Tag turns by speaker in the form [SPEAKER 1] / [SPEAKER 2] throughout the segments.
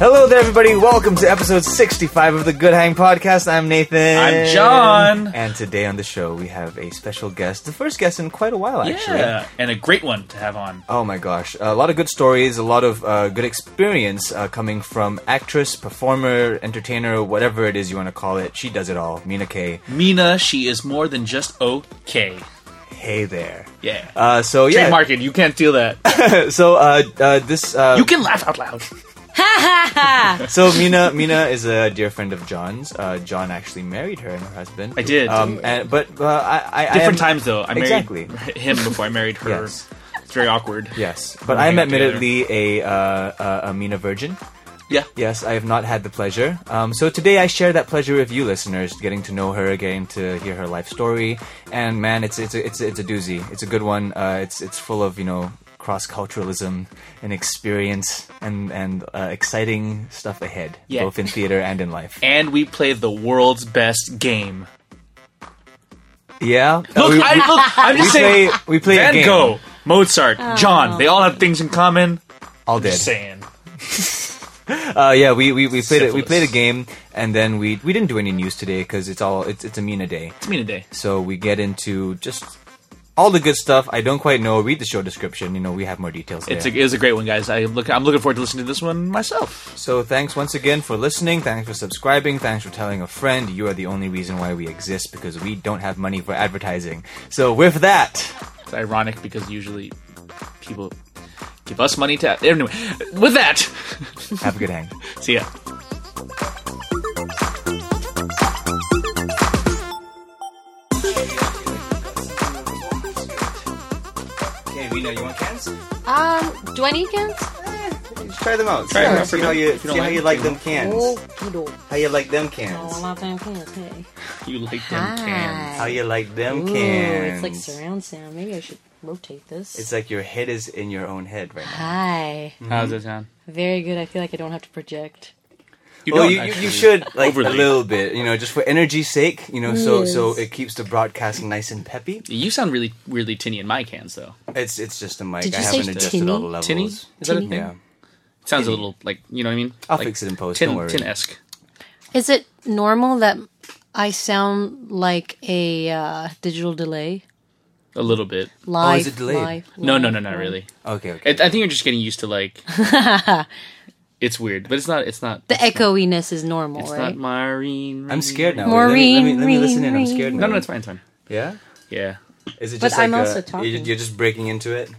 [SPEAKER 1] Hello there, everybody. Welcome to episode 65 of the Good Hang Podcast. I'm Nathan.
[SPEAKER 2] I'm John.
[SPEAKER 1] And today on the show, we have a special guest. The first guest in quite a while, actually.
[SPEAKER 2] Yeah, and a great one to have on.
[SPEAKER 1] Oh my gosh. A lot of good stories, a lot of uh, good experience uh, coming from actress, performer, entertainer, whatever it is you want to call it. She does it all. Mina K.
[SPEAKER 2] Mina, she is more than just okay.
[SPEAKER 1] Hey there.
[SPEAKER 2] Yeah.
[SPEAKER 1] Uh, so, yeah.
[SPEAKER 2] Trademark it, you can't steal that.
[SPEAKER 1] So, uh, uh, this. Uh,
[SPEAKER 2] you can laugh out loud.
[SPEAKER 1] So Mina, Mina is a dear friend of John's. Uh, John actually married her and her husband.
[SPEAKER 2] I did.
[SPEAKER 1] Um, and, but uh, I, I I
[SPEAKER 2] Different
[SPEAKER 1] am-
[SPEAKER 2] times, though. I married
[SPEAKER 1] Exactly.
[SPEAKER 2] him before I married her.
[SPEAKER 1] Yes.
[SPEAKER 2] It's very awkward.
[SPEAKER 1] Yes, but
[SPEAKER 2] Hang
[SPEAKER 1] I'm
[SPEAKER 2] out together.
[SPEAKER 1] admittedly a, uh, uh, a Mina virgin.
[SPEAKER 2] Yeah.
[SPEAKER 1] Yes, I have not had the pleasure. Um, so today I share that pleasure with you, listeners, getting to know her, getting to hear her life story, and man, it's it's a, it's a, it's a doozy. It's a good one. Uh, it's it's full of you know cross culturalism and experience and and uh, exciting stuff ahead,
[SPEAKER 2] Yeah.
[SPEAKER 1] both in theater and in life.
[SPEAKER 2] And we played the world's best game.
[SPEAKER 1] Yeah, Uh,
[SPEAKER 2] Look,
[SPEAKER 1] we,
[SPEAKER 2] I, look I'm
[SPEAKER 1] we
[SPEAKER 2] just
[SPEAKER 1] play
[SPEAKER 2] saying.
[SPEAKER 1] we play a
[SPEAKER 2] Van
[SPEAKER 1] game.
[SPEAKER 2] Gogh, Mozart, John, they all have things in common.
[SPEAKER 1] All dead.
[SPEAKER 2] Just saying.
[SPEAKER 1] Uh, yeah, we we, we played it. We
[SPEAKER 2] Syphilis.
[SPEAKER 1] played a game, and then we we didn't do any news today because it's all it's it's a Mina day.
[SPEAKER 2] It's Mina Day.
[SPEAKER 1] So we get into just all the good stuff. I don't quite know. Read the show description. You know, we have more details
[SPEAKER 2] It's
[SPEAKER 1] there.
[SPEAKER 2] a, it was a great one, guys. I look, I'm looking forward to listening to this one myself.
[SPEAKER 1] so thanks once again for listening. Thanks for subscribing. Thanks for telling a friend. You are the only reason why we exist because we don't have money for advertising. So with that,
[SPEAKER 2] It's ironic because usually people give us money to. Anyway, with that,
[SPEAKER 1] have a good hang.
[SPEAKER 2] see ya.
[SPEAKER 1] Okay, Rina, you want cans?
[SPEAKER 3] Um, do I need cans?
[SPEAKER 1] Try them out.
[SPEAKER 2] Try them out. See how you- If you don't see how like you them, like them
[SPEAKER 1] cans.
[SPEAKER 3] Okie doke.
[SPEAKER 1] How you like them
[SPEAKER 3] Oh,
[SPEAKER 1] cans?
[SPEAKER 3] my damn cans, hey.
[SPEAKER 2] You like them cans.
[SPEAKER 3] Hi.
[SPEAKER 1] you like them
[SPEAKER 3] Ooh, it's like surround sound. Maybe I should rotate this.
[SPEAKER 1] like your head is Mm. in your own head right
[SPEAKER 3] Hi.
[SPEAKER 2] How's that sound?
[SPEAKER 3] Very good. I feel like I don't have to project.
[SPEAKER 2] You
[SPEAKER 1] well,
[SPEAKER 2] don't
[SPEAKER 1] you, you,
[SPEAKER 2] actually.
[SPEAKER 1] you should like a
[SPEAKER 2] Oh, Overly.
[SPEAKER 1] little bit, you know, just for energy's sake, you know, so so
[SPEAKER 3] Yes.
[SPEAKER 1] it keeps the broadcast nice and peppy.
[SPEAKER 2] You sound really weirdly tinny in my cans, though.
[SPEAKER 1] It's it's just a mic.
[SPEAKER 3] Did
[SPEAKER 1] I
[SPEAKER 3] you say
[SPEAKER 1] haven't adjusted all the levels.
[SPEAKER 2] Tinny? Is that a
[SPEAKER 3] Tinny?
[SPEAKER 2] thing?
[SPEAKER 1] Yeah,
[SPEAKER 2] It sounds a little like you know what I mean.
[SPEAKER 1] I'll
[SPEAKER 2] Like,
[SPEAKER 1] fix it in post.
[SPEAKER 2] Tin,
[SPEAKER 1] don't worry.
[SPEAKER 2] Tin-esque.
[SPEAKER 3] Is it normal that I sound like a uh, digital delay?
[SPEAKER 2] A little bit.
[SPEAKER 3] Live,
[SPEAKER 1] Oh, it delayed?
[SPEAKER 3] live,
[SPEAKER 2] No, no,
[SPEAKER 3] live,
[SPEAKER 2] no, not
[SPEAKER 3] live.
[SPEAKER 2] really.
[SPEAKER 1] Okay, okay.
[SPEAKER 2] I, I think you're just getting used to like. it's weird, but it's not. It's not.
[SPEAKER 3] The echoiness is normal,
[SPEAKER 2] it's not
[SPEAKER 3] right?
[SPEAKER 2] Maureen.
[SPEAKER 1] I'm scared now.
[SPEAKER 3] Maureen,
[SPEAKER 1] Wait, let me, let me, let me listen in. I'm
[SPEAKER 3] Maureen,
[SPEAKER 1] scared now.
[SPEAKER 2] No, no, it's fine. It's fine.
[SPEAKER 1] Yeah.
[SPEAKER 2] Yeah,
[SPEAKER 1] Is it
[SPEAKER 3] But
[SPEAKER 1] just
[SPEAKER 3] I'm
[SPEAKER 1] like
[SPEAKER 3] also
[SPEAKER 1] a-
[SPEAKER 3] talking.
[SPEAKER 1] You're, you're just breaking into it.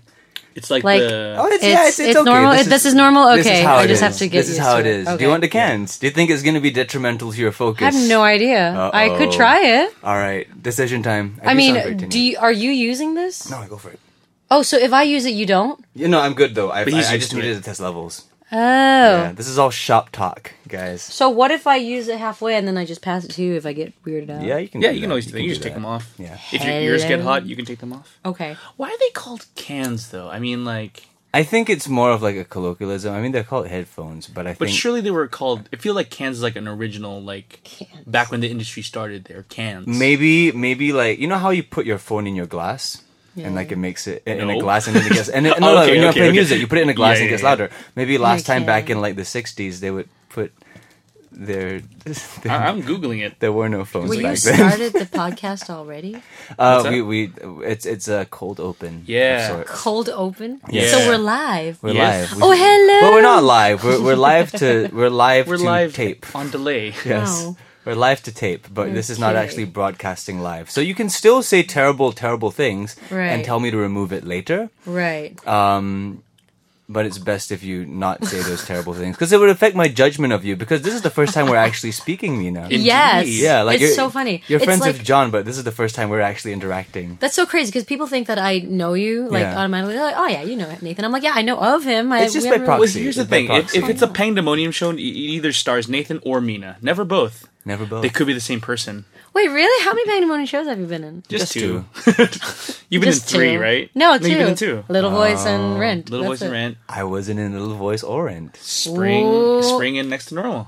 [SPEAKER 2] it's like,
[SPEAKER 3] Like-
[SPEAKER 2] the.
[SPEAKER 1] Oh, it's,
[SPEAKER 3] It's-
[SPEAKER 1] yeah, it's, it's,
[SPEAKER 3] it's
[SPEAKER 1] okay.
[SPEAKER 3] normal.
[SPEAKER 1] This is,
[SPEAKER 3] It- this is normal?
[SPEAKER 1] This is
[SPEAKER 3] Okay,
[SPEAKER 1] how
[SPEAKER 3] I
[SPEAKER 1] it
[SPEAKER 3] just
[SPEAKER 1] is.
[SPEAKER 3] have to get
[SPEAKER 1] This is
[SPEAKER 3] used
[SPEAKER 1] how
[SPEAKER 3] to
[SPEAKER 1] it
[SPEAKER 3] it.
[SPEAKER 1] is. Do
[SPEAKER 3] Okay.
[SPEAKER 1] you want the cans? Do you think it's going to be detrimental to your focus?
[SPEAKER 3] I have no idea. I could try it.
[SPEAKER 1] All right, decision time. do
[SPEAKER 3] I
[SPEAKER 1] sound very
[SPEAKER 3] mean,
[SPEAKER 1] tinny.
[SPEAKER 3] do you, are you using this?
[SPEAKER 1] No, I go for it.
[SPEAKER 3] Oh, so if I use it, you don't?
[SPEAKER 1] You know, I'm good though. I, I,
[SPEAKER 2] he's
[SPEAKER 1] I
[SPEAKER 2] used
[SPEAKER 1] just
[SPEAKER 2] to
[SPEAKER 1] needed
[SPEAKER 2] it.
[SPEAKER 1] to test levels.
[SPEAKER 3] Oh.
[SPEAKER 1] Yeah, this is all shop talk, guys.
[SPEAKER 3] So what if I use it halfway and then I just pass it to you if I get weirded out?
[SPEAKER 1] Yeah, you can.
[SPEAKER 2] Yeah,
[SPEAKER 1] do
[SPEAKER 2] you can
[SPEAKER 1] that.
[SPEAKER 2] always do that. You
[SPEAKER 1] do
[SPEAKER 2] just take them off.
[SPEAKER 1] Yeah.
[SPEAKER 2] If your ears get hot,
[SPEAKER 3] Hello.
[SPEAKER 2] you can take them off.
[SPEAKER 3] Okay.
[SPEAKER 2] Why are they called cans though? I mean, like,
[SPEAKER 1] I think it's more of like a colloquialism. I mean, they're called headphones, but I
[SPEAKER 2] but
[SPEAKER 1] think
[SPEAKER 2] surely they were called. I feel like cans is like an original, like, back when the industry started. They're cans.
[SPEAKER 1] maybe maybe like you know how you put your phone in your glass. And like it makes it in in a
[SPEAKER 2] No.
[SPEAKER 1] glass, and then it gets. And it, no, no,
[SPEAKER 2] Okay,
[SPEAKER 1] you know,
[SPEAKER 2] okay,
[SPEAKER 1] play
[SPEAKER 2] okay.
[SPEAKER 1] music. You put it in a glass,
[SPEAKER 2] Yeah,
[SPEAKER 1] and it
[SPEAKER 2] yeah,
[SPEAKER 1] gets
[SPEAKER 2] yeah.
[SPEAKER 1] louder. Maybe last time back
[SPEAKER 3] can.
[SPEAKER 1] in like the '60s, they would put their. there,
[SPEAKER 2] I- I'm googling it.
[SPEAKER 1] there were no phones
[SPEAKER 3] Well, you
[SPEAKER 1] back then.
[SPEAKER 3] started the podcast already?
[SPEAKER 1] Uh,
[SPEAKER 2] that?
[SPEAKER 1] we we it's it's a cold open. of
[SPEAKER 2] Yeah.
[SPEAKER 1] sorts.
[SPEAKER 3] Cold open?
[SPEAKER 2] Yeah.
[SPEAKER 3] So we're live.
[SPEAKER 1] we're
[SPEAKER 2] Yes.
[SPEAKER 1] live. We-
[SPEAKER 3] oh, hello.
[SPEAKER 1] Well, we're not live. We're, we're live to we're live
[SPEAKER 2] We're
[SPEAKER 1] to
[SPEAKER 2] live
[SPEAKER 1] tape.
[SPEAKER 2] on delay.
[SPEAKER 1] Yes,
[SPEAKER 3] Wow.
[SPEAKER 1] we're live to tape, but this is not
[SPEAKER 3] Okay.
[SPEAKER 1] actually broadcasting live. So you can still say terrible, terrible things and
[SPEAKER 3] Right.
[SPEAKER 1] tell me to remove it later.
[SPEAKER 3] Right.
[SPEAKER 1] Um, but it's best if you not say those terrible things because it would affect my judgment of you. Because this is the first time we're actually speaking, Mina.
[SPEAKER 2] It-
[SPEAKER 3] yes.
[SPEAKER 2] indeed.
[SPEAKER 1] E, yeah, like you're,
[SPEAKER 3] it's so funny.
[SPEAKER 1] You're
[SPEAKER 3] it's
[SPEAKER 1] friends
[SPEAKER 3] like,
[SPEAKER 1] with John, but this is the first time we're actually interacting.
[SPEAKER 3] That's so crazy because people think that I know you, like
[SPEAKER 1] Yeah.
[SPEAKER 3] automatically. They're like, oh yeah, you know Nathan. I'm like, yeah, I know of him. I,
[SPEAKER 1] It's just by
[SPEAKER 3] we haven't
[SPEAKER 1] proxy.
[SPEAKER 2] Well,
[SPEAKER 3] really-
[SPEAKER 1] See,
[SPEAKER 2] here's
[SPEAKER 1] it's
[SPEAKER 2] the
[SPEAKER 1] by
[SPEAKER 2] thing: if,
[SPEAKER 1] proxy.
[SPEAKER 2] if it's a pandemonium show, it either stars Nathan or Mina, never both.
[SPEAKER 1] Never both.
[SPEAKER 2] They could be the same person.
[SPEAKER 3] Wait, really? How many Bang Moon shows have you been in?
[SPEAKER 1] Just two.
[SPEAKER 4] You've been in
[SPEAKER 3] Just
[SPEAKER 4] three,
[SPEAKER 3] two.
[SPEAKER 4] right?
[SPEAKER 3] No,
[SPEAKER 4] You've been in
[SPEAKER 3] two.
[SPEAKER 4] two.
[SPEAKER 3] Little Voice
[SPEAKER 1] Oh,
[SPEAKER 3] and Rent.
[SPEAKER 2] Little
[SPEAKER 3] That's
[SPEAKER 2] Voice and
[SPEAKER 3] it.
[SPEAKER 2] Rant.
[SPEAKER 1] I wasn't in Little Voice Orant.
[SPEAKER 2] Spring,
[SPEAKER 3] Ooh.
[SPEAKER 2] spring in next to normal.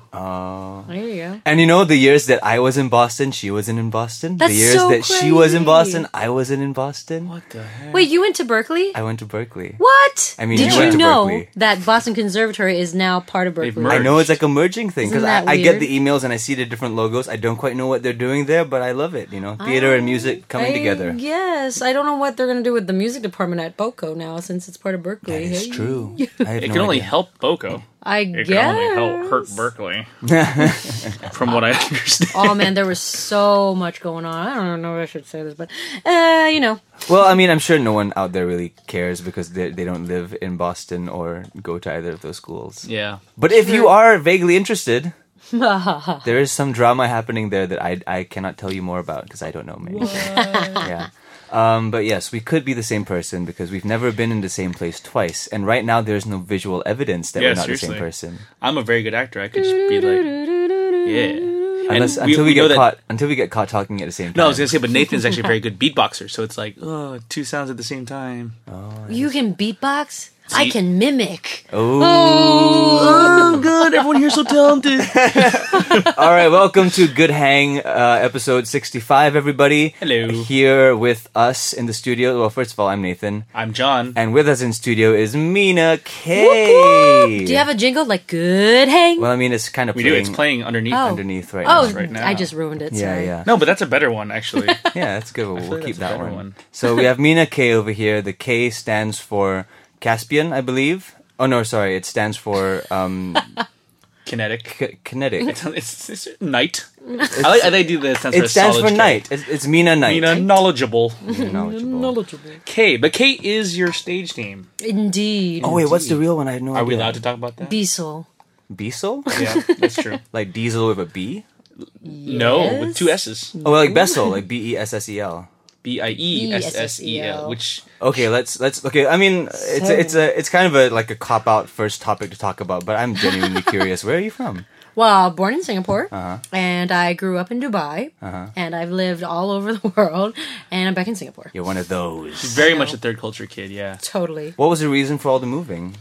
[SPEAKER 3] There you go.
[SPEAKER 1] And you know, the years that I was in Boston, she wasn't in Boston.
[SPEAKER 3] That's
[SPEAKER 1] the years
[SPEAKER 3] so
[SPEAKER 1] that she was in
[SPEAKER 3] crazy.
[SPEAKER 1] Boston, I wasn't in Boston.
[SPEAKER 2] What the heck?
[SPEAKER 3] Wait, you went to Berkeley?
[SPEAKER 1] I went to Berkeley.
[SPEAKER 3] What?
[SPEAKER 1] I mean,
[SPEAKER 3] did
[SPEAKER 1] you
[SPEAKER 3] you
[SPEAKER 1] went to
[SPEAKER 3] know
[SPEAKER 1] Berkeley.
[SPEAKER 3] that Boston Conservatory is now part of
[SPEAKER 2] They've
[SPEAKER 3] Berkeley?
[SPEAKER 1] I
[SPEAKER 2] merged.
[SPEAKER 1] know it's like a merging thing because
[SPEAKER 3] Isn't that
[SPEAKER 1] I, I get
[SPEAKER 3] weird?
[SPEAKER 1] the emails and I see the different logos. I don't quite know what they're doing there, but I love it. You know, theater and music coming
[SPEAKER 3] I-
[SPEAKER 1] together.
[SPEAKER 3] Yes, I don't know what they're going to do with the music department at Boco now since it's part of Berkeley.
[SPEAKER 1] That is
[SPEAKER 3] Hey.
[SPEAKER 1] true.
[SPEAKER 2] it can only help Boco.
[SPEAKER 3] I
[SPEAKER 4] It can
[SPEAKER 3] guess.
[SPEAKER 4] only help hurt Berkeley,
[SPEAKER 2] from what I understand.
[SPEAKER 3] oh man, there was so much going on. I don't know if I should say this, but uh, you know,
[SPEAKER 1] Well, I mean, I'm sure no one out there really cares because they, they don't live in Boston or go to either of those schools.
[SPEAKER 2] Yeah.
[SPEAKER 1] But if you are vaguely interested, there is some drama happening there that I, I cannot tell you more about because I don't know. Maybe. yeah. Um, but yes, we could be the same person because we've never been in the same place twice. And right now, there's no visual evidence that
[SPEAKER 2] Yeah,
[SPEAKER 1] we're not the
[SPEAKER 2] seriously.
[SPEAKER 1] same person.
[SPEAKER 2] I'm a very good actor. I could just be like, yeah.
[SPEAKER 1] Unless,
[SPEAKER 2] And
[SPEAKER 1] until we,
[SPEAKER 2] know
[SPEAKER 1] get
[SPEAKER 2] that-
[SPEAKER 1] caught, until we get caught talking at the same time.
[SPEAKER 2] No, I was gonna say, but Nathan's actually a very good beatboxer, so it's like, oh, two sounds at the same time.
[SPEAKER 3] you can beatbox. I can mimic.
[SPEAKER 2] Oh, good! Everyone here's so talented.
[SPEAKER 1] All right, welcome to Good Hang, uh, episode 65, everybody.
[SPEAKER 2] Hello.
[SPEAKER 1] Here with us in the studio. Well, first of all, I'm Nathan.
[SPEAKER 2] I'm John.
[SPEAKER 1] And with us in studio is Mina K.
[SPEAKER 3] Do you have a jingle like "Good Hang"?
[SPEAKER 1] well, I mean, it's kind of
[SPEAKER 2] we
[SPEAKER 1] playing
[SPEAKER 2] do. It's playing underneath.
[SPEAKER 3] oh,
[SPEAKER 1] underneath right
[SPEAKER 3] oh,
[SPEAKER 1] now.
[SPEAKER 2] right now.
[SPEAKER 3] I just ruined it.
[SPEAKER 1] Yeah,
[SPEAKER 3] sorry.
[SPEAKER 1] yeah.
[SPEAKER 2] No, but that's a better one actually.
[SPEAKER 1] Yeah, that's good. We'll,
[SPEAKER 2] feel
[SPEAKER 1] we'll
[SPEAKER 2] like
[SPEAKER 1] keep
[SPEAKER 2] that's a
[SPEAKER 1] that
[SPEAKER 2] better
[SPEAKER 1] one.
[SPEAKER 2] one.
[SPEAKER 1] so we have Mina K over here. The K stands for Caspian, I believe. Oh, no, sorry. It stands for um,
[SPEAKER 2] Kinetic.
[SPEAKER 1] k- kinetic.
[SPEAKER 2] It's, it's, it's night. I like. I like do the stands
[SPEAKER 1] It stands for
[SPEAKER 2] solid K.
[SPEAKER 1] night. It's, it's Mina Knight.
[SPEAKER 2] Mina knowledgeable.
[SPEAKER 1] Knowledgeable.
[SPEAKER 2] K, but K is your stage name.
[SPEAKER 3] Indeed.
[SPEAKER 1] Oh, wait, what's the real one? I have no
[SPEAKER 2] Are we
[SPEAKER 1] idea.
[SPEAKER 2] allowed to talk about that?
[SPEAKER 3] Diesel.
[SPEAKER 1] Diesel?
[SPEAKER 2] yeah, that's true.
[SPEAKER 1] like diesel with a B?
[SPEAKER 2] No, with
[SPEAKER 3] Yes.
[SPEAKER 2] two S's.
[SPEAKER 1] Oh, like Bessel, like B E S S E L.
[SPEAKER 2] B i e s s e
[SPEAKER 3] B-I-E-S-S-E-L.
[SPEAKER 2] l, which
[SPEAKER 1] Okay, let's let's. Okay, I mean, it's a, it's a it's kind of a like a cop out first topic to talk about, but I'm genuinely curious. Where are you from?
[SPEAKER 3] Well, born in Singapore, and I grew up in Dubai, and I've lived all over the world, and I'm back in Singapore.
[SPEAKER 1] You're one of those.
[SPEAKER 2] very much a third culture kid. Yeah.
[SPEAKER 3] Totally.
[SPEAKER 1] What was the reason for all the moving?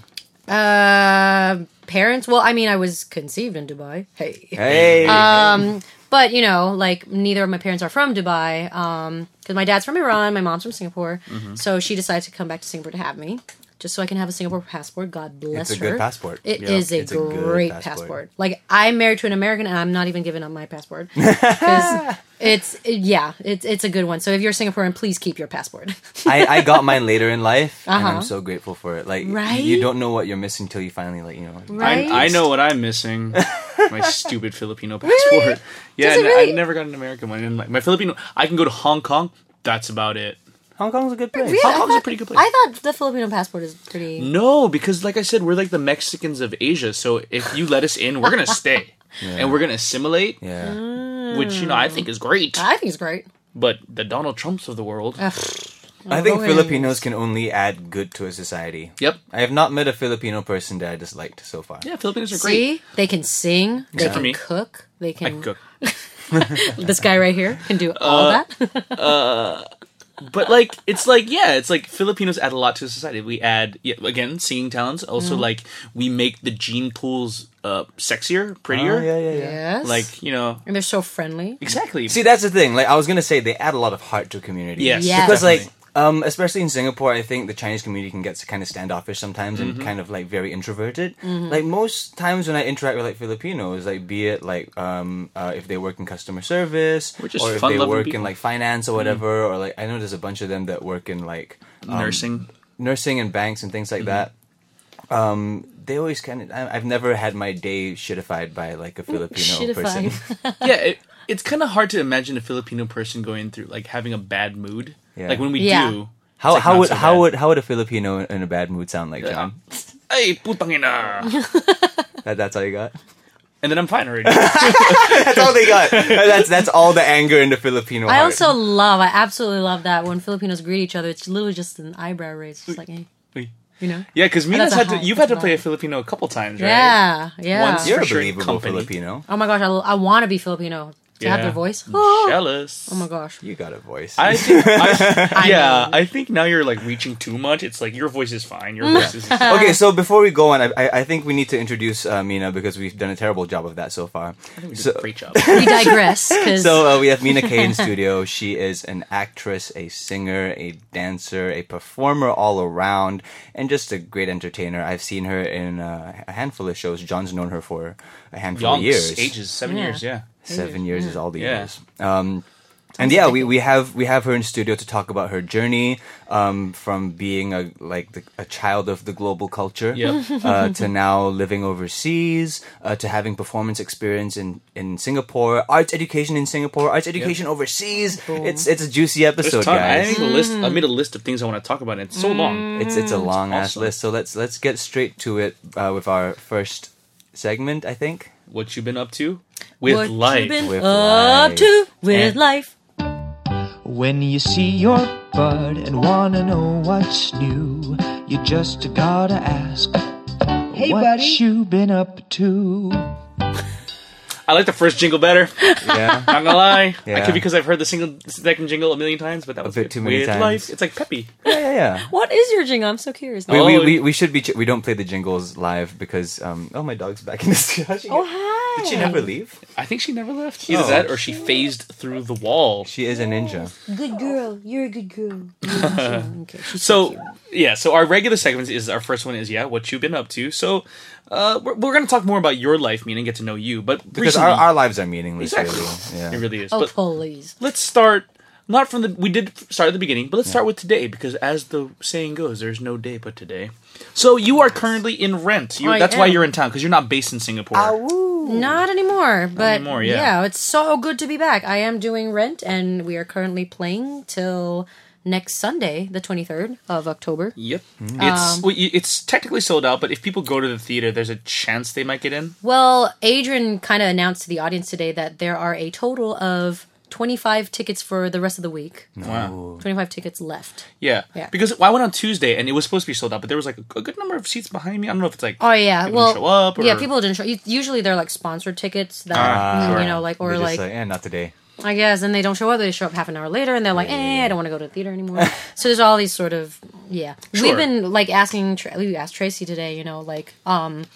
[SPEAKER 3] Uh, parents. Well, I mean, I was conceived in Dubai. Hey.
[SPEAKER 1] Hey,
[SPEAKER 3] Uh, But you know, like neither of my parents are from Dubai. Um, because my dad's from Iran, my mom's from Singapore. So she decided to come back to Singapore to have me, just so I can have a Singapore passport. God bless
[SPEAKER 1] it's a
[SPEAKER 3] her.
[SPEAKER 1] good passport.
[SPEAKER 3] It is
[SPEAKER 2] Yeah,
[SPEAKER 3] a
[SPEAKER 1] it's a good
[SPEAKER 3] great
[SPEAKER 1] passport.
[SPEAKER 3] passport. Like I'm married to an American, and I'm not even giving up my passport because it's yeah, it's it's a good one. So if you're Singaporean, please keep your passport.
[SPEAKER 1] I, I got mine later in life, and I'm
[SPEAKER 3] Uh-huh.
[SPEAKER 1] so grateful for it. Like,
[SPEAKER 3] Right?
[SPEAKER 1] you don't know what you're missing till you finally, like, you know.
[SPEAKER 3] Right?
[SPEAKER 2] I, I know what I'm missing. my stupid Filipino passport. Yeah,
[SPEAKER 3] Does
[SPEAKER 2] n-
[SPEAKER 3] it really-
[SPEAKER 2] I've never got an American one. And like my Filipino, I can go to Hong Kong. That's about it.
[SPEAKER 1] Hong Kong's a good place.
[SPEAKER 3] Really?
[SPEAKER 2] Hong
[SPEAKER 3] I
[SPEAKER 2] Kong's a
[SPEAKER 3] thought-
[SPEAKER 2] pretty good place.
[SPEAKER 3] I thought the Filipino passport is pretty.
[SPEAKER 2] No, because like I said, we're like the Mexicans of Asia. So if you let us in, we're gonna stay and we're gonna assimilate,
[SPEAKER 3] Mm,
[SPEAKER 1] Yeah.
[SPEAKER 2] which you know Hmm. I think is great.
[SPEAKER 3] I think it's great.
[SPEAKER 2] But the Donald Trumps of the world.
[SPEAKER 3] Ugh.
[SPEAKER 1] I think
[SPEAKER 3] Although it-
[SPEAKER 1] Filipinos can only add good to a society.
[SPEAKER 2] Yep.
[SPEAKER 1] I have not met a Filipino person that I disliked so far.
[SPEAKER 2] Yeah, Filipinos are great.
[SPEAKER 3] See, they can sing, they
[SPEAKER 2] for me.
[SPEAKER 3] can cook, they
[SPEAKER 2] I
[SPEAKER 3] can.
[SPEAKER 2] cook. Uh,
[SPEAKER 3] This guy right here can do all that.
[SPEAKER 2] but like it's like yeah it's like filipinos add a lot to society we add yeah, again singing talents also
[SPEAKER 1] Mm.
[SPEAKER 2] like we make the gene pools uh sexier prettier
[SPEAKER 1] Oh, yeah, yeah, yeah.
[SPEAKER 3] yes,
[SPEAKER 2] like you know
[SPEAKER 3] and they're so friendly.
[SPEAKER 2] exactly
[SPEAKER 1] See, that's the thing. Like I was gonna say, they add a lot of heart to a community.
[SPEAKER 2] yes,
[SPEAKER 3] Yes.
[SPEAKER 1] because
[SPEAKER 2] definitely.
[SPEAKER 1] like. Um, especially in Singapore, I think the Chinese community can get kind of standoffish sometimes and
[SPEAKER 2] Mm-hmm.
[SPEAKER 1] kind of like very introverted. Like most times when I interact with like Filipinos, like be it like um, uh, if they work in customer service
[SPEAKER 2] We're just
[SPEAKER 1] or if they
[SPEAKER 2] fun-loving
[SPEAKER 1] work in
[SPEAKER 2] people.
[SPEAKER 1] like
[SPEAKER 2] Mm-hmm.
[SPEAKER 1] finance or whatever, or like I know there's a bunch of them that work in like
[SPEAKER 2] nursing
[SPEAKER 1] nursing and banks and things like
[SPEAKER 2] Mm-hmm.
[SPEAKER 1] that. Um, they always kind of. I, I've never had my day shitified by like a Filipino person.
[SPEAKER 3] Shitified.
[SPEAKER 2] yeah it, it's kind of hard to imagine a filipino person going through like having a bad mood
[SPEAKER 1] Yeah.
[SPEAKER 2] like when we
[SPEAKER 3] Yeah.
[SPEAKER 2] do
[SPEAKER 1] How,
[SPEAKER 2] it's, like,
[SPEAKER 1] how
[SPEAKER 2] not
[SPEAKER 1] would
[SPEAKER 2] so
[SPEAKER 1] how
[SPEAKER 2] bad.
[SPEAKER 1] would how would a Filipino in a bad mood sound like John?
[SPEAKER 2] hey putangina
[SPEAKER 1] That, that's all you got.
[SPEAKER 2] and then i'm fine already
[SPEAKER 1] That's all they got. That's that's all the anger in the Filipino.
[SPEAKER 3] I
[SPEAKER 1] heart.
[SPEAKER 3] also love, I absolutely love that when Filipinos greet each other, it's literally just an eyebrow raise, just like, eh,
[SPEAKER 2] yeah
[SPEAKER 3] you know?
[SPEAKER 2] because mina's
[SPEAKER 3] a
[SPEAKER 2] had to
[SPEAKER 3] high,
[SPEAKER 2] you've had to
[SPEAKER 3] that's
[SPEAKER 2] play a
[SPEAKER 3] not-
[SPEAKER 2] filipino a couple times right
[SPEAKER 3] Yeah, yeah.
[SPEAKER 2] Once-
[SPEAKER 1] you're a
[SPEAKER 2] for sure in
[SPEAKER 1] believable
[SPEAKER 2] company.
[SPEAKER 1] Filipino.
[SPEAKER 3] oh my gosh, I, want to be Filipino to have
[SPEAKER 2] Yeah.
[SPEAKER 3] their
[SPEAKER 2] Mm,
[SPEAKER 3] voice.
[SPEAKER 2] Jealous.
[SPEAKER 3] Oh my gosh.
[SPEAKER 1] You got a voice.
[SPEAKER 2] I think, I,
[SPEAKER 3] I
[SPEAKER 2] yeah,
[SPEAKER 3] know.
[SPEAKER 2] I think now you're like reaching too much. It's like your voice is fine. Your voice is
[SPEAKER 1] okay, so before we go on, I, I, I think we need to introduce uh, Mina because we've done a terrible job of that so far.
[SPEAKER 2] we did
[SPEAKER 1] So-
[SPEAKER 2] a great job.
[SPEAKER 3] We digress. 'cause-
[SPEAKER 1] So uh, we have Mina Kay in studio. She is an actress, a singer, a dancer, a performer all around, and just a great entertainer. I've seen her in uh, a handful of shows. John's known her for a handful of
[SPEAKER 2] Young
[SPEAKER 1] years.
[SPEAKER 2] ages, seven
[SPEAKER 3] Yeah.
[SPEAKER 2] years. Yeah.
[SPEAKER 1] Seven years is all the
[SPEAKER 2] Yeah.
[SPEAKER 1] years. Um, and yeah, we, we have we have her in studio to talk about her journey um, from being a like the, a child of the global culture
[SPEAKER 2] Yep.
[SPEAKER 1] uh, to now living overseas, uh, to having performance experience in, in Singapore, arts education in Singapore, arts education overseas. It's it's a juicy episode,
[SPEAKER 2] There's ton- I
[SPEAKER 1] guys.
[SPEAKER 2] made a list. I made a
[SPEAKER 3] Mm.
[SPEAKER 2] list of things I want to talk about. And it's so long.
[SPEAKER 1] It's it's a long ass
[SPEAKER 2] awesome.
[SPEAKER 1] list. So let's let's get straight to it uh, with our first segment. I think.
[SPEAKER 2] What you've been up to with
[SPEAKER 3] what
[SPEAKER 2] life?
[SPEAKER 3] you been
[SPEAKER 1] With
[SPEAKER 3] up
[SPEAKER 1] life.
[SPEAKER 3] to with
[SPEAKER 2] And-
[SPEAKER 3] life?
[SPEAKER 5] When you see your bud and wanna know what's new, you just gotta ask. Hey, what
[SPEAKER 6] buddy.
[SPEAKER 5] you been up to?
[SPEAKER 2] I like the first jingle better.
[SPEAKER 1] Yeah.
[SPEAKER 2] Not gonna lie. I
[SPEAKER 1] Yeah.
[SPEAKER 2] could because I've heard the single second jingle a million times, but that was
[SPEAKER 1] bit
[SPEAKER 2] good.
[SPEAKER 1] too many
[SPEAKER 2] with
[SPEAKER 1] times.
[SPEAKER 2] life. It's like Peppy.
[SPEAKER 1] yeah, yeah, yeah.
[SPEAKER 3] What is your jingle? I'm so curious.
[SPEAKER 1] We,
[SPEAKER 3] now.
[SPEAKER 1] we,
[SPEAKER 2] Oh,
[SPEAKER 1] we, we should be ch- we don't play the jingles live because um oh my dog's back in the studio. She-
[SPEAKER 3] Oh, hi.
[SPEAKER 1] Did she never leave?
[SPEAKER 2] I think she never left. Either that
[SPEAKER 1] Oh.
[SPEAKER 2] or she phased through the wall.
[SPEAKER 1] She is a ninja.
[SPEAKER 3] Good girl. You're a good girl. okay, she's
[SPEAKER 2] So
[SPEAKER 3] cute.
[SPEAKER 2] yeah, so our regular segments is our first one is yeah, what you've been up to. So uh, we're, we're gonna talk more about your life, meaning get to know you. But
[SPEAKER 1] Because
[SPEAKER 2] recently,
[SPEAKER 1] our, our lives are meaningless
[SPEAKER 2] Exactly.
[SPEAKER 1] really. Yeah.
[SPEAKER 2] it really is.
[SPEAKER 3] Oh,
[SPEAKER 2] but
[SPEAKER 3] please.
[SPEAKER 2] let's start not from the we did start at the beginning, but let's start with today because as the saying goes, there's no day but today. So you are currently in rent. You,
[SPEAKER 3] I
[SPEAKER 2] that's why
[SPEAKER 3] am.
[SPEAKER 2] you're in town because you're not based in Singapore.
[SPEAKER 3] Not anymore, but
[SPEAKER 2] anymore, yeah.
[SPEAKER 3] yeah. it's so good to be back. I am doing Rent, and we are currently playing till next Sunday, the 23rd of October.
[SPEAKER 2] Yep,
[SPEAKER 1] Mm.
[SPEAKER 3] Um,
[SPEAKER 2] it's well, you- it's technically sold out, but if people go to the theater, there's a chance they might get in.
[SPEAKER 3] Well, Adrian kind of announced to the audience today that there are a total of 25 tickets for the rest of the week.
[SPEAKER 2] Wow.
[SPEAKER 3] 25 tickets left.
[SPEAKER 2] Yeah.
[SPEAKER 3] Yeah.
[SPEAKER 2] Because I went on Tuesday and it was supposed to be sold out, but there was like a, a good number of seats behind me. I don't know if it's like
[SPEAKER 3] Oh yeah,
[SPEAKER 2] people
[SPEAKER 3] well,
[SPEAKER 2] didn't show up or
[SPEAKER 3] yeah, people didn't show. u- Usually they're like sponsored tickets that
[SPEAKER 1] Ah,
[SPEAKER 3] you
[SPEAKER 1] sure.
[SPEAKER 3] know, like or
[SPEAKER 1] They're just
[SPEAKER 3] like,
[SPEAKER 1] like eh, not today.
[SPEAKER 3] I guess, and they don't show up. They show up half an hour later, and they're like, eh, I don't want to go to the theater anymore. so there's all these sort of yeah.
[SPEAKER 2] Sure.
[SPEAKER 3] We've been like asking. Tra- We asked Tracy today, you know, like um.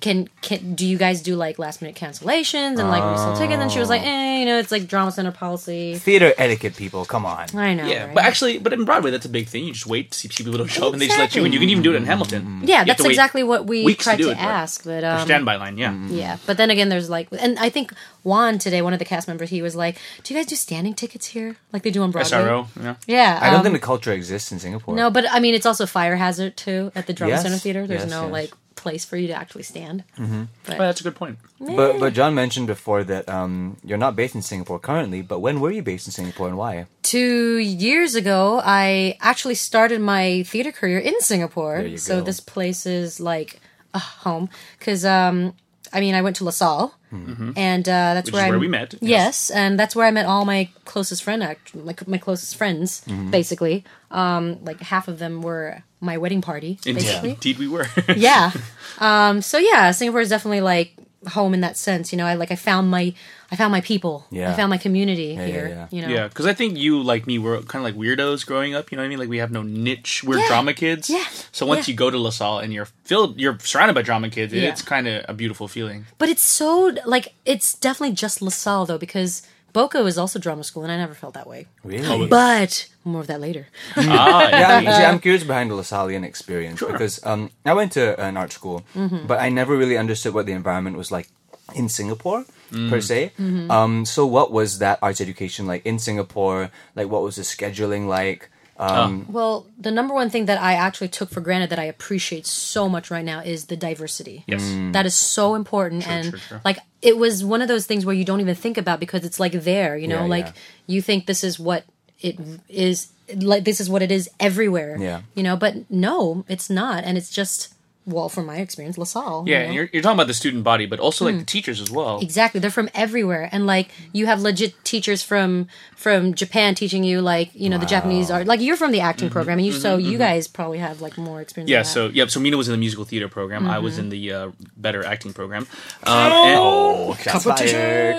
[SPEAKER 3] Can can do you guys do like last minute cancellations and like resell tickets? And she was like, eh, you know, it's like drama center policy.
[SPEAKER 1] Theater etiquette people, come on.
[SPEAKER 3] I know.
[SPEAKER 2] Yeah,
[SPEAKER 3] right?
[SPEAKER 2] but actually, but in Broadway, that's a big thing. You just wait to see people don't show up, and they just let you in. You can even do it in Hamilton. You
[SPEAKER 3] yeah,
[SPEAKER 2] have
[SPEAKER 3] that's
[SPEAKER 2] to wait
[SPEAKER 3] exactly what we
[SPEAKER 2] weeks to
[SPEAKER 3] tried to,
[SPEAKER 2] do it, but-
[SPEAKER 3] ask. But
[SPEAKER 2] for
[SPEAKER 3] um,
[SPEAKER 2] standby line. Yeah,
[SPEAKER 3] Yeah, but then again, there's like, and I think Juan today, one of the cast members, he was like, "Do you guys do standing tickets here, like they do on Broadway?"
[SPEAKER 2] SRO. Yeah.
[SPEAKER 3] Yeah,
[SPEAKER 1] I don't
[SPEAKER 3] um,
[SPEAKER 1] think the culture exists in Singapore.
[SPEAKER 3] no, but I mean, it's also fire hazard too at the Drama
[SPEAKER 1] Yes,
[SPEAKER 3] Center Theater. There's
[SPEAKER 1] yes,
[SPEAKER 3] no
[SPEAKER 1] yes.
[SPEAKER 3] like place for you to actually stand.
[SPEAKER 2] Well, that's a good point.
[SPEAKER 1] But but John mentioned before that um you're not based in Singapore currently, but when were you based in Singapore and why?
[SPEAKER 3] Two years ago, I actually started my theater career in Singapore.
[SPEAKER 1] There you
[SPEAKER 3] So
[SPEAKER 1] go.
[SPEAKER 3] this place is like a home because um, I mean, I went to LaSalle, and uh, that's
[SPEAKER 2] Which
[SPEAKER 3] where
[SPEAKER 2] is
[SPEAKER 3] I
[SPEAKER 2] where we met.
[SPEAKER 3] Yes, and that's where I met all my closest friend, act- my, my closest friends, basically. Um, like half of them were my wedding party,
[SPEAKER 2] Indeed,
[SPEAKER 3] basically.
[SPEAKER 2] indeed we were.
[SPEAKER 3] Yeah. Um, so yeah, Singapore is definitely like home in that sense. You know, I like I found my I found my people.
[SPEAKER 1] Yeah.
[SPEAKER 3] I found my community
[SPEAKER 1] yeah,
[SPEAKER 3] here.
[SPEAKER 1] yeah.
[SPEAKER 3] You know.
[SPEAKER 2] yeah, because I think you, like me, were kind of like weirdos growing up. You know what I mean? Like we have no niche. We're
[SPEAKER 3] Yeah.
[SPEAKER 2] drama kids.
[SPEAKER 3] Yeah.
[SPEAKER 2] So once
[SPEAKER 3] Yeah.
[SPEAKER 2] you go to LaSalle and you're filled, you're surrounded by drama kids.
[SPEAKER 3] Yeah.
[SPEAKER 2] It's kind of a beautiful feeling.
[SPEAKER 3] But it's so like it's definitely just LaSalle though because Boca is also drama school and I never felt that way.
[SPEAKER 1] Really?
[SPEAKER 3] But more of that later.
[SPEAKER 2] ah,
[SPEAKER 1] yeah, I'm,
[SPEAKER 2] yeah.
[SPEAKER 1] see, I'm curious behind the Lasallian experience because um, I went to an art school,
[SPEAKER 3] Mm-hmm.
[SPEAKER 1] but I never really understood what the environment was like in Singapore
[SPEAKER 2] Mm.
[SPEAKER 1] per se.
[SPEAKER 3] Mm-hmm.
[SPEAKER 1] Um, so, what was that arts education like in Singapore? Like, what was the scheduling like? Um,
[SPEAKER 3] Well, the number one thing that I actually took for granted that I appreciate so much right now is the diversity.
[SPEAKER 2] Yes.
[SPEAKER 3] That is so important and
[SPEAKER 2] true, true.
[SPEAKER 3] like it was one of those things where you don't even think about because it's like there, you know,
[SPEAKER 1] Yeah,
[SPEAKER 3] like
[SPEAKER 1] yeah.
[SPEAKER 3] you think this is what it is like this is what it is everywhere.
[SPEAKER 1] Yeah.
[SPEAKER 3] You know, but no, it's not and it's just well, from my experience, LaSalle. you
[SPEAKER 2] Yeah,
[SPEAKER 3] know?
[SPEAKER 2] and you're, you're talking about the student body, but also
[SPEAKER 3] Hmm.
[SPEAKER 2] like the teachers as well.
[SPEAKER 3] Exactly. They're from everywhere. And like you have legit teachers from from Japan teaching you like, you know, the Japanese art. Like you're from the acting program and you so you guys probably have like more experience.
[SPEAKER 2] Mm-hmm, Yeah,
[SPEAKER 3] with that.
[SPEAKER 2] so yep. So Mina was in the musical theater program. I
[SPEAKER 3] Mm-hmm.
[SPEAKER 2] was in the uh, better acting program. Um,
[SPEAKER 1] Oh, shots fired.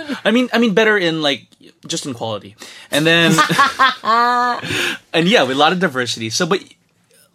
[SPEAKER 2] and- I mean, I mean, better in like just in quality, and then and yeah, with a lot of diversity. So, but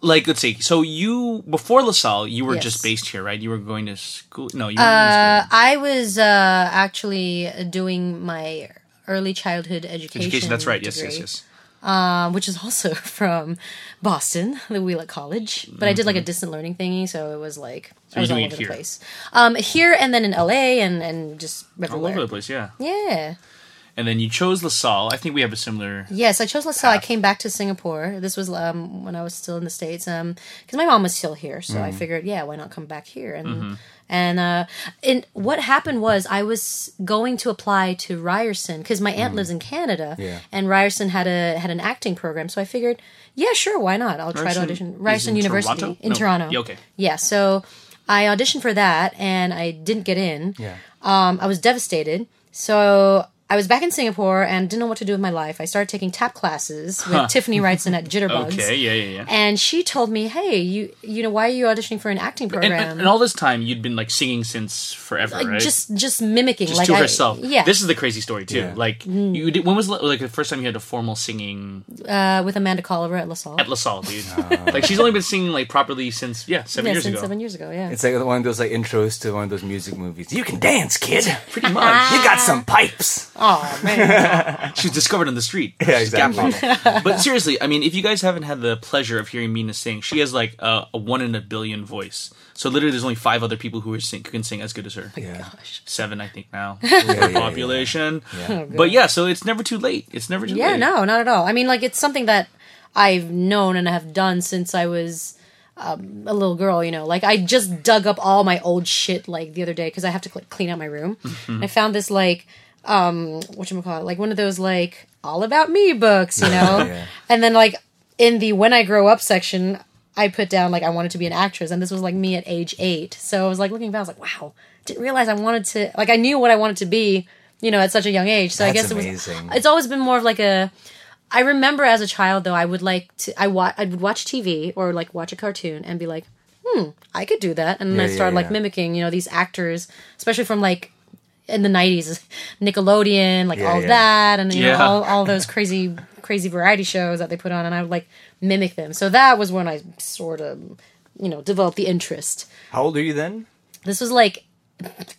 [SPEAKER 2] like, let's see. So you before LaSalle, you were
[SPEAKER 3] Yes.
[SPEAKER 2] just based here, right? You were going to school. No, you were in
[SPEAKER 3] Uh,
[SPEAKER 2] school.
[SPEAKER 3] I was uh, actually doing my early childhood education.
[SPEAKER 2] education. That's right. Yes, yes,
[SPEAKER 3] degree,
[SPEAKER 2] yes.
[SPEAKER 3] Um, which is also from Boston, the Wheelock College. But I did
[SPEAKER 2] Mm-hmm.
[SPEAKER 3] like a distant learning thingy, so it was like I
[SPEAKER 2] you're
[SPEAKER 3] was all
[SPEAKER 2] doing it
[SPEAKER 3] over the
[SPEAKER 2] here.
[SPEAKER 3] place. Um, here and then in LA and and just
[SPEAKER 2] All
[SPEAKER 3] everywhere.
[SPEAKER 2] over the place, yeah.
[SPEAKER 3] Yeah.
[SPEAKER 2] And then you chose LaSalle. I think we have a similar.
[SPEAKER 3] Yes, I chose LaSalle. I came back to Singapore. This was um, when I was still in the states, um, because my mom was still here. So
[SPEAKER 2] Mm-hmm.
[SPEAKER 3] I figured, yeah, why not come back here? And and uh, and what happened was I was going to apply to Ryerson because my aunt
[SPEAKER 2] Mm.
[SPEAKER 3] lives in Canada,
[SPEAKER 1] Yeah.
[SPEAKER 3] and Ryerson had a had an acting program. So I figured, yeah, sure, why not? I'll try to
[SPEAKER 2] Ryerson
[SPEAKER 3] audition
[SPEAKER 2] is
[SPEAKER 3] Ryerson
[SPEAKER 2] in
[SPEAKER 3] University
[SPEAKER 2] Toronto?
[SPEAKER 3] in
[SPEAKER 2] No.
[SPEAKER 3] Toronto.
[SPEAKER 2] Yeah, okay.
[SPEAKER 3] Yeah, so I auditioned for that, and I didn't get in.
[SPEAKER 1] Yeah.
[SPEAKER 3] Um, I was devastated. So I was back in Singapore and didn't know what to do with my life. I started taking tap classes with Tiffany Wrightson at Jitterbugs.
[SPEAKER 2] Okay, yeah, yeah, yeah.
[SPEAKER 3] And she told me, "Hey, you you know why are you auditioning for an acting
[SPEAKER 2] And,
[SPEAKER 3] program?"
[SPEAKER 2] and, and all this time, you'd been like singing since forever, right?
[SPEAKER 3] just just mimicking
[SPEAKER 2] just
[SPEAKER 3] like
[SPEAKER 2] to
[SPEAKER 3] I-
[SPEAKER 2] herself.
[SPEAKER 3] yeah, Mm.
[SPEAKER 2] this is the crazy story too.
[SPEAKER 1] Yeah.
[SPEAKER 2] Like you, did, when was like the first time you had a formal singing
[SPEAKER 3] uh, with Amanda Colliver at LaSalle.
[SPEAKER 2] at LaSalle, dude?
[SPEAKER 1] Ah.
[SPEAKER 2] like she's only been singing like properly since yeah seven
[SPEAKER 3] yeah,
[SPEAKER 2] years
[SPEAKER 3] since
[SPEAKER 2] ago,
[SPEAKER 3] seven years ago. Yeah,
[SPEAKER 1] It's like one of those like intros to one of those music movies. You can dance, kid.
[SPEAKER 2] pretty much.
[SPEAKER 1] You got some pipes.
[SPEAKER 3] Ah. oh man,
[SPEAKER 2] she was discovered on the street.
[SPEAKER 1] Yeah,
[SPEAKER 2] She's got
[SPEAKER 1] exactly.
[SPEAKER 2] problems. but seriously, I mean, if you guys haven't had the pleasure of hearing Mina sing, she has like a, a one in a billion voice. So literally, there's only five other people who are sing who can sing as good as her.
[SPEAKER 1] Yeah.
[SPEAKER 3] gosh,
[SPEAKER 2] Seven, I think now.
[SPEAKER 1] yeah, yeah.
[SPEAKER 2] Population.
[SPEAKER 3] Oh, God.
[SPEAKER 2] But yeah, so it's never too late. It's never too
[SPEAKER 3] Yeah,
[SPEAKER 2] late.
[SPEAKER 3] no, not at all. I mean, like it's something that I've known and have done since I was um, a little girl. You know, like I just dug up all my old shit like the other day because I have to like, clean out my room. And
[SPEAKER 1] Mm-hmm.
[SPEAKER 3] I found this like um what you call it like one of those like all about me books, you know.
[SPEAKER 1] yeah.
[SPEAKER 3] And then like in the when I grow up section. I put down like I wanted to be an actress, and this was like me at age eight. So I was like looking back, I was like, "Wow, didn't realize I wanted to." Like I knew what I wanted to be, you know, at such a young age. So I
[SPEAKER 1] That's
[SPEAKER 3] guess it was
[SPEAKER 1] amazing.
[SPEAKER 3] it's always been more of like a I remember as a child though I would like to I wa- I would watch TV or like watch a cartoon and be like, "Hmm, I could do that." And then I
[SPEAKER 1] yeah,
[SPEAKER 3] started like
[SPEAKER 1] yeah.
[SPEAKER 3] mimicking, you know, these actors, especially from like in the 90s, Nickelodeon, like
[SPEAKER 1] Yeah,
[SPEAKER 3] all
[SPEAKER 1] yeah.
[SPEAKER 3] that and you know
[SPEAKER 2] Yeah.
[SPEAKER 3] all all those crazy crazy variety shows that they put on and I would like mimic them. So that was when I sort of, you know, developed the interest.
[SPEAKER 1] How old are you then?
[SPEAKER 3] This was like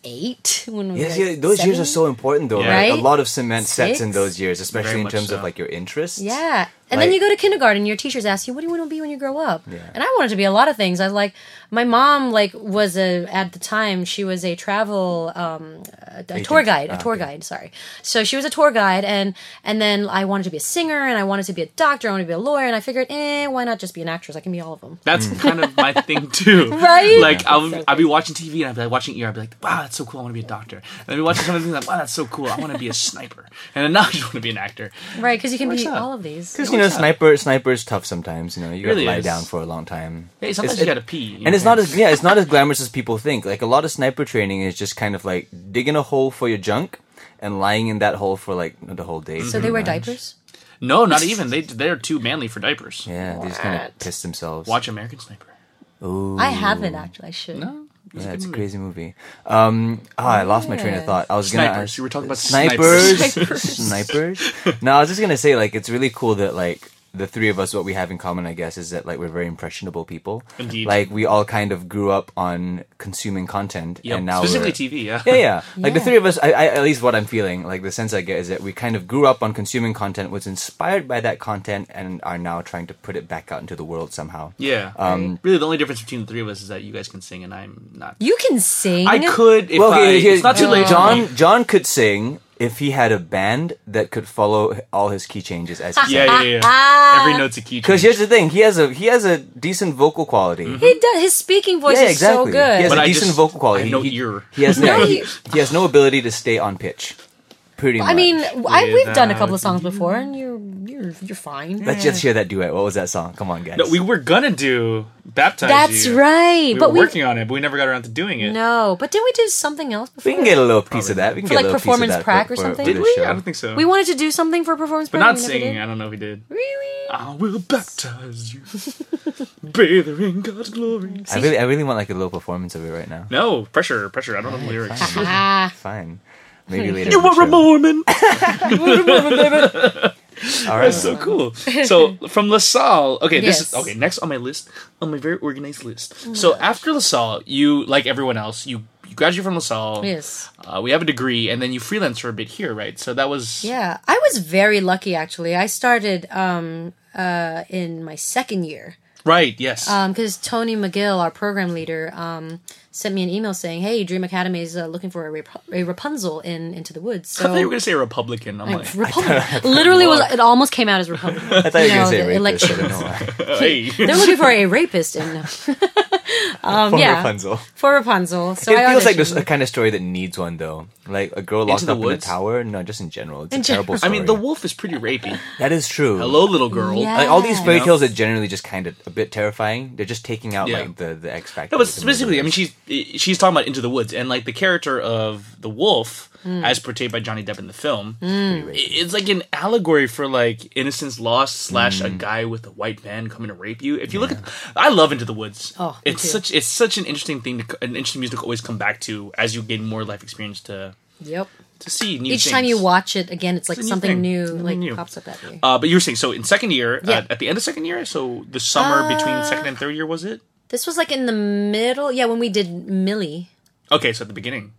[SPEAKER 3] 8 when we were,
[SPEAKER 1] Yes,
[SPEAKER 3] like,
[SPEAKER 1] yeah, those years are
[SPEAKER 3] seven.
[SPEAKER 1] so important though,
[SPEAKER 2] Yeah.
[SPEAKER 1] right? A
[SPEAKER 3] Right?
[SPEAKER 1] lot of cement sets in
[SPEAKER 3] Six?
[SPEAKER 1] those years, especially
[SPEAKER 2] Very
[SPEAKER 1] in
[SPEAKER 2] much
[SPEAKER 1] terms of
[SPEAKER 2] so.
[SPEAKER 1] like your interests.
[SPEAKER 3] Yeah. And then
[SPEAKER 1] Like-
[SPEAKER 3] you go to kindergarten, your teachers ask you, "What do you want to be when you grow up?" And I wanted to be a lot of things. I was like, my mom like was a at the time she was a travel um, a, a tour guide,
[SPEAKER 1] Ah,
[SPEAKER 3] a tour guide. Sorry. So she was a tour guide, and and then I wanted to be a singer, and I wanted to be a doctor, I wanted to be a lawyer, and I figured, eh, why not just be an actress? I can be all of them.
[SPEAKER 2] That's
[SPEAKER 1] Mm.
[SPEAKER 2] kind of my thing too.
[SPEAKER 3] Right?
[SPEAKER 2] Like I'll,
[SPEAKER 3] so
[SPEAKER 2] I'll be watching TV and I'll be like watching ER. I'll be like, wow, that's so cool. I want to be a doctor. And I'll be watching something like, wow, that's so cool. I want to be a sniper. And then now I just want to be an actor.
[SPEAKER 3] Right? Because you can
[SPEAKER 2] Works
[SPEAKER 3] be
[SPEAKER 2] out.
[SPEAKER 3] all of these.
[SPEAKER 1] Because you know, sniper sniper is tough sometimes. You know, you
[SPEAKER 2] Really
[SPEAKER 1] gotta lie
[SPEAKER 2] is.
[SPEAKER 1] down for a long time.
[SPEAKER 2] Hey, sometimes
[SPEAKER 1] It's-
[SPEAKER 2] you
[SPEAKER 1] it-
[SPEAKER 2] gotta pee. you
[SPEAKER 1] and it's
[SPEAKER 2] know?
[SPEAKER 1] not as yeah, it's not as glamorous as people think. Like a lot of sniper training is just kind of like digging a hole for your junk and lying in that hole for like the whole day.
[SPEAKER 3] So they wear diapers.
[SPEAKER 2] no, not even. They they're too manly for diapers.
[SPEAKER 1] Yeah, they just kind
[SPEAKER 3] What?
[SPEAKER 1] of piss themselves.
[SPEAKER 2] Watch American Sniper.
[SPEAKER 3] I haven't actually. I should.
[SPEAKER 1] yeah,
[SPEAKER 2] Mm.
[SPEAKER 1] it's a crazy movie. Um, ah, I lost my train of thought. I was gonna
[SPEAKER 2] Snipers.
[SPEAKER 1] ask,
[SPEAKER 2] You were talking about
[SPEAKER 1] snipers,
[SPEAKER 2] snipers.
[SPEAKER 1] snipers. no, I was just gonna say like it's really cool that like the three of us, what we have in common, I guess, is that like we're very impressionable people.
[SPEAKER 2] Indeed.
[SPEAKER 1] Like we all kind of grew up on consuming content,
[SPEAKER 2] Yep.
[SPEAKER 1] and now
[SPEAKER 2] Specifically
[SPEAKER 1] we're-
[SPEAKER 2] TV. Yeah.
[SPEAKER 1] yeah, yeah. Like the
[SPEAKER 3] Yeah.
[SPEAKER 1] three of us, I, I, at least what I'm feeling, like the sense I get is that we kind of grew up on consuming content, was inspired by that content, and are now trying to put it back out into the world somehow.
[SPEAKER 2] Yeah.
[SPEAKER 1] Um,
[SPEAKER 2] really, the only difference between the three of us is that you guys can sing and I'm not.
[SPEAKER 3] You can sing.
[SPEAKER 2] I could. If
[SPEAKER 1] Well, okay,
[SPEAKER 2] I,
[SPEAKER 1] here- uh,
[SPEAKER 2] it's not too late. for me.
[SPEAKER 1] John John could sing if he had a band that could follow all his key changes as he
[SPEAKER 2] Yeah,
[SPEAKER 1] sang.
[SPEAKER 2] yeah, yeah. Every note's a key.
[SPEAKER 1] Because here's
[SPEAKER 2] change.
[SPEAKER 1] the thing, he has a he has a decent vocal quality.
[SPEAKER 3] He does. His speaking voice
[SPEAKER 1] Yeah,
[SPEAKER 3] is
[SPEAKER 1] exactly.
[SPEAKER 3] so good.
[SPEAKER 1] He has
[SPEAKER 2] But
[SPEAKER 1] a
[SPEAKER 2] I
[SPEAKER 1] decent
[SPEAKER 2] just-
[SPEAKER 1] vocal
[SPEAKER 2] I
[SPEAKER 1] quality.
[SPEAKER 2] have no
[SPEAKER 1] he,
[SPEAKER 2] ear.
[SPEAKER 1] he has no
[SPEAKER 3] Right.
[SPEAKER 1] he, he has no ability to stay on pitch. Pretty much.
[SPEAKER 3] I mean, I, we've done a couple of
[SPEAKER 2] Without
[SPEAKER 3] songs before, and you're you're you're fine.
[SPEAKER 1] let's just hear that duet. What was that song? Come on, guys.
[SPEAKER 2] No, we were gonna do baptize.
[SPEAKER 3] That's
[SPEAKER 2] You.
[SPEAKER 3] right.
[SPEAKER 2] We
[SPEAKER 3] but
[SPEAKER 2] were
[SPEAKER 3] we
[SPEAKER 2] working on it, but we never got around to doing it.
[SPEAKER 3] no. But didn't we do something else before?
[SPEAKER 1] We can get a little piece of that. We can
[SPEAKER 3] For,
[SPEAKER 1] get
[SPEAKER 3] like,
[SPEAKER 1] a little
[SPEAKER 3] performance
[SPEAKER 1] piece of that
[SPEAKER 3] prac
[SPEAKER 1] for-
[SPEAKER 3] or
[SPEAKER 1] for-
[SPEAKER 3] something?
[SPEAKER 1] for
[SPEAKER 3] Did
[SPEAKER 1] this
[SPEAKER 2] we?
[SPEAKER 1] show.
[SPEAKER 2] I don't think so.
[SPEAKER 3] We wanted to do something for a performance,
[SPEAKER 2] but not
[SPEAKER 3] program, we never
[SPEAKER 2] singing.
[SPEAKER 3] did.
[SPEAKER 2] I don't know if we did.
[SPEAKER 3] Really?
[SPEAKER 2] I will baptize you, bather in God's glory.
[SPEAKER 1] I really, I really want like a little performance of it right now.
[SPEAKER 2] No pressure, pressure. I don't know the lyrics.
[SPEAKER 3] Ah,
[SPEAKER 1] Fine,
[SPEAKER 3] Hmm.
[SPEAKER 1] maybe later.
[SPEAKER 2] You
[SPEAKER 1] in the
[SPEAKER 2] are
[SPEAKER 1] show.
[SPEAKER 2] a Mormon.
[SPEAKER 1] All right.
[SPEAKER 2] That's so cool. So from LaSalle, okay, this
[SPEAKER 3] Yes. Oh
[SPEAKER 2] is okay. Next on my list, on my very organized list. So after LaSalle, you like everyone else, you you graduate from LaSalle.
[SPEAKER 3] yes.
[SPEAKER 2] Uh, we have a degree, and then you freelance for a bit here, right? So that was
[SPEAKER 3] Yeah, I was very lucky actually. I started um uh in my second year.
[SPEAKER 2] right. Yes.
[SPEAKER 3] because Tony McGill, our program leader, um, sent me an email saying, "Hey, Dream Academy is uh, looking for a, Rap- a Rapunzel in Into the Woods."
[SPEAKER 2] I thought you were
[SPEAKER 3] So
[SPEAKER 2] gonna say Republican. I'm like,
[SPEAKER 3] Republican, literally, was it almost came out as Republican.
[SPEAKER 1] I thought you were
[SPEAKER 3] No,
[SPEAKER 1] gonna say
[SPEAKER 3] the
[SPEAKER 1] rapist. I
[SPEAKER 3] election.
[SPEAKER 1] don't know why.
[SPEAKER 2] hey,
[SPEAKER 3] They're looking for a rapist in um,
[SPEAKER 1] From
[SPEAKER 3] yeah
[SPEAKER 1] Rapunzel.
[SPEAKER 3] for Rapunzel. So
[SPEAKER 1] it
[SPEAKER 3] I
[SPEAKER 1] feels like this
[SPEAKER 3] auditioned.
[SPEAKER 1] a kind of story that needs one though. Like a girl locked
[SPEAKER 2] the
[SPEAKER 1] up in a
[SPEAKER 2] Woods?
[SPEAKER 1] tower. No, just in general, it's
[SPEAKER 3] In
[SPEAKER 1] a terrible.
[SPEAKER 2] I
[SPEAKER 1] Story.
[SPEAKER 2] mean, the wolf is pretty rapey.
[SPEAKER 1] that is true.
[SPEAKER 2] Hello, little girl.
[SPEAKER 3] Yeah.
[SPEAKER 1] Like all these fairy
[SPEAKER 2] Yeah.
[SPEAKER 1] tales are generally just kind of a bit terrifying. They're just taking out
[SPEAKER 2] Yeah.
[SPEAKER 1] like the the X factor.
[SPEAKER 2] No, but
[SPEAKER 1] with the
[SPEAKER 2] specifically, I mean,
[SPEAKER 1] movie.
[SPEAKER 2] she's she's talking about Into the Woods, and like the character of the wolf,
[SPEAKER 3] Hmm.
[SPEAKER 2] as portrayed by Johnny Depp in the film, i- it's like an allegory for like innocence lost slash
[SPEAKER 3] Hmm.
[SPEAKER 2] a guy with a white man coming to rape you. If you look at, I love Into the Woods.
[SPEAKER 3] Oh, me
[SPEAKER 2] it's
[SPEAKER 3] too.
[SPEAKER 2] such it's such an interesting thing, to, c- an interesting music to always come back to as you gain more life experience to
[SPEAKER 3] yep.
[SPEAKER 2] to see new
[SPEAKER 3] Each time you
[SPEAKER 2] things.
[SPEAKER 3] watch it again, it's like
[SPEAKER 2] It's a new
[SPEAKER 3] something
[SPEAKER 2] thing.
[SPEAKER 3] new,
[SPEAKER 2] Something
[SPEAKER 3] like
[SPEAKER 2] new.
[SPEAKER 3] pops up at you.
[SPEAKER 2] Uh, but you were saying so in second year,
[SPEAKER 3] Yeah. Uh,
[SPEAKER 2] uh, at the end of second year, so the summer between second and third year was it?
[SPEAKER 3] This was like in the middle, yeah, when we did Millie.
[SPEAKER 2] Okay, so at the beginning.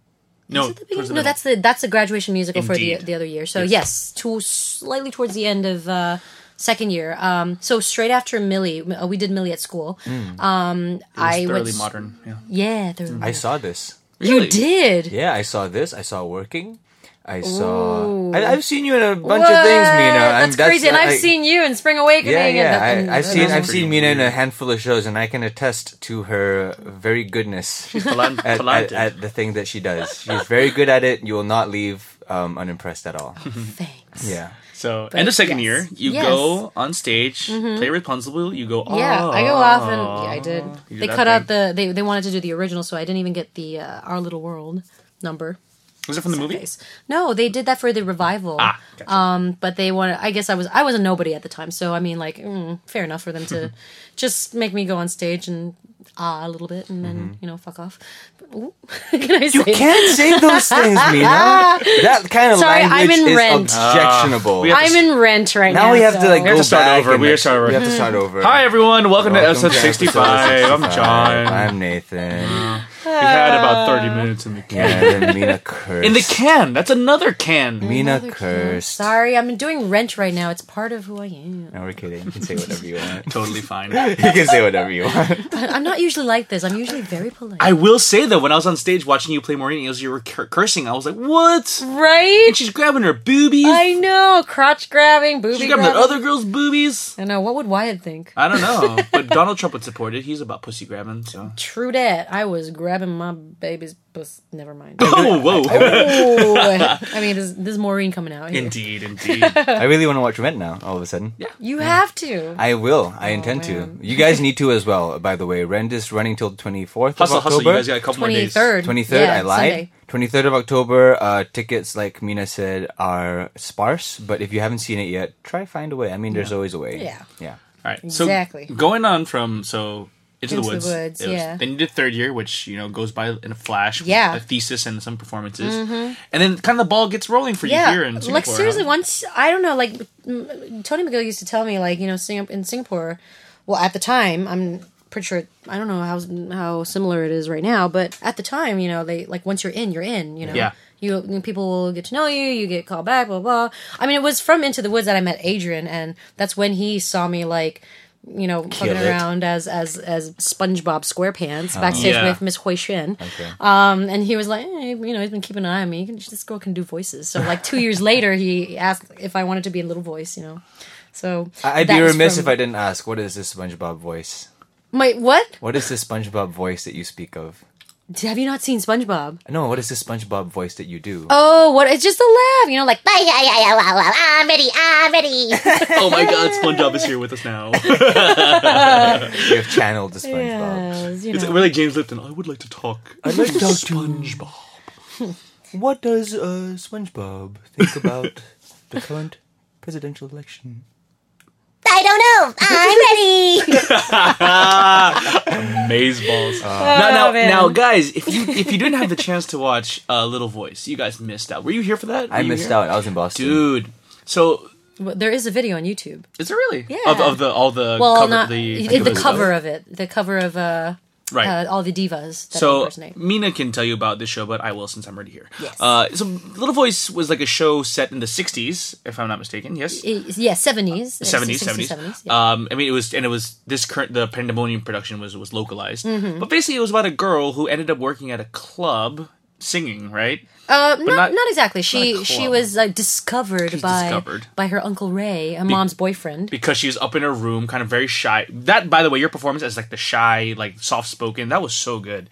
[SPEAKER 2] No,
[SPEAKER 3] Is it the
[SPEAKER 2] Oh, towards
[SPEAKER 3] beginning?
[SPEAKER 2] the
[SPEAKER 3] no,
[SPEAKER 2] middle.
[SPEAKER 3] that's the that's the graduation musical for the
[SPEAKER 2] Indeed.
[SPEAKER 3] the other year. So yes, to slightly towards the end of uh, second year. Um, so straight after Millie, uh, we did Millie at school.
[SPEAKER 2] Mm.
[SPEAKER 3] Um, I
[SPEAKER 2] It's
[SPEAKER 3] went
[SPEAKER 2] thoroughly
[SPEAKER 3] s-
[SPEAKER 2] modern. Yeah.
[SPEAKER 3] Yeah,
[SPEAKER 2] Mm.
[SPEAKER 3] thoroughly
[SPEAKER 1] I
[SPEAKER 3] modern.
[SPEAKER 1] saw this.
[SPEAKER 3] you did.
[SPEAKER 1] Yeah, I saw this. I saw working. I saw. I, I've seen you in a bunch of
[SPEAKER 3] What?
[SPEAKER 1] things, Mina. and
[SPEAKER 3] That's, crazy. and I've
[SPEAKER 1] I-
[SPEAKER 3] seen you in Spring Awakening.
[SPEAKER 1] Yeah, yeah. I,
[SPEAKER 3] And
[SPEAKER 1] I've
[SPEAKER 3] that-
[SPEAKER 1] seen
[SPEAKER 3] and-
[SPEAKER 1] I've
[SPEAKER 2] pretty
[SPEAKER 1] seen Mina in a
[SPEAKER 2] weird.
[SPEAKER 1] handful of shows, and I can attest to her very goodness at,
[SPEAKER 2] Talan-
[SPEAKER 1] at,
[SPEAKER 2] talented.
[SPEAKER 1] at the thing that she does. She's very good at it. You will not leave um, unimpressed at all.
[SPEAKER 3] Thanks.
[SPEAKER 1] Yeah.
[SPEAKER 2] so end of second
[SPEAKER 3] yes.
[SPEAKER 2] year, you
[SPEAKER 3] Yes. Mm-hmm.
[SPEAKER 2] go on stage, play Rapunzel. You go. Oh,
[SPEAKER 3] Yeah, I go off and yeah, I did.
[SPEAKER 2] You did
[SPEAKER 3] They
[SPEAKER 2] that
[SPEAKER 3] cut out
[SPEAKER 2] thing.
[SPEAKER 3] the they they wanted to do the original, so I didn't even get the uh, Our Little World number.
[SPEAKER 2] Was it from the movie?
[SPEAKER 3] Face. No, they did that for the revival.
[SPEAKER 2] Ah, gotcha.
[SPEAKER 3] Um, but they wanted. I guess I was I was a nobody at the time, so I mean, like, mm, fair enough for them to just make me go on stage and ah a little bit, and then you know, fuck off. Ooh, can
[SPEAKER 1] Mm-hmm.
[SPEAKER 3] I
[SPEAKER 1] You
[SPEAKER 3] say-
[SPEAKER 1] can't say those things, Mina. That kind of
[SPEAKER 3] Sorry, I'm
[SPEAKER 1] language is
[SPEAKER 3] in Rent.
[SPEAKER 1] objectionable.
[SPEAKER 2] we have-
[SPEAKER 3] I'm in rent right
[SPEAKER 1] now
[SPEAKER 3] now.
[SPEAKER 1] we have to
[SPEAKER 3] so-
[SPEAKER 1] like go
[SPEAKER 2] to start
[SPEAKER 1] back
[SPEAKER 2] over.
[SPEAKER 1] and,
[SPEAKER 2] We
[SPEAKER 1] like,
[SPEAKER 2] are starting
[SPEAKER 1] We
[SPEAKER 2] over.
[SPEAKER 1] have to start over.
[SPEAKER 2] Hi everyone,
[SPEAKER 1] Welcome
[SPEAKER 2] welcome, to episode
[SPEAKER 1] episode
[SPEAKER 2] sixty-five. I'm
[SPEAKER 1] 65.
[SPEAKER 2] John.
[SPEAKER 1] I'm Nathan.
[SPEAKER 2] We've had about thirty minutes in the can.
[SPEAKER 1] And then Mina cursed.
[SPEAKER 2] In the can. That's another can.
[SPEAKER 1] Mina
[SPEAKER 3] Another kid.
[SPEAKER 1] cursed.
[SPEAKER 3] Sorry, I'm doing rent right now. It's part of who I am.
[SPEAKER 1] No, we're kidding. You can say whatever you want.
[SPEAKER 2] Totally fine.
[SPEAKER 1] You can say whatever you want.
[SPEAKER 3] I- I'm not usually like this. I'm usually very polite.
[SPEAKER 2] I will say though, when I was on stage watching you play Maureen, it was you were cur- cursing. I was like, what?
[SPEAKER 3] right?
[SPEAKER 2] And she's grabbing her boobies.
[SPEAKER 3] I know. Crotch grabbing, booby
[SPEAKER 2] she's grabbing
[SPEAKER 3] grabbing.
[SPEAKER 2] that other Uh, girl's boobies.
[SPEAKER 3] I know. What would Wyatt think?
[SPEAKER 2] I don't know, but Donald Trump would support it. He's about pussy grabbing, so.
[SPEAKER 3] True that. I was grabbing my baby's puss. Never mind.
[SPEAKER 2] Oh, whoa.
[SPEAKER 3] Ooh. I mean, this, this is Maureen coming out here.
[SPEAKER 2] Indeed, indeed.
[SPEAKER 1] I really want to watch Rent now. All of a sudden, yeah,
[SPEAKER 3] You have to.
[SPEAKER 1] I will. I intend
[SPEAKER 3] man.
[SPEAKER 1] to. You guys need to as well. By the way, Rent is running till twenty fourth of
[SPEAKER 2] Hustle, hustle. You
[SPEAKER 1] October.
[SPEAKER 2] guys got a couple more
[SPEAKER 3] Twenty
[SPEAKER 2] days.
[SPEAKER 3] third.
[SPEAKER 1] Twenty third. I lied. Twenty third of October. Uh, tickets, like Mina said, are sparse. But if you haven't seen it yet, try find a way. I mean, there's always a way.
[SPEAKER 3] Yeah.
[SPEAKER 1] Yeah.
[SPEAKER 2] All right. So
[SPEAKER 3] Exactly.
[SPEAKER 2] going on from so into, the woods.
[SPEAKER 3] Woods,
[SPEAKER 2] it was-
[SPEAKER 3] yeah.
[SPEAKER 2] Then you did third year, which you know goes by in a flash. with
[SPEAKER 3] Yeah. Mm-hmm.
[SPEAKER 2] A thesis and some performances, and then kind of the ball gets rolling for you
[SPEAKER 3] Yeah,
[SPEAKER 2] here in Singapore.
[SPEAKER 3] like seriously,
[SPEAKER 2] huh?
[SPEAKER 3] once I don't know, like m- Tony McGill used to tell me, like you know, Sing- in Singapore. Well, at the time, I'm pretty sure. I don't know how how similar it is right now, but at the time, you know, they like once you're in, you're in. You know,
[SPEAKER 2] Yeah.
[SPEAKER 3] You you- people will get to know you. You get called back, blah blah. I mean, it was from Into the Woods that I met Adrian, and that's when he saw me like. You know, fucking
[SPEAKER 1] it.
[SPEAKER 3] around as as as SpongeBob SquarePants backstage
[SPEAKER 2] Oh. Yeah.
[SPEAKER 3] with Miss Hui Shin.
[SPEAKER 1] Okay.
[SPEAKER 3] Um, and he was like, eh, you know, he's been keeping an eye on me. He can- This girl can do voices. So, like, two years later, he asked if I wanted to be a little voice, you know. So,
[SPEAKER 1] I- I'd be remiss if I didn't ask. What is this SpongeBob voice?
[SPEAKER 3] My, what?
[SPEAKER 1] What is this SpongeBob voice that you speak of?
[SPEAKER 3] Have you not seen SpongeBob?
[SPEAKER 1] No, what is this SpongeBob voice that you do?
[SPEAKER 3] Oh, what? It's just a laugh, you know, like "Bah, yeah, yeah, yeah, wow, wow, I'm ready, I'm ready."
[SPEAKER 2] Oh my God, SpongeBob is here with us now.
[SPEAKER 1] You have channeled the SpongeBob.
[SPEAKER 3] Yes, you
[SPEAKER 2] It's
[SPEAKER 3] know.
[SPEAKER 2] like, we're like James Lipton. I would like to talk. I'd
[SPEAKER 1] like to talk to-
[SPEAKER 2] SpongeBob.
[SPEAKER 1] What does uh, SpongeBob think about the current presidential election?
[SPEAKER 3] I don't know. I'm ready.
[SPEAKER 2] Maze balls. Uh, now, now,
[SPEAKER 3] Oh, man.
[SPEAKER 2] now, guys, if you if you didn't have the chance to watch uh, Little Voice, you guys missed out. Were you here for that?
[SPEAKER 1] I
[SPEAKER 2] Were you
[SPEAKER 1] missed
[SPEAKER 2] here?
[SPEAKER 1] out. I was in Boston.
[SPEAKER 2] dude. So
[SPEAKER 3] Well, there is a video on YouTube.
[SPEAKER 2] is it really?
[SPEAKER 3] Yeah.
[SPEAKER 2] Of, of the all the
[SPEAKER 3] Well,
[SPEAKER 2] cover,
[SPEAKER 3] not
[SPEAKER 2] the,
[SPEAKER 3] the, the
[SPEAKER 2] stuff?
[SPEAKER 3] cover of it. The cover of uh,
[SPEAKER 2] right?
[SPEAKER 3] uh, all the divas that
[SPEAKER 2] so
[SPEAKER 3] impersonate.
[SPEAKER 2] Mina can tell you about this show, but I will since I'm already here.
[SPEAKER 3] Yes.
[SPEAKER 2] Uh, so Little Voice was like a show set in the '60s, if I'm not mistaken. Yes.
[SPEAKER 3] It- yeah, seventies, Uh,
[SPEAKER 2] 70s, 70s. Um, I mean, it was, and it was this current, the Pandemonium production was, was localized.
[SPEAKER 3] Mm-hmm.
[SPEAKER 2] But basically, it was about a girl who ended up working at a club singing, right?
[SPEAKER 3] Uh, not,
[SPEAKER 2] not-
[SPEAKER 3] not, exactly. She
[SPEAKER 2] club.
[SPEAKER 3] she was uh, discovered by
[SPEAKER 2] discovered.
[SPEAKER 3] by her uncle Ray, a mom's boyfriend.
[SPEAKER 2] Because she was up in her room, kind of very shy. That, by the way, your performance as like the shy, like soft spoken, that was so good.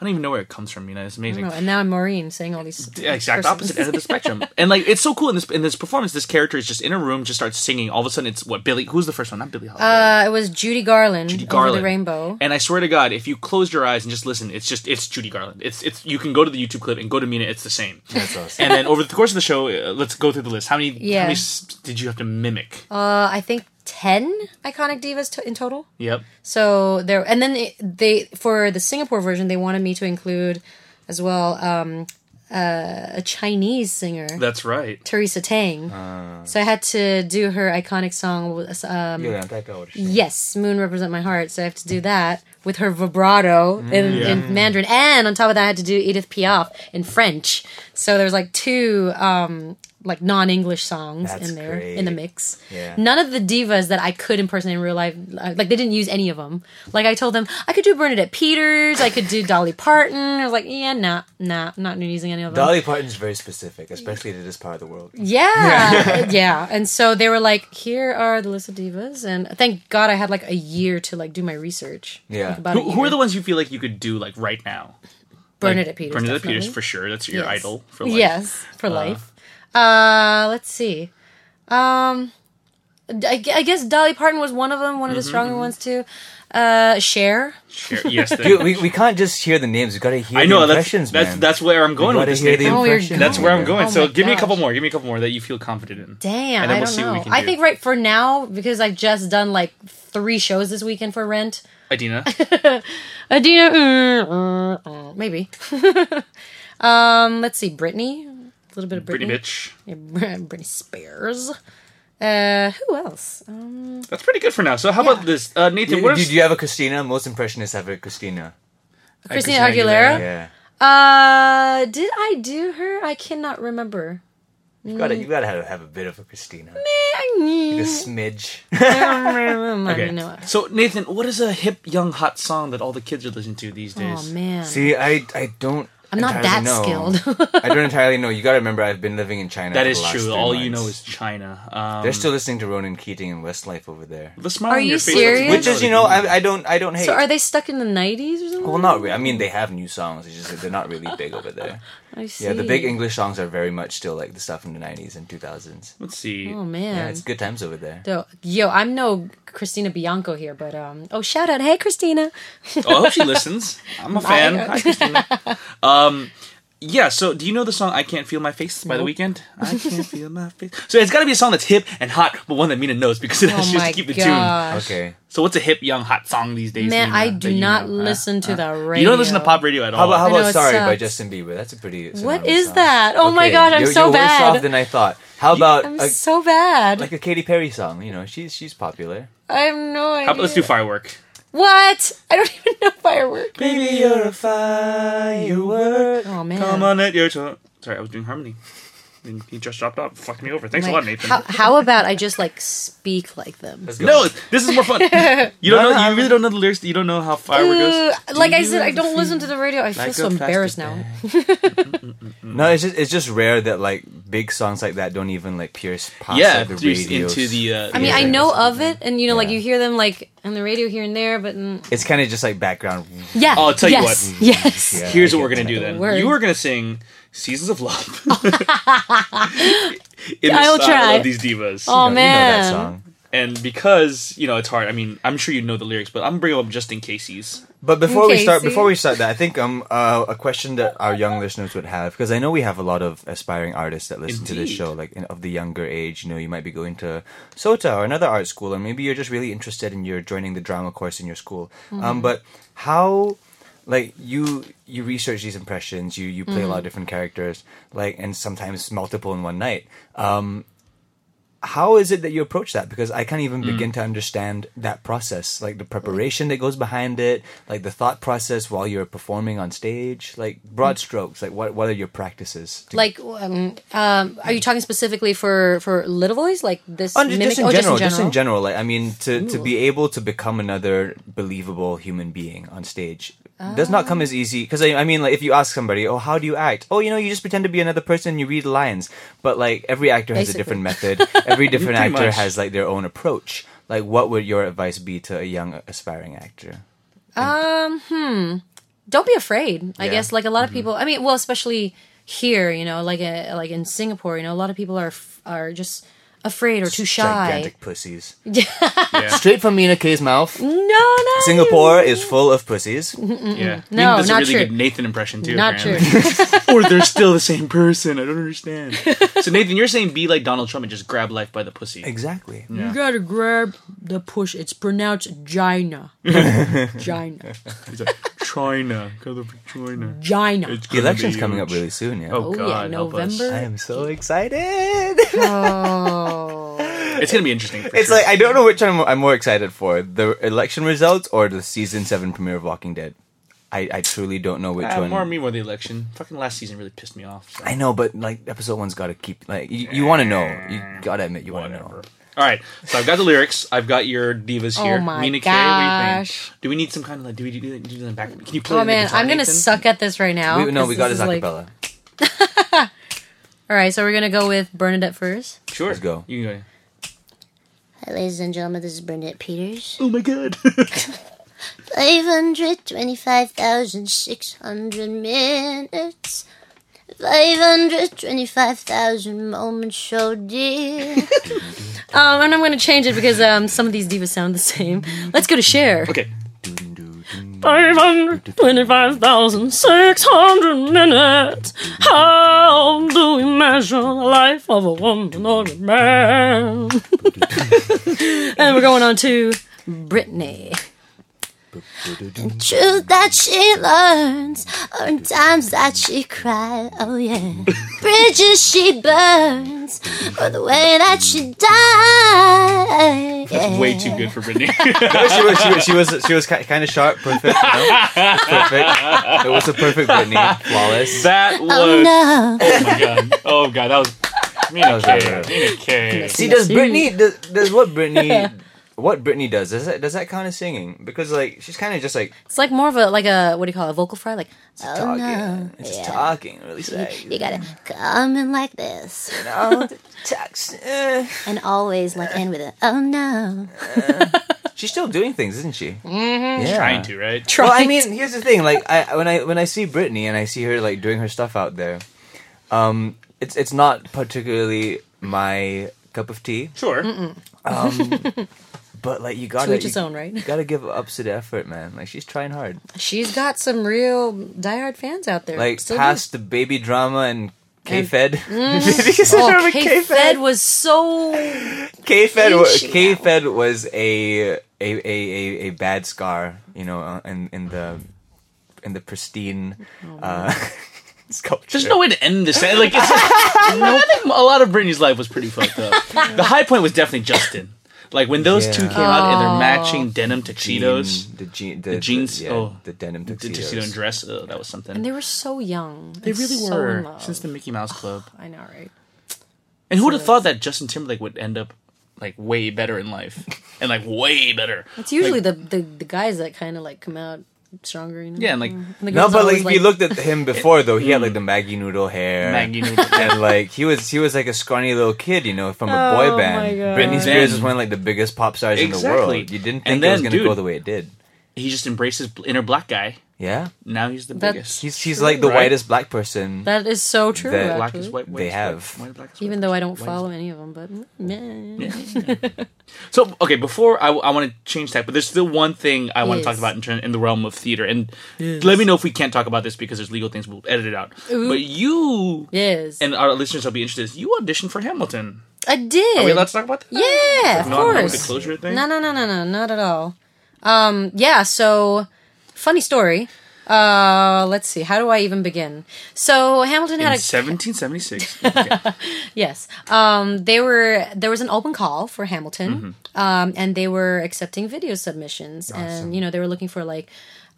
[SPEAKER 2] I don't even know where it comes from, you know, it's amazing.
[SPEAKER 3] No, Oh, and now I'm Maureen saying all these
[SPEAKER 2] The exact
[SPEAKER 3] persons.
[SPEAKER 2] opposite end of the spectrum. And like it's so cool in this in this performance, this character is just in a room, just starts singing. All of a sudden, it's what Billy? Who's the first one? Not Billy Holiday.
[SPEAKER 3] Uh, it was Judy Garland,
[SPEAKER 2] Judy
[SPEAKER 3] over the rainbow.
[SPEAKER 2] And I swear to God, if you closed your eyes and just listen, it's just it's Judy Garland. It's it's you can go to the YouTube clip and go to Mina. It's the same.
[SPEAKER 1] That's awesome.
[SPEAKER 2] and then over the course of the show, uh, let's go through the list. How many? How
[SPEAKER 3] Yeah.
[SPEAKER 2] many s- did you have to mimic?
[SPEAKER 3] Uh, I think ten iconic divas to in total.
[SPEAKER 2] yep.
[SPEAKER 3] So there, and then it, they for the Singapore version, they wanted me to include as well um, uh, a Chinese singer,
[SPEAKER 2] That's right.
[SPEAKER 3] Teresa Tang.
[SPEAKER 2] Ah.
[SPEAKER 3] so I had to do her iconic song. Um,
[SPEAKER 1] Yeah, that guy would-
[SPEAKER 3] Yes, Moon represent my heart, so I have to do that with her vibrato in,
[SPEAKER 1] Mm.
[SPEAKER 3] in Mandarin, and on top of that, I had to do Edith Piaf in French. So there's like two um, like non-English songs
[SPEAKER 1] That's
[SPEAKER 3] in there in the
[SPEAKER 1] great.
[SPEAKER 3] mix.
[SPEAKER 1] Yeah.
[SPEAKER 3] None of the divas that I could impersonate in real life, uh, like they didn't use any of them. Like I told them I could do Bernadette Peters, I could do Dolly Parton. I was like, yeah, nah, nah, not using any of them.
[SPEAKER 1] Dolly Parton's very specific, especially to this part of the world.
[SPEAKER 3] Yeah, yeah. And so they were like, "Here are the list of divas," and thank God I had like a year to like do my research.
[SPEAKER 1] Yeah.
[SPEAKER 3] Like, about a
[SPEAKER 2] Who, who are
[SPEAKER 3] year.
[SPEAKER 2] the ones you feel like you could do like right now?
[SPEAKER 3] Bernadette Peters?
[SPEAKER 2] Bernadette
[SPEAKER 3] definitely.
[SPEAKER 2] Peters for sure. That's your
[SPEAKER 3] Yes.
[SPEAKER 2] idol for life.
[SPEAKER 3] Yes, for life. Uh, let's see. Um, I, gu- I guess Dolly Parton was one of them. One of
[SPEAKER 2] Mm-hmm,
[SPEAKER 3] the stronger ones too. Uh, Cher.
[SPEAKER 2] Sure. Yes. the-
[SPEAKER 1] Dude, we, we can't just hear the names. We gotta hear
[SPEAKER 2] I know
[SPEAKER 1] the
[SPEAKER 2] that's
[SPEAKER 1] impressions,
[SPEAKER 2] that's
[SPEAKER 1] man.
[SPEAKER 2] that's where I'm going
[SPEAKER 1] You
[SPEAKER 2] with
[SPEAKER 1] gotta
[SPEAKER 2] this.
[SPEAKER 1] hear the
[SPEAKER 2] Nathan.
[SPEAKER 3] Oh, you're
[SPEAKER 1] impression.
[SPEAKER 2] That's where I'm going.
[SPEAKER 3] Oh
[SPEAKER 2] so
[SPEAKER 3] my
[SPEAKER 2] give me a couple
[SPEAKER 3] gosh.
[SPEAKER 2] more. Give me a couple more that you feel confident in.
[SPEAKER 3] Damn,
[SPEAKER 2] And then
[SPEAKER 3] I
[SPEAKER 2] we'll
[SPEAKER 3] don't
[SPEAKER 2] see what we
[SPEAKER 3] know.
[SPEAKER 2] can
[SPEAKER 3] I
[SPEAKER 2] do.
[SPEAKER 3] think right for now because I've just done like three shows this weekend for Rent.
[SPEAKER 2] Adina.
[SPEAKER 3] Adina, mm, mm, mm, maybe. um, let's see, Britney, a little bit of
[SPEAKER 2] Pretty
[SPEAKER 3] Britney,
[SPEAKER 2] bitch.
[SPEAKER 3] Yeah, Br- Britney Spears. Uh, who else? Um,
[SPEAKER 2] That's pretty good for now. So how about this, uh, Nathan?
[SPEAKER 1] You-
[SPEAKER 2] what
[SPEAKER 1] Did
[SPEAKER 2] is
[SPEAKER 1] you have a Christina? Most impressionists have a Christina.
[SPEAKER 3] Christina
[SPEAKER 2] Christina
[SPEAKER 3] Aguilera.
[SPEAKER 1] Yeah.
[SPEAKER 3] Uh, did I do her? I cannot remember.
[SPEAKER 1] You gotta,
[SPEAKER 3] Mm.
[SPEAKER 1] you gotta have, have a bit of a Christina. A
[SPEAKER 3] I
[SPEAKER 1] smidge.
[SPEAKER 2] okay.
[SPEAKER 3] Mm, don't know. Oh,
[SPEAKER 2] So Nathan, what is a hip, young, hot song that all the kids are listening to these
[SPEAKER 3] Oh
[SPEAKER 2] days?
[SPEAKER 3] man,
[SPEAKER 1] See, I, I don't.
[SPEAKER 3] I'm not
[SPEAKER 1] entirely
[SPEAKER 3] that
[SPEAKER 1] know.
[SPEAKER 3] skilled.
[SPEAKER 1] I don't entirely know. You gotta remember, I've been living in China.
[SPEAKER 2] that
[SPEAKER 1] for
[SPEAKER 2] is
[SPEAKER 1] the last
[SPEAKER 2] true.
[SPEAKER 1] three
[SPEAKER 2] All you
[SPEAKER 1] months.
[SPEAKER 2] know is China. Um,
[SPEAKER 1] They're still listening to Ronan Keating and Westlife over there.
[SPEAKER 2] the smile
[SPEAKER 3] Are
[SPEAKER 2] on
[SPEAKER 3] you
[SPEAKER 2] your face. that's
[SPEAKER 3] serious?
[SPEAKER 2] what
[SPEAKER 1] Which is, you
[SPEAKER 2] that
[SPEAKER 1] know,
[SPEAKER 2] means.
[SPEAKER 1] I, I don't, I don't hate.
[SPEAKER 3] so are they stuck in the '90s or something?
[SPEAKER 1] well, not really. I mean, they have new songs. It's just that they're not really big over there.
[SPEAKER 2] Oh,
[SPEAKER 3] I see.
[SPEAKER 1] Yeah, the big English songs are very much still like the stuff from the 90s and 2000s.
[SPEAKER 2] Let's see.
[SPEAKER 3] Oh man.
[SPEAKER 1] Yeah, it's good times over there.
[SPEAKER 3] So, yo, I'm no Christina Bianco here, but um, oh, shout out, hey Christina.
[SPEAKER 2] Oh, I hope she listens. I'm a fan. Hi, Christina. Um, yeah. So, do you know the song "I Can't Feel My Face" by The Weekend? I can't feel my face. So it's got to be a song that's hip and hot, but one that Mina knows because it
[SPEAKER 3] Oh
[SPEAKER 2] has just
[SPEAKER 3] my
[SPEAKER 2] to keep the tune.
[SPEAKER 3] gosh.
[SPEAKER 1] Okay.
[SPEAKER 2] So, what's a hip, young, hot song these days?
[SPEAKER 3] Man,
[SPEAKER 2] Mina,
[SPEAKER 3] I
[SPEAKER 2] that
[SPEAKER 3] do
[SPEAKER 2] you
[SPEAKER 3] not
[SPEAKER 2] know? Huh?
[SPEAKER 3] listen to the radio.
[SPEAKER 2] You don't listen to pop radio at all.
[SPEAKER 1] How about how
[SPEAKER 3] I know,
[SPEAKER 1] about
[SPEAKER 3] it
[SPEAKER 1] Sorry by
[SPEAKER 3] sucks.
[SPEAKER 1] Justin Bieber? That's a pretty.
[SPEAKER 3] What
[SPEAKER 1] synonymous
[SPEAKER 3] is
[SPEAKER 1] song.
[SPEAKER 3] that? Oh my gosh, I'm
[SPEAKER 1] you're,
[SPEAKER 3] so
[SPEAKER 1] you're Worse off
[SPEAKER 3] bad.
[SPEAKER 1] than I thought. How about
[SPEAKER 3] I'm
[SPEAKER 1] a,
[SPEAKER 3] so bad.
[SPEAKER 1] like a Katy Perry song? You know, she's she's popular.
[SPEAKER 3] I have no idea.
[SPEAKER 2] How about let's do firework?
[SPEAKER 3] what? I don't even know firework.
[SPEAKER 1] Baby, you're a firework.
[SPEAKER 3] Oh man.
[SPEAKER 2] Come on at your to- Sorry, I was doing harmony. And he just dropped off. Fucked me over. Thanks a lot,
[SPEAKER 3] Like,
[SPEAKER 2] Nathan.
[SPEAKER 3] how, how about I just like speak like them?
[SPEAKER 1] Let's go.
[SPEAKER 2] no, this is more fun. You don't
[SPEAKER 1] No,
[SPEAKER 2] know.
[SPEAKER 1] no,
[SPEAKER 2] you really don't know the lyrics. You don't know how firework
[SPEAKER 3] Ooh,
[SPEAKER 2] goes.
[SPEAKER 3] Uh, like
[SPEAKER 2] Do
[SPEAKER 3] I
[SPEAKER 2] you
[SPEAKER 3] said, I
[SPEAKER 2] ever
[SPEAKER 3] don't
[SPEAKER 2] feel
[SPEAKER 3] listen to the radio. I feel
[SPEAKER 2] like
[SPEAKER 3] so
[SPEAKER 2] a plastic
[SPEAKER 3] embarrassed now.
[SPEAKER 1] no, it's just it's just rare that like big songs like that don't even like pierce past
[SPEAKER 2] Yeah,
[SPEAKER 1] like, the
[SPEAKER 2] just
[SPEAKER 1] radio.
[SPEAKER 2] into the. Uh,
[SPEAKER 3] I mean, I know of it, and you know, like
[SPEAKER 1] Yeah.
[SPEAKER 3] you hear them like on the radio here and there, but mm,
[SPEAKER 1] It's kind of just like background.
[SPEAKER 3] yeah.
[SPEAKER 2] Oh, I'll tell you
[SPEAKER 3] yes,
[SPEAKER 2] what.
[SPEAKER 3] Yes.
[SPEAKER 1] Yeah,
[SPEAKER 2] Here's
[SPEAKER 1] I
[SPEAKER 2] what we're
[SPEAKER 1] get
[SPEAKER 2] gonna
[SPEAKER 1] that.
[SPEAKER 2] do then.
[SPEAKER 3] Word.
[SPEAKER 2] You are gonna sing "Seasons of Love." in the
[SPEAKER 3] I will
[SPEAKER 2] style
[SPEAKER 3] try.
[SPEAKER 2] of these divas,
[SPEAKER 3] Oh
[SPEAKER 1] You know-
[SPEAKER 3] man.
[SPEAKER 1] you know that song.
[SPEAKER 2] and because you know it's hard. I mean, I'm sure you know the lyrics, but I'm bringing up just in case's.
[SPEAKER 1] But before we
[SPEAKER 3] Okay,
[SPEAKER 1] start,
[SPEAKER 3] see?
[SPEAKER 1] before we start that, I think um uh, a question that our young listeners would have because I know we have a lot of aspiring artists that listen to this
[SPEAKER 2] Indeed.
[SPEAKER 1] show, like in, of the younger age. You know, you might be going to SOTA or another art school, and maybe you're just really interested and you're joining the drama course in your school.
[SPEAKER 3] Mm-hmm.
[SPEAKER 1] Um, but how, like you you research these impressions, you you play a lot of
[SPEAKER 3] Mm-hmm.
[SPEAKER 1] different characters, like and sometimes multiple in one night. Um, how is it that you approach that because i can't even begin to understand that process like the preparation that goes behind it like the thought process while you're performing on stage like broad strokes like what what are your practices to-
[SPEAKER 3] Like, um, um, are you talking specifically for for little voice? Like this?
[SPEAKER 1] Oh, ju-
[SPEAKER 3] mimic-
[SPEAKER 1] just, in
[SPEAKER 3] oh,
[SPEAKER 1] general, just in general, like I mean, to, to be able to become another believable human being on stage does not come as easy. Because I, I mean, like if you ask somebody, "Oh, how do you act?" Oh, you know, you just pretend to be another person. and You read lines, but like every actor has a different method. Every different
[SPEAKER 2] Pretty
[SPEAKER 1] actor
[SPEAKER 2] much.
[SPEAKER 1] has like their own approach. Like, what would your advice be to a young aspiring actor?
[SPEAKER 3] don't be afraid. I
[SPEAKER 1] Yeah. Mm-hmm.
[SPEAKER 3] guess like a lot of people. I mean, well, especially here, you know, like uh, like in Singapore, you know, a lot of people are f- are just afraid or too shy.
[SPEAKER 1] Gigantic pussies. Straight from Mina K's mouth.
[SPEAKER 3] No, no.
[SPEAKER 1] Singapore is full of pussies.
[SPEAKER 2] Yeah,
[SPEAKER 3] No,
[SPEAKER 2] I mean, that's
[SPEAKER 3] not
[SPEAKER 2] a really
[SPEAKER 3] true.
[SPEAKER 2] good Nathan impression too.
[SPEAKER 3] Not
[SPEAKER 2] apparently.
[SPEAKER 3] true.
[SPEAKER 2] or they're still the same person. I don't understand. so Nathan, you're saying be like Donald Trump and just grab life by the pussy.
[SPEAKER 1] Exactly.
[SPEAKER 3] You gotta grab the push. It's pronounced Gina. Gina.
[SPEAKER 2] He's like, China, go to China.
[SPEAKER 3] Gina.
[SPEAKER 2] It's
[SPEAKER 1] The
[SPEAKER 2] gonna
[SPEAKER 1] election's
[SPEAKER 2] be
[SPEAKER 1] coming
[SPEAKER 2] huge.
[SPEAKER 1] up really soon. Yeah.
[SPEAKER 2] Oh,
[SPEAKER 3] Oh,
[SPEAKER 2] God,
[SPEAKER 3] yeah,
[SPEAKER 2] help us.
[SPEAKER 3] November.
[SPEAKER 1] I am so excited.
[SPEAKER 2] It's gonna be interesting. for
[SPEAKER 1] It's
[SPEAKER 2] sure.
[SPEAKER 1] like I don't know which one I'm, I'm more excited for: the election results or the season seven premiere of Walking Dead. I, I truly don't know which
[SPEAKER 2] Ah,
[SPEAKER 1] one.
[SPEAKER 2] more me more the election. Fucking last season really pissed me off. so.
[SPEAKER 1] I know, but like episode one's got to keep like you, you want to know. You gotta admit you want to know.
[SPEAKER 2] Whatever. All right, so I've got the lyrics. I've got your divas
[SPEAKER 3] Oh
[SPEAKER 2] here.
[SPEAKER 3] my
[SPEAKER 2] Mina Kay, what do you
[SPEAKER 3] gosh.
[SPEAKER 2] think? Do we need some kind of like? Do we do, do, do that back? Can you play?
[SPEAKER 3] Oh
[SPEAKER 2] the
[SPEAKER 3] man,
[SPEAKER 2] guitar,
[SPEAKER 3] I'm gonna
[SPEAKER 2] Nathan?
[SPEAKER 3] suck at this right now.
[SPEAKER 1] We, no, we
[SPEAKER 3] 'cause
[SPEAKER 1] got his
[SPEAKER 3] this is, like-
[SPEAKER 1] acapella.
[SPEAKER 3] All right, so we're gonna go with Bernadette first.
[SPEAKER 2] Sure,
[SPEAKER 1] Let's go.
[SPEAKER 2] You can go.
[SPEAKER 6] Ladies and gentlemen, this is Burnett Peters.
[SPEAKER 2] Oh my god.
[SPEAKER 6] 525,600 minutes. 525,000 moments so dear.
[SPEAKER 3] Um, and I'm gonna change it because um, some of these divas sound the same. Let's go to share.
[SPEAKER 2] okay.
[SPEAKER 3] Five hundred twenty-five thousand six hundred minutes. How do we measure the life of a woman or a man? and we're going on to Brittany.
[SPEAKER 6] Truth that she learns, or times that she cries, oh yeah. Bridges she burns, or the way that she dies.
[SPEAKER 2] That's way too good for Brittany.
[SPEAKER 1] she was she was she was, she was kind of sharp, perfect, you know? perfect. It was a perfect Britney, flawless.
[SPEAKER 2] that was.
[SPEAKER 6] Oh no.
[SPEAKER 2] Oh my god. Oh god, that was
[SPEAKER 1] That
[SPEAKER 2] Mina
[SPEAKER 1] was
[SPEAKER 2] K.
[SPEAKER 1] really
[SPEAKER 2] Mina K.
[SPEAKER 1] See, does Britney does, does what Britney what Britney does does that does that count as singing? Because like she's kind of just like
[SPEAKER 3] It's like more of a like a what do you call it, a vocal fry? Like
[SPEAKER 6] Oh
[SPEAKER 1] talking,
[SPEAKER 6] no.
[SPEAKER 1] just
[SPEAKER 6] Yeah.
[SPEAKER 1] talking, really sexy.
[SPEAKER 6] You gotta come in like this.
[SPEAKER 1] know, tax.
[SPEAKER 6] and always like end with a oh no.
[SPEAKER 1] She's still doing things, isn't she? Mm-hmm. Yeah.
[SPEAKER 2] Trying to, right?
[SPEAKER 3] try.
[SPEAKER 1] Well, I mean, here's the thing. Like, I when I when I see Britney and I see her like doing her stuff out there, um, it's it's not particularly my cup of tea.
[SPEAKER 2] Sure.
[SPEAKER 1] But like, you gotta
[SPEAKER 3] to each his
[SPEAKER 1] you,
[SPEAKER 3] own, right?
[SPEAKER 1] you gotta give ups to the effort, man. Like, she's trying hard.
[SPEAKER 3] She's got some real diehard fans out there.
[SPEAKER 1] Like,
[SPEAKER 3] Still do.
[SPEAKER 1] past the baby drama and. K Fed,
[SPEAKER 3] Oh, K Fed was so
[SPEAKER 1] K Fed,
[SPEAKER 3] Ain't she
[SPEAKER 1] K
[SPEAKER 3] now?
[SPEAKER 1] Fed was a a, a a a bad scar, you know, uh, in in the in the pristine
[SPEAKER 3] Mm-hmm.
[SPEAKER 1] uh, sculpture.
[SPEAKER 2] There's no way to end this. Like, it's just, I think a lot of Britney's life was pretty fucked up. The high point was definitely Justin. Like when those two
[SPEAKER 1] Yeah.
[SPEAKER 2] came out and they're matching denim tuxedos,
[SPEAKER 1] the, jean, the,
[SPEAKER 2] The jeans-
[SPEAKER 1] the, yeah,
[SPEAKER 2] oh.
[SPEAKER 1] the denim
[SPEAKER 2] the
[SPEAKER 1] tuxedos.
[SPEAKER 2] tuxedo and dress. Oh, that was something.
[SPEAKER 3] and they were so young.
[SPEAKER 2] They really
[SPEAKER 3] so
[SPEAKER 2] were
[SPEAKER 3] in love.
[SPEAKER 2] since the Mickey Mouse Club.
[SPEAKER 3] I know, right?
[SPEAKER 2] And who would have thought that Justin Timberlake would end up like way better in life and like way better?
[SPEAKER 3] It's usually the, the the guys that kind of like come out stronger, you know?
[SPEAKER 2] Yeah, and like
[SPEAKER 3] And the
[SPEAKER 1] No,
[SPEAKER 3] girls
[SPEAKER 1] but
[SPEAKER 3] are
[SPEAKER 1] like
[SPEAKER 3] always
[SPEAKER 1] if you looked at him before though, he had like the Maggie noodle hair.
[SPEAKER 2] Mm. Maggie Noodle.
[SPEAKER 1] and like he was he was like a scrawny little kid, you know, from a
[SPEAKER 3] Oh,
[SPEAKER 1] boy
[SPEAKER 3] my
[SPEAKER 1] band.
[SPEAKER 3] God.
[SPEAKER 1] Britney Spears
[SPEAKER 2] Then-
[SPEAKER 1] was one of like the biggest pop stars in the
[SPEAKER 2] Exactly.
[SPEAKER 1] world. You didn't think
[SPEAKER 2] And
[SPEAKER 1] it was
[SPEAKER 2] then,
[SPEAKER 1] gonna go
[SPEAKER 2] dude-
[SPEAKER 1] the way it did.
[SPEAKER 2] he just embraces bl- inner black guy.
[SPEAKER 1] Yeah.
[SPEAKER 2] Now he's the
[SPEAKER 3] That's-
[SPEAKER 2] biggest.
[SPEAKER 1] He's he's like the
[SPEAKER 2] right?
[SPEAKER 1] whitest black person.
[SPEAKER 3] that is so true.
[SPEAKER 1] That-
[SPEAKER 2] black
[SPEAKER 3] actually.
[SPEAKER 2] is white. white
[SPEAKER 1] They
[SPEAKER 2] is
[SPEAKER 1] have.
[SPEAKER 2] White, white, black is white.
[SPEAKER 3] Even though I don't
[SPEAKER 2] White is-
[SPEAKER 3] follow any of them, but meh.
[SPEAKER 2] So okay, before I, want to change tack, but there's still one thing I want
[SPEAKER 3] Yes.
[SPEAKER 2] to talk about in, turn, in the realm of theater, and let me know if we can't talk about this because there's legal things. We'll edit it out. But you
[SPEAKER 3] yes,
[SPEAKER 2] and our listeners will be interested. You auditioned for Hamilton.
[SPEAKER 3] I did.
[SPEAKER 2] Are we allowed to talk about that?
[SPEAKER 3] yeah, of
[SPEAKER 2] Oh, Not with
[SPEAKER 3] course.
[SPEAKER 2] the closure thing.
[SPEAKER 3] No, no, no, no, no, not at all. Um, yeah, so funny story. Uh, let's see. How do I even begin? So Hamilton
[SPEAKER 2] In
[SPEAKER 3] had a
[SPEAKER 2] 1776. Okay.
[SPEAKER 3] yes. Um, they were there was an open call for Hamilton,
[SPEAKER 1] Mm-hmm.
[SPEAKER 3] um, and they were accepting video submissions, and you know they were looking for like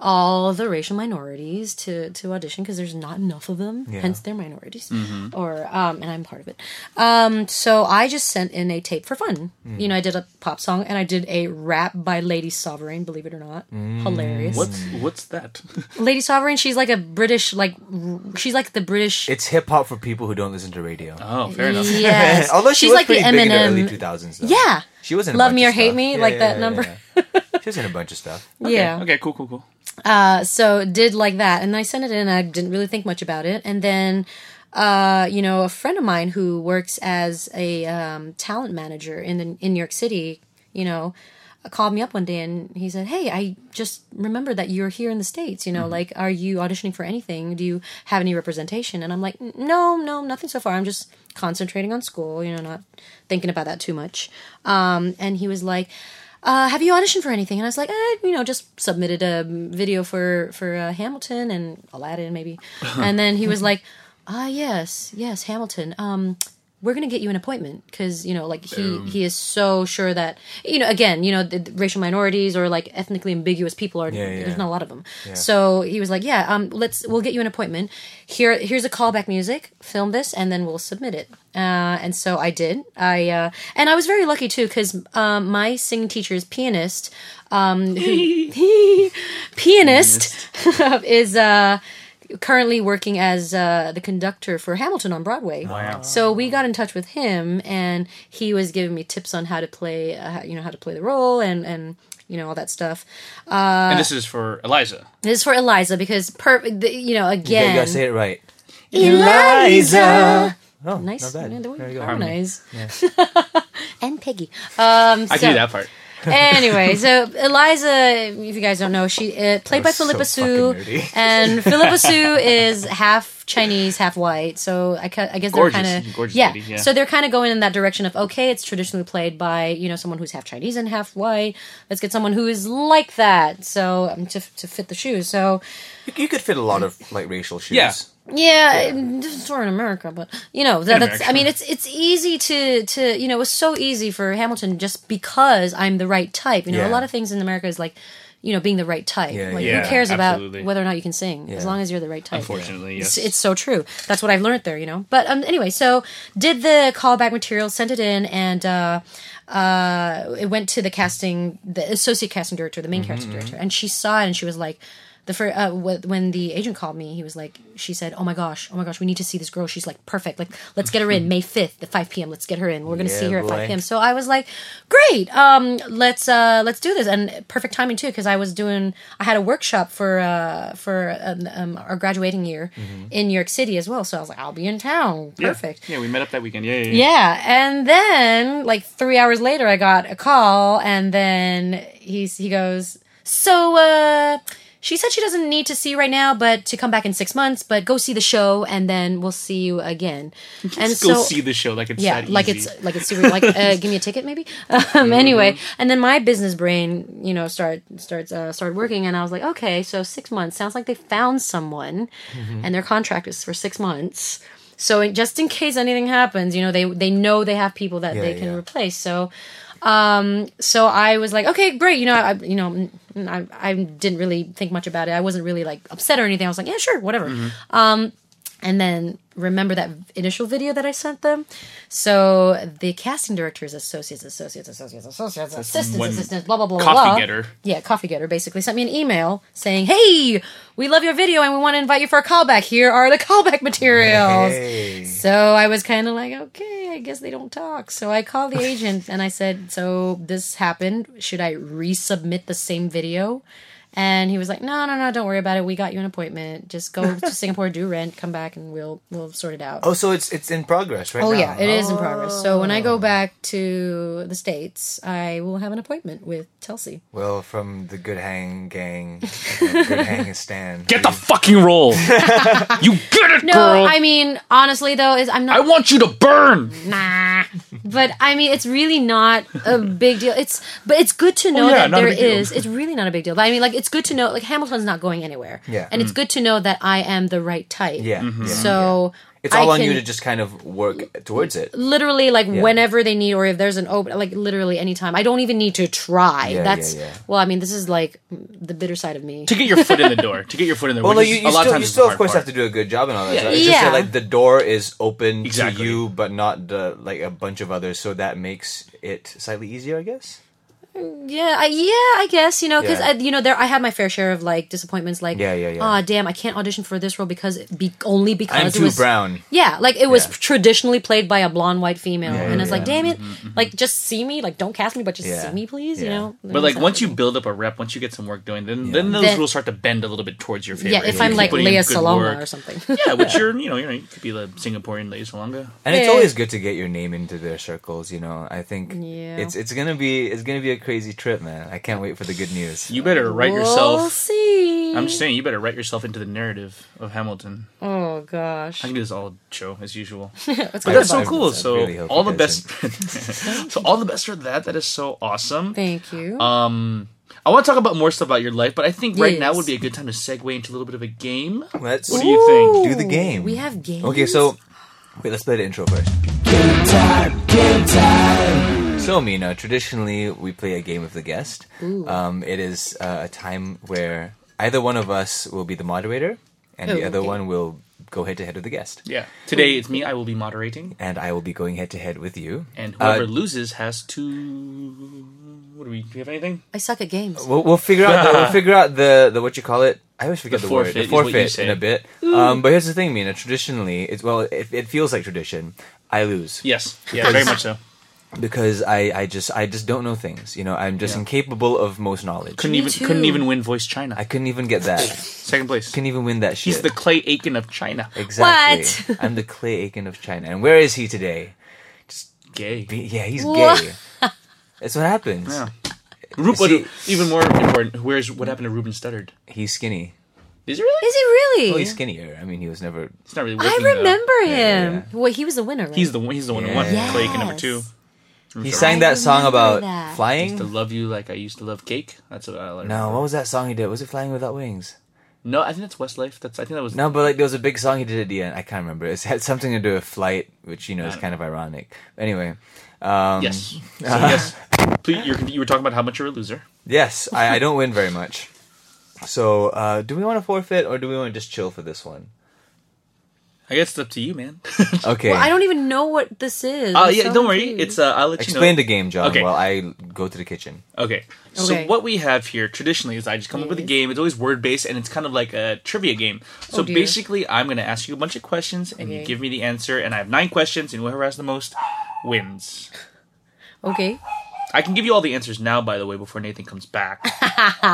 [SPEAKER 3] all the racial minorities to to audition because there's not enough of them, hence they're minorities,
[SPEAKER 1] Mm-hmm.
[SPEAKER 3] or um, and I'm part of it. Um, so I just sent in a tape for fun. You
[SPEAKER 1] Mm.
[SPEAKER 3] know, I did a pop song and I did a rap by Lady Sovereign. Believe it or not,
[SPEAKER 1] Mm.
[SPEAKER 3] hilarious.
[SPEAKER 2] what's what's that?
[SPEAKER 3] Lady Sovereign? She's like a British, like r- she's like the British.
[SPEAKER 1] It's hip hop for people who don't listen to radio.
[SPEAKER 2] Oh, fair enough.
[SPEAKER 3] Yes.
[SPEAKER 1] Although she
[SPEAKER 3] she's
[SPEAKER 1] was
[SPEAKER 3] like the
[SPEAKER 1] pretty big in the early
[SPEAKER 3] Eminem.
[SPEAKER 1] two thousands though.
[SPEAKER 3] Yeah.
[SPEAKER 1] She was in a
[SPEAKER 3] Love
[SPEAKER 1] bunch
[SPEAKER 3] Me
[SPEAKER 1] of
[SPEAKER 3] or Hate
[SPEAKER 1] stuff.
[SPEAKER 3] Me,
[SPEAKER 1] Yeah,
[SPEAKER 3] like
[SPEAKER 1] yeah,
[SPEAKER 3] that
[SPEAKER 1] yeah,
[SPEAKER 3] number.
[SPEAKER 1] yeah. She was in a bunch of stuff.
[SPEAKER 3] Yeah.
[SPEAKER 2] Okay. Cool. Cool. Cool.
[SPEAKER 3] Uh, so did like that, and I sent it in. I didn't really think much about it, and then, uh, you know, a friend of mine who works as a um, talent manager in the, in New York City, you know, called me up one day and he said, "Hey, I just remember that you're here in the states. You know,
[SPEAKER 1] Mm-hmm.
[SPEAKER 3] like, are you auditioning for anything? Do you have any representation?" And I'm like, "N- "No, no, nothing so far. I'm just concentrating on school. You know, not thinking about that too much." Um, and he was like, uh, "Have you auditioned for anything?" And I was like, eh, "You know, just submitted a video for for uh, Hamilton and Aladdin, maybe." and then he was like, "Ah, yes, yes, Hamilton. Um, we're gonna get you an appointment because you know like he he is so sure that you know again you know the, the racial minorities or like ethnically ambiguous people are
[SPEAKER 1] yeah.
[SPEAKER 3] there's not a lot of them so he was like yeah um let's we'll get you an appointment here here's a callback music film this and then we'll submit it uh, and so i did i uh, and i was very lucky too because um, my singing teacher is pianist um who, pianist is uh currently working as uh, the conductor for Hamilton on Broadway. Wow. So we got in touch with him, and he was giving me tips on how to play, uh, how- you know, how to play the role, and and you know all that stuff. Um, Uh,
[SPEAKER 2] and this is for Eliza.
[SPEAKER 3] This is for Eliza because, per- the- you know,
[SPEAKER 1] Yeah,
[SPEAKER 3] again,
[SPEAKER 1] you gotta say it right.
[SPEAKER 3] Eliza.
[SPEAKER 1] Oh,
[SPEAKER 3] Nice,
[SPEAKER 1] Not
[SPEAKER 3] you know,
[SPEAKER 1] bad.
[SPEAKER 3] the way
[SPEAKER 1] There
[SPEAKER 3] you
[SPEAKER 1] you go.
[SPEAKER 3] harmonize. and Peggy. Um,
[SPEAKER 2] I
[SPEAKER 3] So-
[SPEAKER 2] can do that part.
[SPEAKER 3] anyway, so Eliza, if you guys don't know, she uh, played by
[SPEAKER 1] was
[SPEAKER 3] Philippa
[SPEAKER 1] so fucking
[SPEAKER 3] Sue,
[SPEAKER 1] nerdy.
[SPEAKER 3] and Philippa Sue is half Chinese, half white. So I, ca- I guess
[SPEAKER 2] Gorgeous,
[SPEAKER 3] they're kind of
[SPEAKER 2] gorgeous lady, yeah.
[SPEAKER 3] So they're kind of going in that direction of okay, it's traditionally played by you know someone who's half Chinese and half white. Let's get someone who is like that. So um, to to fit the shoes. So
[SPEAKER 1] You- You could fit a lot of like racial shoes.
[SPEAKER 2] Yeah.
[SPEAKER 3] yeah, it- this is sort of in America, but you know that, that's. I mean, it's it's easy to to you know it was so easy for Hamilton just because I'm the right type. You know,
[SPEAKER 1] Yeah.
[SPEAKER 3] a lot of things in America is like, you know, being the right type.
[SPEAKER 1] Yeah,
[SPEAKER 3] like,
[SPEAKER 2] yeah.
[SPEAKER 3] who cares
[SPEAKER 2] Absolutely.
[SPEAKER 3] about whether or not you can sing as long as you're the right type.
[SPEAKER 2] Unfortunately,
[SPEAKER 3] It's,
[SPEAKER 2] yes.
[SPEAKER 3] it's so true. That's what I've learned there, you know. But um, anyway, so did the callback material, sent it in, and uh, uh, it went to the casting, the associate casting director, the main casting
[SPEAKER 1] Mm-hmm.
[SPEAKER 3] director, and she saw it and she was like, the fir- uh, wh- when the agent called me, he was like, she said, "Oh my gosh, oh my gosh, we need to see this girl. She's like perfect. Like, let's get her in May fifth at five p.m. Let's get her in. We're gonna see
[SPEAKER 1] Yeah,
[SPEAKER 3] her at
[SPEAKER 1] boy.
[SPEAKER 3] five p.m." So I was like, "Great, um, let's uh, let's do this." And perfect timing too, because I was doing, I had a workshop for uh, for um, um, our graduating year in New York City as well. So I was like, "I'll be in town. Perfect."
[SPEAKER 2] Mm-hmm. Yeah, we met up that weekend. Yeah, yeah. yeah.
[SPEAKER 3] Yeah, and then like three hours later, I got a call, and then he's he goes, so uh, she said she doesn't need to see you right now, but to come back in six months, but go see the show, and then we'll see you again. And
[SPEAKER 2] Let's go
[SPEAKER 3] so
[SPEAKER 2] see the show. Like it's
[SPEAKER 3] yeah,
[SPEAKER 2] that
[SPEAKER 3] like
[SPEAKER 2] easy. Mm-hmm.
[SPEAKER 3] it's like it's super. Like, uh, give me a ticket, maybe. Um, anyway, and then my business brain, you know, start starts uh, started working, and I was like, okay, so six months sounds like they found someone,
[SPEAKER 2] Mm-hmm.
[SPEAKER 3] and their contract is for six months. So in- just in case anything happens, you know, they they know they have people that they can
[SPEAKER 1] yeah.
[SPEAKER 3] replace. So. Um, so I was like, okay, great. You know, I, you know, mm, I,
[SPEAKER 2] Mm-hmm.
[SPEAKER 3] I didn't really think much about it. I wasn't really like upset or anything. I was like, yeah, sure, whatever and then remember that initial video that I sent them. So the casting directors, associates, associates, associates, associates, assistants,
[SPEAKER 2] one
[SPEAKER 3] assistants, blah blah blah blah.
[SPEAKER 2] coffee
[SPEAKER 3] blah.
[SPEAKER 2] getter.
[SPEAKER 3] Yeah, coffee getter basically sent me an email saying, "Hey, we love your video and we want to invite you for a callback. Here are the callback materials." So I was kind of like, "Okay, I guess they don't talk." So I called the agent and I said, "So this happened. Should I resubmit the same video?" And he was like, "No, no, no, don't worry about it. We got you an appointment. Just go to Singapore, do rent, come back, and we'll we'll sort it out."
[SPEAKER 1] Oh, so it's it's in progress right
[SPEAKER 3] Oh
[SPEAKER 1] now.
[SPEAKER 3] yeah, it is in progress. So when I go back to the states, I will have an appointment with Telsey.
[SPEAKER 1] Well, from the Good Hang Gang, Good Hang Stand.
[SPEAKER 2] Get the fucking roll. you get it,
[SPEAKER 3] No,
[SPEAKER 2] girl.
[SPEAKER 3] I mean honestly though, is I'm
[SPEAKER 2] I
[SPEAKER 3] not
[SPEAKER 2] want you to burn.
[SPEAKER 3] nah. But I mean, it's really not a big deal. It's but it's good to know
[SPEAKER 2] Oh, yeah,
[SPEAKER 3] that
[SPEAKER 2] not a
[SPEAKER 3] there
[SPEAKER 2] big deal.
[SPEAKER 3] is. It's really not a big deal. But I mean, like it's good to know like Hamilton's not going anywhere.
[SPEAKER 1] Yeah. Mm-hmm.
[SPEAKER 3] and it's good to know that I am the right type.
[SPEAKER 1] Yeah, Mm-hmm. yeah.
[SPEAKER 3] So
[SPEAKER 1] it's all
[SPEAKER 3] I
[SPEAKER 1] on you
[SPEAKER 3] can-
[SPEAKER 1] to just kind of work towards it.
[SPEAKER 3] literally like whenever they need or if there's an open like literally anytime i don't even need to try
[SPEAKER 1] yeah,
[SPEAKER 3] that's
[SPEAKER 1] yeah.
[SPEAKER 3] well i mean this is like the bitter side of me
[SPEAKER 2] To get your foot in the door. To get your foot in the
[SPEAKER 1] Well,
[SPEAKER 2] door.
[SPEAKER 1] no,
[SPEAKER 2] which
[SPEAKER 1] you,
[SPEAKER 2] is-
[SPEAKER 1] you
[SPEAKER 2] a lot
[SPEAKER 1] still,
[SPEAKER 2] of times
[SPEAKER 1] you
[SPEAKER 2] is the
[SPEAKER 1] still of
[SPEAKER 2] hard
[SPEAKER 1] course
[SPEAKER 2] part.
[SPEAKER 1] have to do a good job and all that. stuff. It's
[SPEAKER 3] Yeah.
[SPEAKER 1] just that, like the door is open
[SPEAKER 2] Exactly.
[SPEAKER 1] to you, but not the, like a bunch of others. So that makes it slightly easier, I guess.
[SPEAKER 3] yeah I, yeah i guess you know because
[SPEAKER 1] Yeah.
[SPEAKER 3] you know there i had my fair share of like disappointments like
[SPEAKER 1] Yeah, yeah, yeah.
[SPEAKER 3] oh damn i can't audition for this role because be- only because
[SPEAKER 1] I'm
[SPEAKER 3] it
[SPEAKER 1] too
[SPEAKER 3] was
[SPEAKER 1] brown.
[SPEAKER 3] yeah like it was
[SPEAKER 1] Yeah.
[SPEAKER 3] traditionally played by a blonde white female
[SPEAKER 1] Yeah,
[SPEAKER 3] and
[SPEAKER 1] yeah, Mm-hmm,
[SPEAKER 3] it's like damn it like just see me like don't cast me but just
[SPEAKER 1] Yeah.
[SPEAKER 3] see me please you
[SPEAKER 1] Yeah.
[SPEAKER 3] know
[SPEAKER 2] But like once you build up a rep, once you get some work doing, then then those
[SPEAKER 3] Then-
[SPEAKER 2] rules start to bend a little bit towards your favor.
[SPEAKER 3] yeah if
[SPEAKER 2] you
[SPEAKER 3] i'm
[SPEAKER 2] keep
[SPEAKER 3] like
[SPEAKER 2] putting in
[SPEAKER 3] leah
[SPEAKER 2] good
[SPEAKER 3] saloma
[SPEAKER 2] work.
[SPEAKER 3] or something
[SPEAKER 2] Yeah, which you're you know you're, you could be the Singaporean Lady Salonga.
[SPEAKER 1] And it's
[SPEAKER 3] Yeah.
[SPEAKER 1] always good to get your name into their circles, you know. I think
[SPEAKER 3] Yeah.
[SPEAKER 1] it's it's gonna be it's gonna be a crazy trip, man. I can't wait for the good news.
[SPEAKER 2] You better write
[SPEAKER 3] we'll
[SPEAKER 2] yourself.
[SPEAKER 3] see
[SPEAKER 2] I'm just saying, you better write yourself into the narrative of Hamilton.
[SPEAKER 3] oh gosh
[SPEAKER 2] I can do this all show as usual.
[SPEAKER 3] It's
[SPEAKER 2] But
[SPEAKER 3] gonna
[SPEAKER 2] that's so
[SPEAKER 3] bug me.
[SPEAKER 2] cool.
[SPEAKER 1] I
[SPEAKER 2] So
[SPEAKER 1] really hope
[SPEAKER 2] all the
[SPEAKER 1] it doesn't.
[SPEAKER 2] best. so all the best for that. That is so awesome.
[SPEAKER 3] Thank you.
[SPEAKER 1] Uh,
[SPEAKER 2] Um, I want to talk about more stuff about your life, but I think right now
[SPEAKER 3] Yes.
[SPEAKER 2] would be a good time to segue into a little bit of a game.
[SPEAKER 1] Let's
[SPEAKER 2] What do you think?
[SPEAKER 1] do the game.
[SPEAKER 3] We have games.
[SPEAKER 1] Okay, so wait, let's play the intro first. So, Mina, traditionally we play a game of the guest. Um, it is uh, a time where either one of us will be the moderator, and the
[SPEAKER 3] Oh,
[SPEAKER 1] other
[SPEAKER 3] okay.
[SPEAKER 1] one will go head to head with the guest.
[SPEAKER 2] Yeah. Today it's me. I will be moderating,
[SPEAKER 1] And I will be going head to head with you.
[SPEAKER 2] and
[SPEAKER 1] Uh,
[SPEAKER 2] whoever loses has to. What do we? Do we have anything?
[SPEAKER 3] I suck at games.
[SPEAKER 1] We'll, we'll figure out the, we'll figure out the, the what you call it. I always forget the,
[SPEAKER 2] The
[SPEAKER 1] word. The
[SPEAKER 2] forfeit is what you
[SPEAKER 1] forfeit in
[SPEAKER 2] say.
[SPEAKER 1] a bit. Um, but here's the thing, Mina. Traditionally, it's well, it, it feels like tradition. I lose.
[SPEAKER 2] Yes. Yeah. Very much so.
[SPEAKER 1] because I, I just I just don't know things. You know, I'm just incapable of most knowledge.
[SPEAKER 2] Couldn't
[SPEAKER 3] Me
[SPEAKER 2] even
[SPEAKER 3] too.
[SPEAKER 2] couldn't even win Voice China.
[SPEAKER 1] I couldn't even get that.
[SPEAKER 2] Second place.
[SPEAKER 1] couldn't even win that shit.
[SPEAKER 2] He's the Clay Aiken of China.
[SPEAKER 1] exactly. I'm the Clay Aiken of China. And where is he today?
[SPEAKER 2] Gay.
[SPEAKER 1] Be- Yeah, he's
[SPEAKER 3] What?
[SPEAKER 1] gay. That's what happens.
[SPEAKER 2] Yeah. Ru-
[SPEAKER 1] see-
[SPEAKER 2] what- even more important, where's what happened to Ruben Studdard?
[SPEAKER 1] He's skinny.
[SPEAKER 2] Is it really?
[SPEAKER 3] Is he really?
[SPEAKER 1] Well, oh, he's skinnier. I mean, he was never.
[SPEAKER 2] It's not really.
[SPEAKER 3] I
[SPEAKER 2] working, though.
[SPEAKER 3] remember
[SPEAKER 1] yeah,
[SPEAKER 3] him. Well, he was the winner, right?
[SPEAKER 2] He's the one. He's the one who won.
[SPEAKER 1] Yeah.
[SPEAKER 2] Clay Aiken number
[SPEAKER 3] Yes.
[SPEAKER 2] two.
[SPEAKER 1] He
[SPEAKER 2] sorry.
[SPEAKER 1] sang
[SPEAKER 3] I
[SPEAKER 1] that song
[SPEAKER 3] remember
[SPEAKER 1] about
[SPEAKER 3] that.
[SPEAKER 1] flying.
[SPEAKER 2] To love you like I used to love cake. That's what I like.
[SPEAKER 1] No, what was that song he did? Was it Flying Without Wings?
[SPEAKER 2] no, I think that's Westlife. That's I think that was
[SPEAKER 1] No, but like there was a big song he did at the end. I can't remember. It had something to do with flight, which you know is kind of ironic. Anyway, um,
[SPEAKER 2] Yes. So yes. Please, you're, you were talking about how much you're a loser.
[SPEAKER 1] Yes, I, I don't win very much. So, uh, do we want to forfeit or do we want to just chill for this one?
[SPEAKER 2] I guess it's up to you, man.
[SPEAKER 1] Okay.
[SPEAKER 3] Well, I don't even know what this is.
[SPEAKER 2] Oh
[SPEAKER 3] I'm
[SPEAKER 2] yeah,
[SPEAKER 3] so
[SPEAKER 2] don't worry.
[SPEAKER 3] confused.
[SPEAKER 2] It's uh, I'll let
[SPEAKER 1] Explain
[SPEAKER 2] you know.
[SPEAKER 1] the game, John,
[SPEAKER 2] Okay.
[SPEAKER 1] while I go to the kitchen.
[SPEAKER 2] Okay. So
[SPEAKER 3] Okay.
[SPEAKER 2] what we have here traditionally is I just come up with a game. It's always word based and it's kind of like a trivia game. So
[SPEAKER 3] Oh, dear.
[SPEAKER 2] basically, I'm going to ask you a bunch of questions and
[SPEAKER 3] Okay.
[SPEAKER 2] you give me the answer. And I have nine questions, and whoever has the most wins.
[SPEAKER 3] okay.
[SPEAKER 2] I can give you all the answers now, by the way, before Nathan comes back.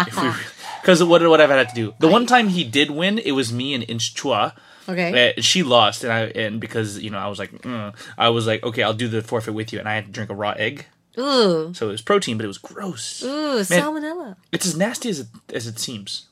[SPEAKER 2] Because what what I've had to do. The one time he did win, it was me and Inch Chua.
[SPEAKER 3] Okay.
[SPEAKER 2] Uh, she lost, and I and because you know I was like, mm, I was like, okay, I'll do the forfeit with you, and I had to drink a raw egg,
[SPEAKER 3] Ooh,
[SPEAKER 2] so it was protein, but it was gross.
[SPEAKER 3] ooh, Oh, salmonella.
[SPEAKER 2] It's as nasty as it, as it seems,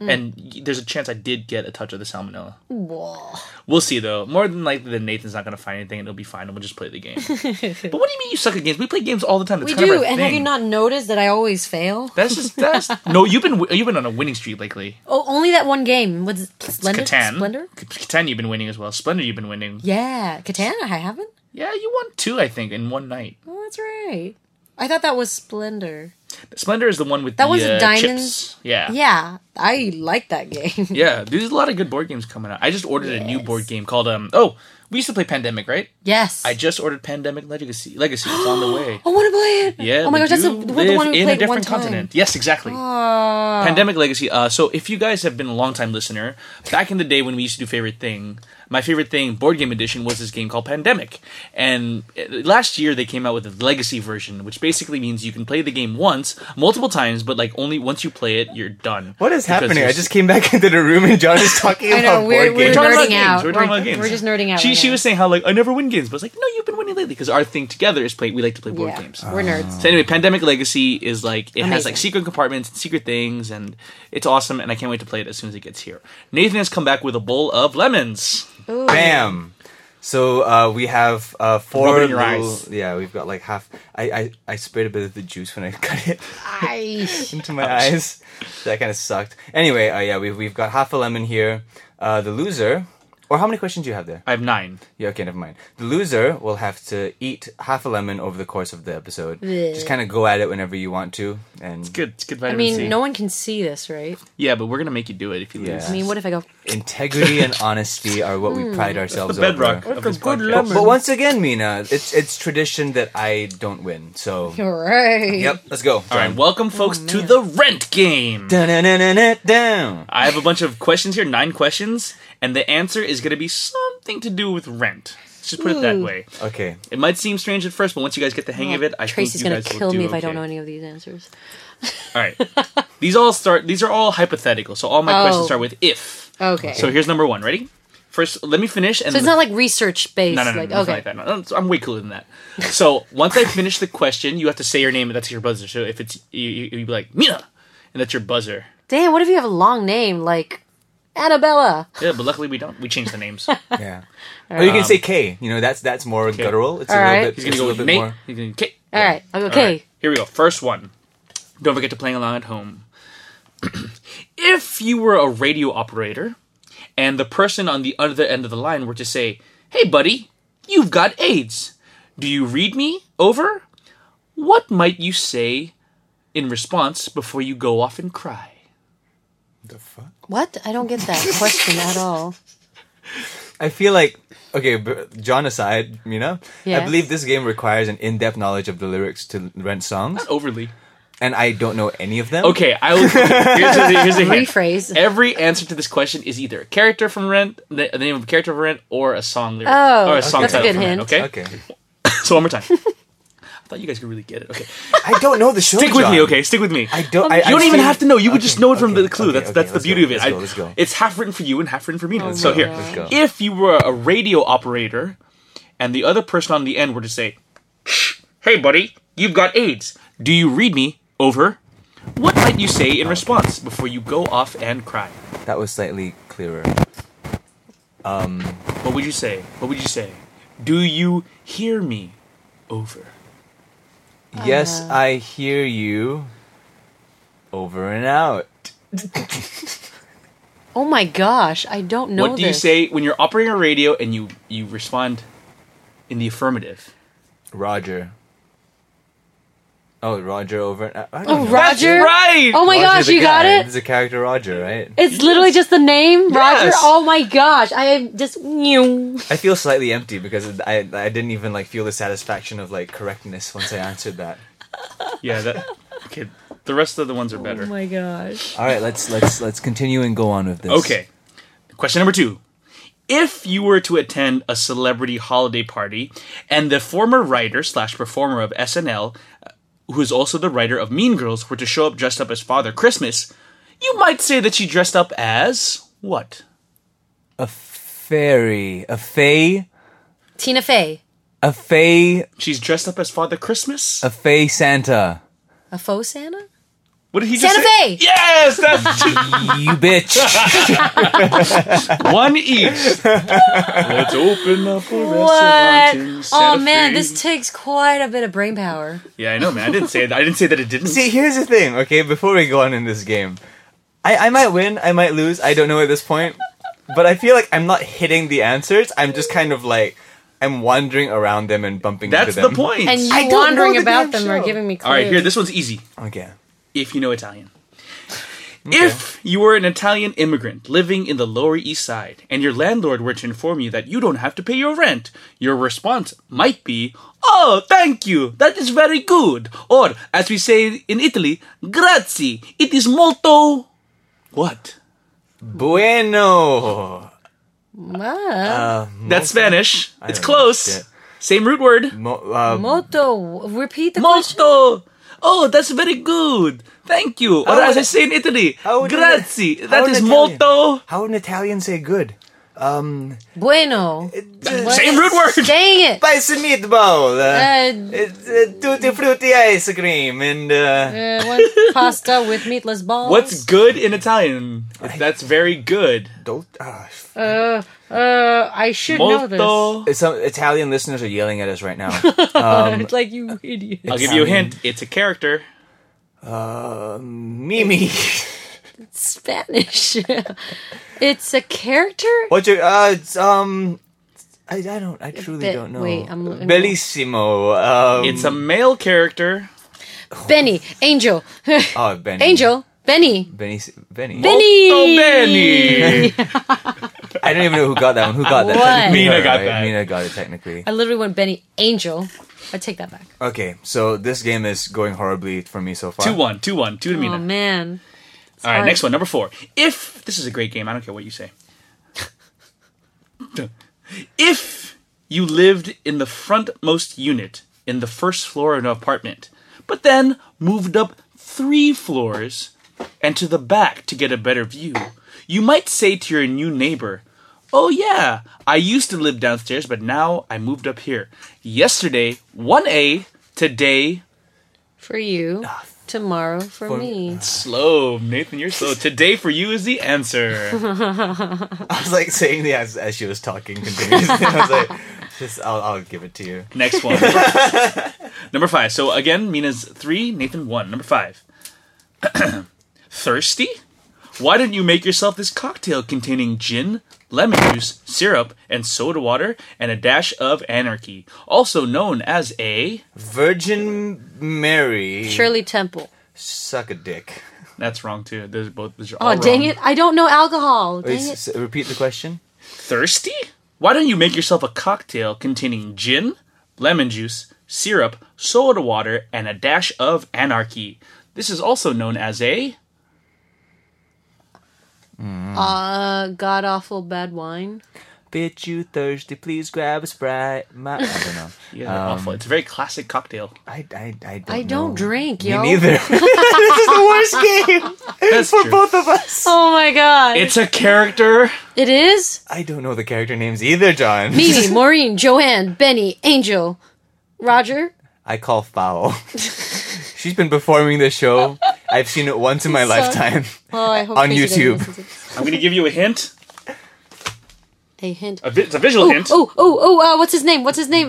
[SPEAKER 3] Mm.
[SPEAKER 2] and y- there's a chance I did get a touch of the salmonella.
[SPEAKER 3] Whoa.
[SPEAKER 2] We'll see though. More than likely, then Nathan's not gonna find anything, and it'll be fine, and we'll just play the game. but what do you mean you suck at games? We play games all the time. That's
[SPEAKER 3] We
[SPEAKER 2] kind of
[SPEAKER 3] do,
[SPEAKER 2] our
[SPEAKER 3] and have
[SPEAKER 2] thing.
[SPEAKER 3] you not noticed that I always fail?
[SPEAKER 2] That's just that's no. You've been you've been on a winning streak lately.
[SPEAKER 3] Oh, only that one game. What's it? Splendor?
[SPEAKER 2] Catan,
[SPEAKER 3] Splendor?
[SPEAKER 2] C- Catan, you've been winning as well. Splendor, you've been winning.
[SPEAKER 3] Yeah, Catan. I haven't.
[SPEAKER 2] Yeah, you won two, I think, in one night.
[SPEAKER 3] Oh, that's right. I thought that was Splendor.
[SPEAKER 2] Splendor is the one with
[SPEAKER 3] That
[SPEAKER 2] the,
[SPEAKER 3] was
[SPEAKER 2] uh,
[SPEAKER 3] Diamonds-
[SPEAKER 2] chips. Yeah.
[SPEAKER 3] Yeah, I like that game.
[SPEAKER 2] Yeah, there's a lot of good board games coming out. I just ordered a new board game called um oh, we used to play Pandemic, right?
[SPEAKER 3] yes.
[SPEAKER 2] I just ordered Pandemic Legacy. Legacy, it's on the way.
[SPEAKER 3] I want to play it.
[SPEAKER 2] Yeah.
[SPEAKER 3] Oh my
[SPEAKER 2] but
[SPEAKER 3] gosh, that's the,
[SPEAKER 2] you
[SPEAKER 3] the one
[SPEAKER 2] live
[SPEAKER 3] we
[SPEAKER 2] in a
[SPEAKER 3] played
[SPEAKER 2] different
[SPEAKER 3] one time. Ah.
[SPEAKER 2] continent. Yes, exactly. Pandemic Legacy. Uh, so if you guys have been a long time listener, back in the day when we used to do favorite thing, my favorite thing board game edition was this game called Pandemic. And uh, last year they came out with the Legacy version, which basically means you can play the game once, multiple times, but like only once you play it, you're done.
[SPEAKER 1] What is
[SPEAKER 2] Because
[SPEAKER 1] happening? I
[SPEAKER 2] there's-
[SPEAKER 1] just came back into the room and John is talking
[SPEAKER 3] I know,
[SPEAKER 1] about
[SPEAKER 3] we're-
[SPEAKER 1] board
[SPEAKER 3] we're
[SPEAKER 1] games.
[SPEAKER 3] talking- nerding
[SPEAKER 2] about games.
[SPEAKER 3] out.
[SPEAKER 2] We're talking
[SPEAKER 3] We're-
[SPEAKER 2] about games.
[SPEAKER 3] we're just nerding out
[SPEAKER 2] She
[SPEAKER 3] right
[SPEAKER 2] she
[SPEAKER 3] now.
[SPEAKER 2] was saying how like I never win games, but I was like, no, you've been winning lately because our thing together is play. We like to play board
[SPEAKER 3] Yeah,
[SPEAKER 2] games.
[SPEAKER 3] We're nerds.
[SPEAKER 2] So anyway, Pandemic Legacy is like it has
[SPEAKER 3] Amazing.
[SPEAKER 2] like secret compartments and secret things, and it's awesome. And I can't wait to play it as soon as it gets here. Nathan has come back with a bowl of lemons.
[SPEAKER 1] Bam. So uh, we have uh, four.
[SPEAKER 2] Rub it in your
[SPEAKER 1] little-
[SPEAKER 2] eyes.
[SPEAKER 1] Yeah, we've got like half. I, I I sprayed a bit of the juice when I cut it
[SPEAKER 3] Nice.
[SPEAKER 1] into my eyes. That kind of sucked. Anyway, uh, yeah, we've we've got half a lemon here. Uh, the loser, or how many questions do you have there?
[SPEAKER 2] I have nine.
[SPEAKER 1] Yeah, okay, never mind. The loser will have to eat half a lemon over the course of the episode.
[SPEAKER 3] Bleh.
[SPEAKER 1] Just kind of go at it whenever you want to, and
[SPEAKER 2] Good. It's good
[SPEAKER 3] I
[SPEAKER 2] vitamin C.
[SPEAKER 3] mean, no one can see this, right?
[SPEAKER 2] Yeah, but we're gonna make you do it if you
[SPEAKER 1] Yeah.
[SPEAKER 2] lose.
[SPEAKER 3] I mean, what if I go?
[SPEAKER 1] integrity and honesty are what we pride ourselves
[SPEAKER 2] The bedrock
[SPEAKER 1] over.
[SPEAKER 2] of this
[SPEAKER 4] good
[SPEAKER 2] podcast.
[SPEAKER 1] But, but once again, Mina, it's it's tradition that I don't win. So
[SPEAKER 3] Hooray!
[SPEAKER 1] yep, let's go.
[SPEAKER 2] All right, welcome folks to the rent game.
[SPEAKER 1] Down.
[SPEAKER 2] I have a bunch of questions here, nine questions, and the answer is gonna be something to do with rent. Let's just put it that way.
[SPEAKER 1] Okay.
[SPEAKER 2] It might seem strange at first, but once you guys get the hang of it, I think
[SPEAKER 3] Tracy's
[SPEAKER 2] you
[SPEAKER 3] gonna
[SPEAKER 2] guys will
[SPEAKER 3] kill
[SPEAKER 2] do
[SPEAKER 3] me if I don't
[SPEAKER 2] okay.
[SPEAKER 3] know any of these answers.
[SPEAKER 2] All right. these all start. These are all hypothetical. So all my
[SPEAKER 3] Oh.
[SPEAKER 2] questions start with if.
[SPEAKER 3] Okay.
[SPEAKER 2] So here's number one. Ready? First, let me finish. And
[SPEAKER 3] So it's not like research based.
[SPEAKER 2] no, no, no,
[SPEAKER 3] like,
[SPEAKER 2] no, nothing
[SPEAKER 3] okay.
[SPEAKER 2] like that. No, no, I'm way cooler than that. So once I finish the question, you have to say your name, and that's your buzzer. So if it's you, you you'd be like Mina, and that's your buzzer.
[SPEAKER 3] Damn, what if you have a long name like Annabella?
[SPEAKER 2] Yeah, but luckily we don't. We change the names.
[SPEAKER 1] Yeah. Or you can say K. You know, that's that's more guttural. It's a little
[SPEAKER 3] Alright.
[SPEAKER 1] bit.
[SPEAKER 2] He's
[SPEAKER 1] it's
[SPEAKER 2] gonna
[SPEAKER 1] a
[SPEAKER 2] go with
[SPEAKER 1] little bit
[SPEAKER 2] mate.
[SPEAKER 1] more.
[SPEAKER 2] He's gonna okay.
[SPEAKER 3] All right, I'll go,
[SPEAKER 2] All
[SPEAKER 3] okay.
[SPEAKER 2] right, here we go. First one. Don't forget to playing along at home. if you were a radio operator and the person on the other end of the line were to say, Hey, buddy, you've got AIDS. Do you read me? Over? What might you say in response before you go off and cry?
[SPEAKER 3] What? I don't get that question at all.
[SPEAKER 1] I feel like okay, b- John aside, Mina. I
[SPEAKER 3] Yes.
[SPEAKER 1] believe this game requires an in-depth knowledge of the lyrics to Rent songs,
[SPEAKER 2] Overly.
[SPEAKER 1] and I don't know any of them.
[SPEAKER 2] Okay, I will. Here's a, here's a hint.
[SPEAKER 3] Rephrase.
[SPEAKER 2] Every answer to this question is either a character from Rent, the, the name of a character from Rent, or a song lyric,
[SPEAKER 3] Oh,
[SPEAKER 2] or a song
[SPEAKER 3] that's a
[SPEAKER 2] title
[SPEAKER 3] good
[SPEAKER 2] from
[SPEAKER 3] hint.
[SPEAKER 2] Rent. Okay,
[SPEAKER 1] Okay.
[SPEAKER 2] So one more time. I thought you guys could really get it. Okay,
[SPEAKER 1] I don't know the show.
[SPEAKER 2] stick with
[SPEAKER 1] John.
[SPEAKER 2] me. Okay, stick with me.
[SPEAKER 1] I don't. I,
[SPEAKER 2] you don't even have to know. You would just know it from the clue. that's that's the beauty of it.
[SPEAKER 1] Let's
[SPEAKER 2] I-
[SPEAKER 1] go. Let's go.
[SPEAKER 2] It's half written for you and half written for me. so
[SPEAKER 1] go,
[SPEAKER 2] here,
[SPEAKER 1] let's go.
[SPEAKER 2] if you were a radio operator, and the other person on the end were to say, "Shh, "Hey, buddy, you've got AIDS. Do you read me?" Over. What might you say in response before you go off and cry?
[SPEAKER 1] That was slightly clearer.
[SPEAKER 2] What would you say? What would you say? Do you hear me? Over.
[SPEAKER 1] Yes,
[SPEAKER 3] Uh.
[SPEAKER 1] I hear you. Over and out.
[SPEAKER 3] Oh my gosh, I don't know
[SPEAKER 2] what do you
[SPEAKER 3] this.
[SPEAKER 2] say when you're operating a radio and you you respond in the affirmative?
[SPEAKER 1] Roger. Oh, Roger over. and out. I don't
[SPEAKER 3] Oh,
[SPEAKER 1] know.
[SPEAKER 3] Roger?
[SPEAKER 2] That's right.
[SPEAKER 3] Oh my
[SPEAKER 1] Roger
[SPEAKER 3] gosh,
[SPEAKER 1] the
[SPEAKER 3] you got
[SPEAKER 1] guy.
[SPEAKER 3] it?
[SPEAKER 1] There's a character Roger, right?
[SPEAKER 3] It's literally just the name, Roger.
[SPEAKER 2] Yes.
[SPEAKER 3] Oh my gosh, I am just new.
[SPEAKER 1] I feel slightly empty because I I didn't even like feel the satisfaction of like correctness once I answered that.
[SPEAKER 2] yeah. That, okay. The rest of the ones are better.
[SPEAKER 3] Oh my gosh.
[SPEAKER 1] All right, let's let's let's continue and go on with this.
[SPEAKER 2] Okay. Question number two. If you were to attend a celebrity holiday party and the former writer slash performer of SNL, uh, who is also the writer of Mean Girls, were to show up dressed up as Father Christmas, you might say that she dressed up as what?
[SPEAKER 1] A fairy, a fae,
[SPEAKER 3] Tina Fey,
[SPEAKER 1] a fae,
[SPEAKER 2] She's dressed up as Father Christmas?
[SPEAKER 1] a fae Santa.
[SPEAKER 3] a faux Santa?
[SPEAKER 2] What did he just
[SPEAKER 3] Santa
[SPEAKER 2] say?
[SPEAKER 3] Fe!
[SPEAKER 2] Yes, that's
[SPEAKER 1] You bitch.
[SPEAKER 2] one each. Let's open up a
[SPEAKER 3] What?
[SPEAKER 2] restaurant in
[SPEAKER 3] Oh
[SPEAKER 2] Santa
[SPEAKER 3] man,
[SPEAKER 2] Fe.
[SPEAKER 3] this takes quite a bit of brain power.
[SPEAKER 2] yeah, I know, man. I didn't say that. I didn't say that it didn't.
[SPEAKER 1] See, here's the thing, okay? Before we go on in this game, I, I might win, I might lose, I don't know at this point, but I feel like I'm not hitting the answers. I'm just kind of like I'm wandering around them and bumping
[SPEAKER 2] That's
[SPEAKER 1] into
[SPEAKER 2] the
[SPEAKER 1] them.
[SPEAKER 2] point.
[SPEAKER 3] and you
[SPEAKER 1] I don't know
[SPEAKER 3] wandering
[SPEAKER 1] the
[SPEAKER 3] about
[SPEAKER 1] damn
[SPEAKER 3] them are
[SPEAKER 1] show.
[SPEAKER 3] giving me clues.
[SPEAKER 2] All right, here. This one's easy.
[SPEAKER 1] Okay.
[SPEAKER 2] if you know Italian. If you were an Italian immigrant living in the Lower East Side and your landlord were to inform you that you don't have to pay your rent, your response might be, Oh, thank you, that is very good. Or, as we say in Italy, Grazie, it is molto. What?
[SPEAKER 1] Bueno.
[SPEAKER 3] Ah,
[SPEAKER 2] That's Spanish. It's
[SPEAKER 1] don't know
[SPEAKER 2] close.
[SPEAKER 1] shit.
[SPEAKER 2] Same root word.
[SPEAKER 1] Mo- uh,
[SPEAKER 3] molto. Repeat the question.
[SPEAKER 2] Molto. Oh, that's very good. Thank you. Or, as
[SPEAKER 1] would-
[SPEAKER 2] I say in Italy,
[SPEAKER 1] how would-
[SPEAKER 2] Grazie,
[SPEAKER 1] how
[SPEAKER 2] that
[SPEAKER 1] would
[SPEAKER 2] is
[SPEAKER 1] Italian-
[SPEAKER 2] molto.
[SPEAKER 1] How would an Italian say good? Um,
[SPEAKER 3] Bueno.
[SPEAKER 2] Same root word.
[SPEAKER 3] Dang it.
[SPEAKER 1] Spicy meatball. Uh,
[SPEAKER 3] Uh,
[SPEAKER 1] it's, uh, tutti frutti ice cream and uh,
[SPEAKER 3] uh, what, pasta with meatless balls.
[SPEAKER 2] What's good in Italian? That's very good.
[SPEAKER 1] don't. ah, f-
[SPEAKER 3] Uh, uh, I should know this.
[SPEAKER 2] Molto.
[SPEAKER 1] some um, Italian listeners are yelling at us right now.
[SPEAKER 3] it's like you idiot.
[SPEAKER 2] I'll give you a hint. It's a character.
[SPEAKER 1] Mimi,
[SPEAKER 3] Spanish. it's a character.
[SPEAKER 1] what's your uh? It's, um, I, I don't. I truly
[SPEAKER 3] Be-
[SPEAKER 1] don't know.
[SPEAKER 3] wait, I'm looking-
[SPEAKER 1] Bellissimo. Um,
[SPEAKER 2] It's a male character.
[SPEAKER 3] Benny, Angel,
[SPEAKER 1] oh, Benny.
[SPEAKER 3] Angel, Benny,
[SPEAKER 1] Benny. Benny.
[SPEAKER 3] Benny.
[SPEAKER 2] Molto bene.
[SPEAKER 1] I don't even know who got that one. Who got that?
[SPEAKER 3] What?
[SPEAKER 1] Technically
[SPEAKER 2] Mina
[SPEAKER 1] her,
[SPEAKER 2] got
[SPEAKER 1] right?
[SPEAKER 2] that.
[SPEAKER 1] Mina got it technically.
[SPEAKER 3] I literally went Benny Angel. I take that back.
[SPEAKER 1] Okay, so this game is going horribly for me so far.
[SPEAKER 2] Two one, two one, two to
[SPEAKER 3] Oh
[SPEAKER 2] Mina.
[SPEAKER 3] man.
[SPEAKER 2] All right,
[SPEAKER 3] hard.
[SPEAKER 2] next one, number four. If this is a great game, I don't care what you say. if you lived in the frontmost unit in the first floor of an apartment, but then moved up three floors and to the back to get a better view, you might say to your new neighbor, Oh, yeah, I used to live downstairs, but now I moved up here. Yesterday, 1A, today,
[SPEAKER 3] For you.
[SPEAKER 2] Ah.
[SPEAKER 3] Tomorrow for, me.
[SPEAKER 2] slow. Nathan, you're slow. Today for you is the answer.
[SPEAKER 1] I was like saying the as, as she was talking continuously. I was like, just I'll, I'll give it to you.
[SPEAKER 2] Next one. Number five. So again, Mina's three, Nathan one. Number five. Thirsty? Why don't you make yourself this cocktail containing gin, lemon juice, syrup, and soda water, and a dash of anarchy, also known as a.
[SPEAKER 1] Virgin Mary.
[SPEAKER 3] Shirley Temple.
[SPEAKER 1] Suck a dick.
[SPEAKER 2] That's wrong too. Those are both. Those are
[SPEAKER 3] Oh
[SPEAKER 2] all
[SPEAKER 3] dang
[SPEAKER 2] wrong.
[SPEAKER 3] it! I don't know alcohol.
[SPEAKER 1] Wait,
[SPEAKER 3] Dang it.
[SPEAKER 1] s- s- repeat the question.
[SPEAKER 2] Thirsty? Why don't you make yourself a cocktail containing gin, lemon juice, syrup, soda water, and a dash of anarchy? This is also known as a.
[SPEAKER 3] Uh, god awful bad wine.
[SPEAKER 1] Bitch, you thirsty? Please grab a sprite. My, I don't know.
[SPEAKER 2] Yeah, they're awful. It's a very classic cocktail.
[SPEAKER 1] I, I, I don't.
[SPEAKER 3] I don't
[SPEAKER 1] know.
[SPEAKER 3] drink,
[SPEAKER 1] Me
[SPEAKER 3] yo.
[SPEAKER 1] neither. this is the worst game
[SPEAKER 2] That's
[SPEAKER 1] for
[SPEAKER 2] true.
[SPEAKER 1] both of us.
[SPEAKER 3] Oh my god!
[SPEAKER 2] It's a character.
[SPEAKER 3] it is
[SPEAKER 1] I don't know the character names either, John.
[SPEAKER 3] Mimi, Maureen, Joanne, Benny, Angel, Roger.
[SPEAKER 1] I call foul. She's been performing this show. I've seen it once in my
[SPEAKER 3] uh,
[SPEAKER 1] lifetime.
[SPEAKER 3] Oh, I hope
[SPEAKER 1] On
[SPEAKER 3] Tracy doesn't
[SPEAKER 1] YouTube.
[SPEAKER 3] listen to this.
[SPEAKER 2] I'm gonna give you a hint.
[SPEAKER 3] A hint.
[SPEAKER 2] A vi- it's a visual hint.
[SPEAKER 3] Oh, oh, oh! Uh, what's his name? What's his
[SPEAKER 1] Beanie,
[SPEAKER 3] name?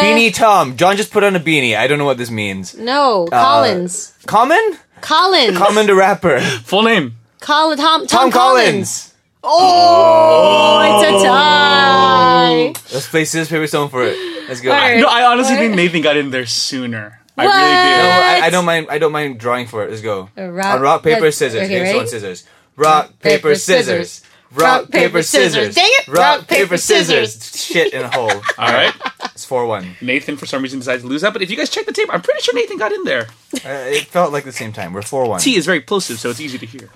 [SPEAKER 3] Uh,
[SPEAKER 1] beanie Tom. John just put on a beanie. I don't know what this means.
[SPEAKER 3] No, Collins.
[SPEAKER 1] Common?
[SPEAKER 3] Collins.
[SPEAKER 1] Uh, Common the rapper.
[SPEAKER 2] Full name.
[SPEAKER 3] Colin. Tom.
[SPEAKER 1] Tom
[SPEAKER 3] Tom, Collins.
[SPEAKER 1] Collins.
[SPEAKER 3] Oh, it's a tie.
[SPEAKER 1] Let's play scissors paper stone for it. Let's go.
[SPEAKER 3] Alright.
[SPEAKER 2] No, I honestly
[SPEAKER 3] What?
[SPEAKER 2] think Nathan got in there sooner.
[SPEAKER 3] What?
[SPEAKER 2] I really do.
[SPEAKER 1] I, I don't mind. I don't mind drawing for it. Let's go.
[SPEAKER 3] Uh, rock-
[SPEAKER 1] on rock paper
[SPEAKER 3] uh,
[SPEAKER 1] scissors.
[SPEAKER 3] okay,
[SPEAKER 1] Okay, so
[SPEAKER 3] ready?
[SPEAKER 1] on scissors. Rock paper scissors. Rock paper scissors.
[SPEAKER 3] Dang it.
[SPEAKER 1] Rock paper scissors. Shit in a hole.
[SPEAKER 2] All right.
[SPEAKER 1] It's four one.
[SPEAKER 2] Nathan, for some reason, decides to lose that. But if you guys check the tape, I'm pretty sure Nathan got in there.
[SPEAKER 1] Uh, It felt like the same time. We're four one.
[SPEAKER 2] T is very plosive, so it's easy to hear.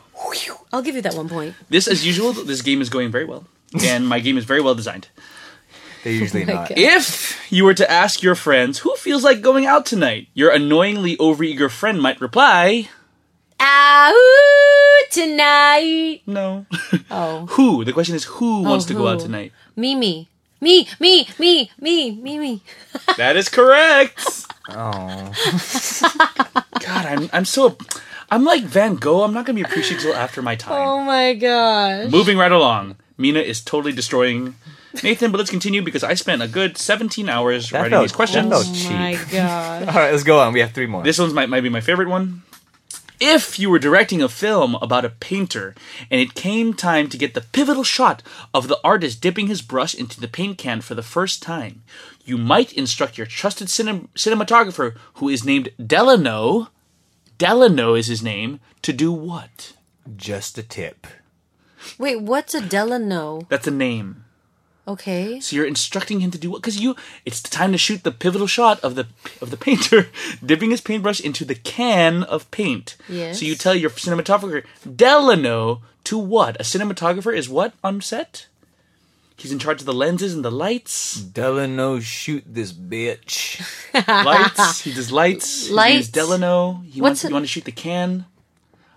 [SPEAKER 3] I'll give you that one point.
[SPEAKER 2] This, as usual, this game is going very well, and my game is very well designed.
[SPEAKER 1] They're usually
[SPEAKER 3] Oh my
[SPEAKER 1] not.
[SPEAKER 3] God.
[SPEAKER 2] If you were to ask your friends who feels like going out tonight, your annoyingly overeager friend might reply,
[SPEAKER 3] Out tonight.
[SPEAKER 2] "No."
[SPEAKER 3] Oh,
[SPEAKER 2] who? The question is who wants to go out
[SPEAKER 3] who?
[SPEAKER 2] tonight.
[SPEAKER 3] Mimi. Me, me, me, me, me, me.
[SPEAKER 2] That is correct.
[SPEAKER 1] Oh.
[SPEAKER 2] Oh. God, I'm I'm so I'm like Van Gogh. I'm not gonna be appreciated till after my time.
[SPEAKER 3] Oh my gosh.
[SPEAKER 2] Moving right along, Mina is totally destroying Nathan. But let's continue because I spent a good 17 hours
[SPEAKER 1] That
[SPEAKER 2] writing
[SPEAKER 1] felt,
[SPEAKER 2] these questions.
[SPEAKER 1] that felt
[SPEAKER 3] Oh My
[SPEAKER 1] cheap.
[SPEAKER 3] gosh.
[SPEAKER 1] All right, let's go on. We have three more.
[SPEAKER 2] This one's might might be my favorite one. If you were directing a film about a painter and it came time to get the pivotal shot of the artist dipping his brush into the paint can for the first time, you might instruct your trusted cinem- cinematographer, who is named Delano, Delano is his name, to do what?
[SPEAKER 1] Just a tip.
[SPEAKER 3] Wait, what's a Delano?
[SPEAKER 2] That's a name.
[SPEAKER 3] Okay.
[SPEAKER 2] So you're instructing him to do what? Because you, it's the time to shoot the pivotal shot of the of the painter dipping his paintbrush into the can of paint.
[SPEAKER 3] Yes.
[SPEAKER 2] So you tell your cinematographer Delano to what? A cinematographer is what on set? He's in charge of the lenses and the lights.
[SPEAKER 1] Delano, shoot this bitch.
[SPEAKER 2] Lights. he does lights. His
[SPEAKER 3] Lights.
[SPEAKER 2] name's Delano. He
[SPEAKER 3] What's
[SPEAKER 2] wants.
[SPEAKER 3] a-
[SPEAKER 2] you want to shoot the can.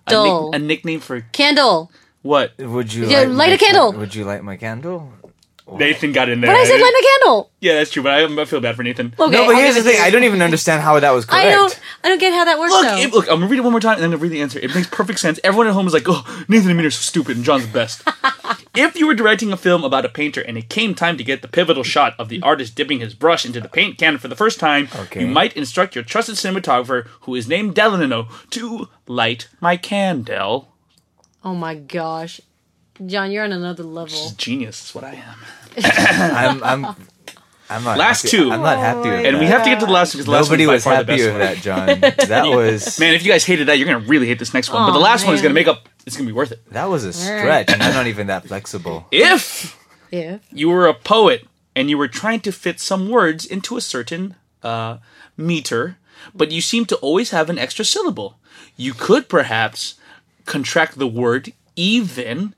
[SPEAKER 2] A,
[SPEAKER 3] Dull.
[SPEAKER 2] a nickname for
[SPEAKER 3] Candle.
[SPEAKER 2] what?
[SPEAKER 1] Would you
[SPEAKER 3] Yeah,
[SPEAKER 1] light,
[SPEAKER 3] light
[SPEAKER 1] my
[SPEAKER 3] a candle.
[SPEAKER 1] Would you light my candle?
[SPEAKER 2] Nathan got in there.
[SPEAKER 3] But I said light my candle.
[SPEAKER 2] yeah, that's true. But I, I feel bad for Nathan.
[SPEAKER 3] Okay,
[SPEAKER 1] no, but
[SPEAKER 3] I'll
[SPEAKER 1] here's the
[SPEAKER 3] give it to
[SPEAKER 1] thing.
[SPEAKER 3] you.
[SPEAKER 1] I don't even understand how that was correct.
[SPEAKER 3] I don't. I don't get how that works.
[SPEAKER 2] Look,
[SPEAKER 3] though.
[SPEAKER 2] it- look, I'm gonna read it one more time and then I'm gonna read the answer. It makes perfect sense. Everyone at home is like, oh, Nathan and Mina are so stupid and John's the best. if you were directing a film about a painter and it came time to get the pivotal shot of the artist dipping his brush into the paint can for the first time,
[SPEAKER 1] Okay.
[SPEAKER 2] you might instruct your trusted cinematographer, who is named Delano, to light my candle.
[SPEAKER 3] oh my gosh, John, you're on another level.
[SPEAKER 2] Genius is what I am.
[SPEAKER 1] I'm. I'm. I'm not
[SPEAKER 2] Last
[SPEAKER 1] happy-
[SPEAKER 2] two.
[SPEAKER 1] I'm not happy with
[SPEAKER 2] And
[SPEAKER 1] that.
[SPEAKER 2] we have to get to the last one because the last
[SPEAKER 1] Nobody
[SPEAKER 2] one
[SPEAKER 1] was
[SPEAKER 2] is by far the
[SPEAKER 1] happy
[SPEAKER 2] best
[SPEAKER 1] with
[SPEAKER 2] one.
[SPEAKER 1] that, John. That was
[SPEAKER 2] Man, if you guys hated that, you're gonna really hate this next one. but
[SPEAKER 3] Aw,
[SPEAKER 2] the last one is
[SPEAKER 3] man.
[SPEAKER 2] gonna make up. It's gonna be worth it.
[SPEAKER 1] that was a stretch, and I'm not even that flexible.
[SPEAKER 2] If
[SPEAKER 3] Yeah.
[SPEAKER 2] you were a poet and you were trying to fit some words into a certain uh, meter, but you seem to always have an extra syllable. You could perhaps contract the word even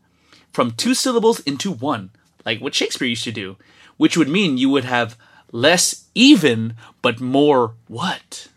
[SPEAKER 2] from two syllables into one, like what Shakespeare used to do, which would mean you would have less even but more what?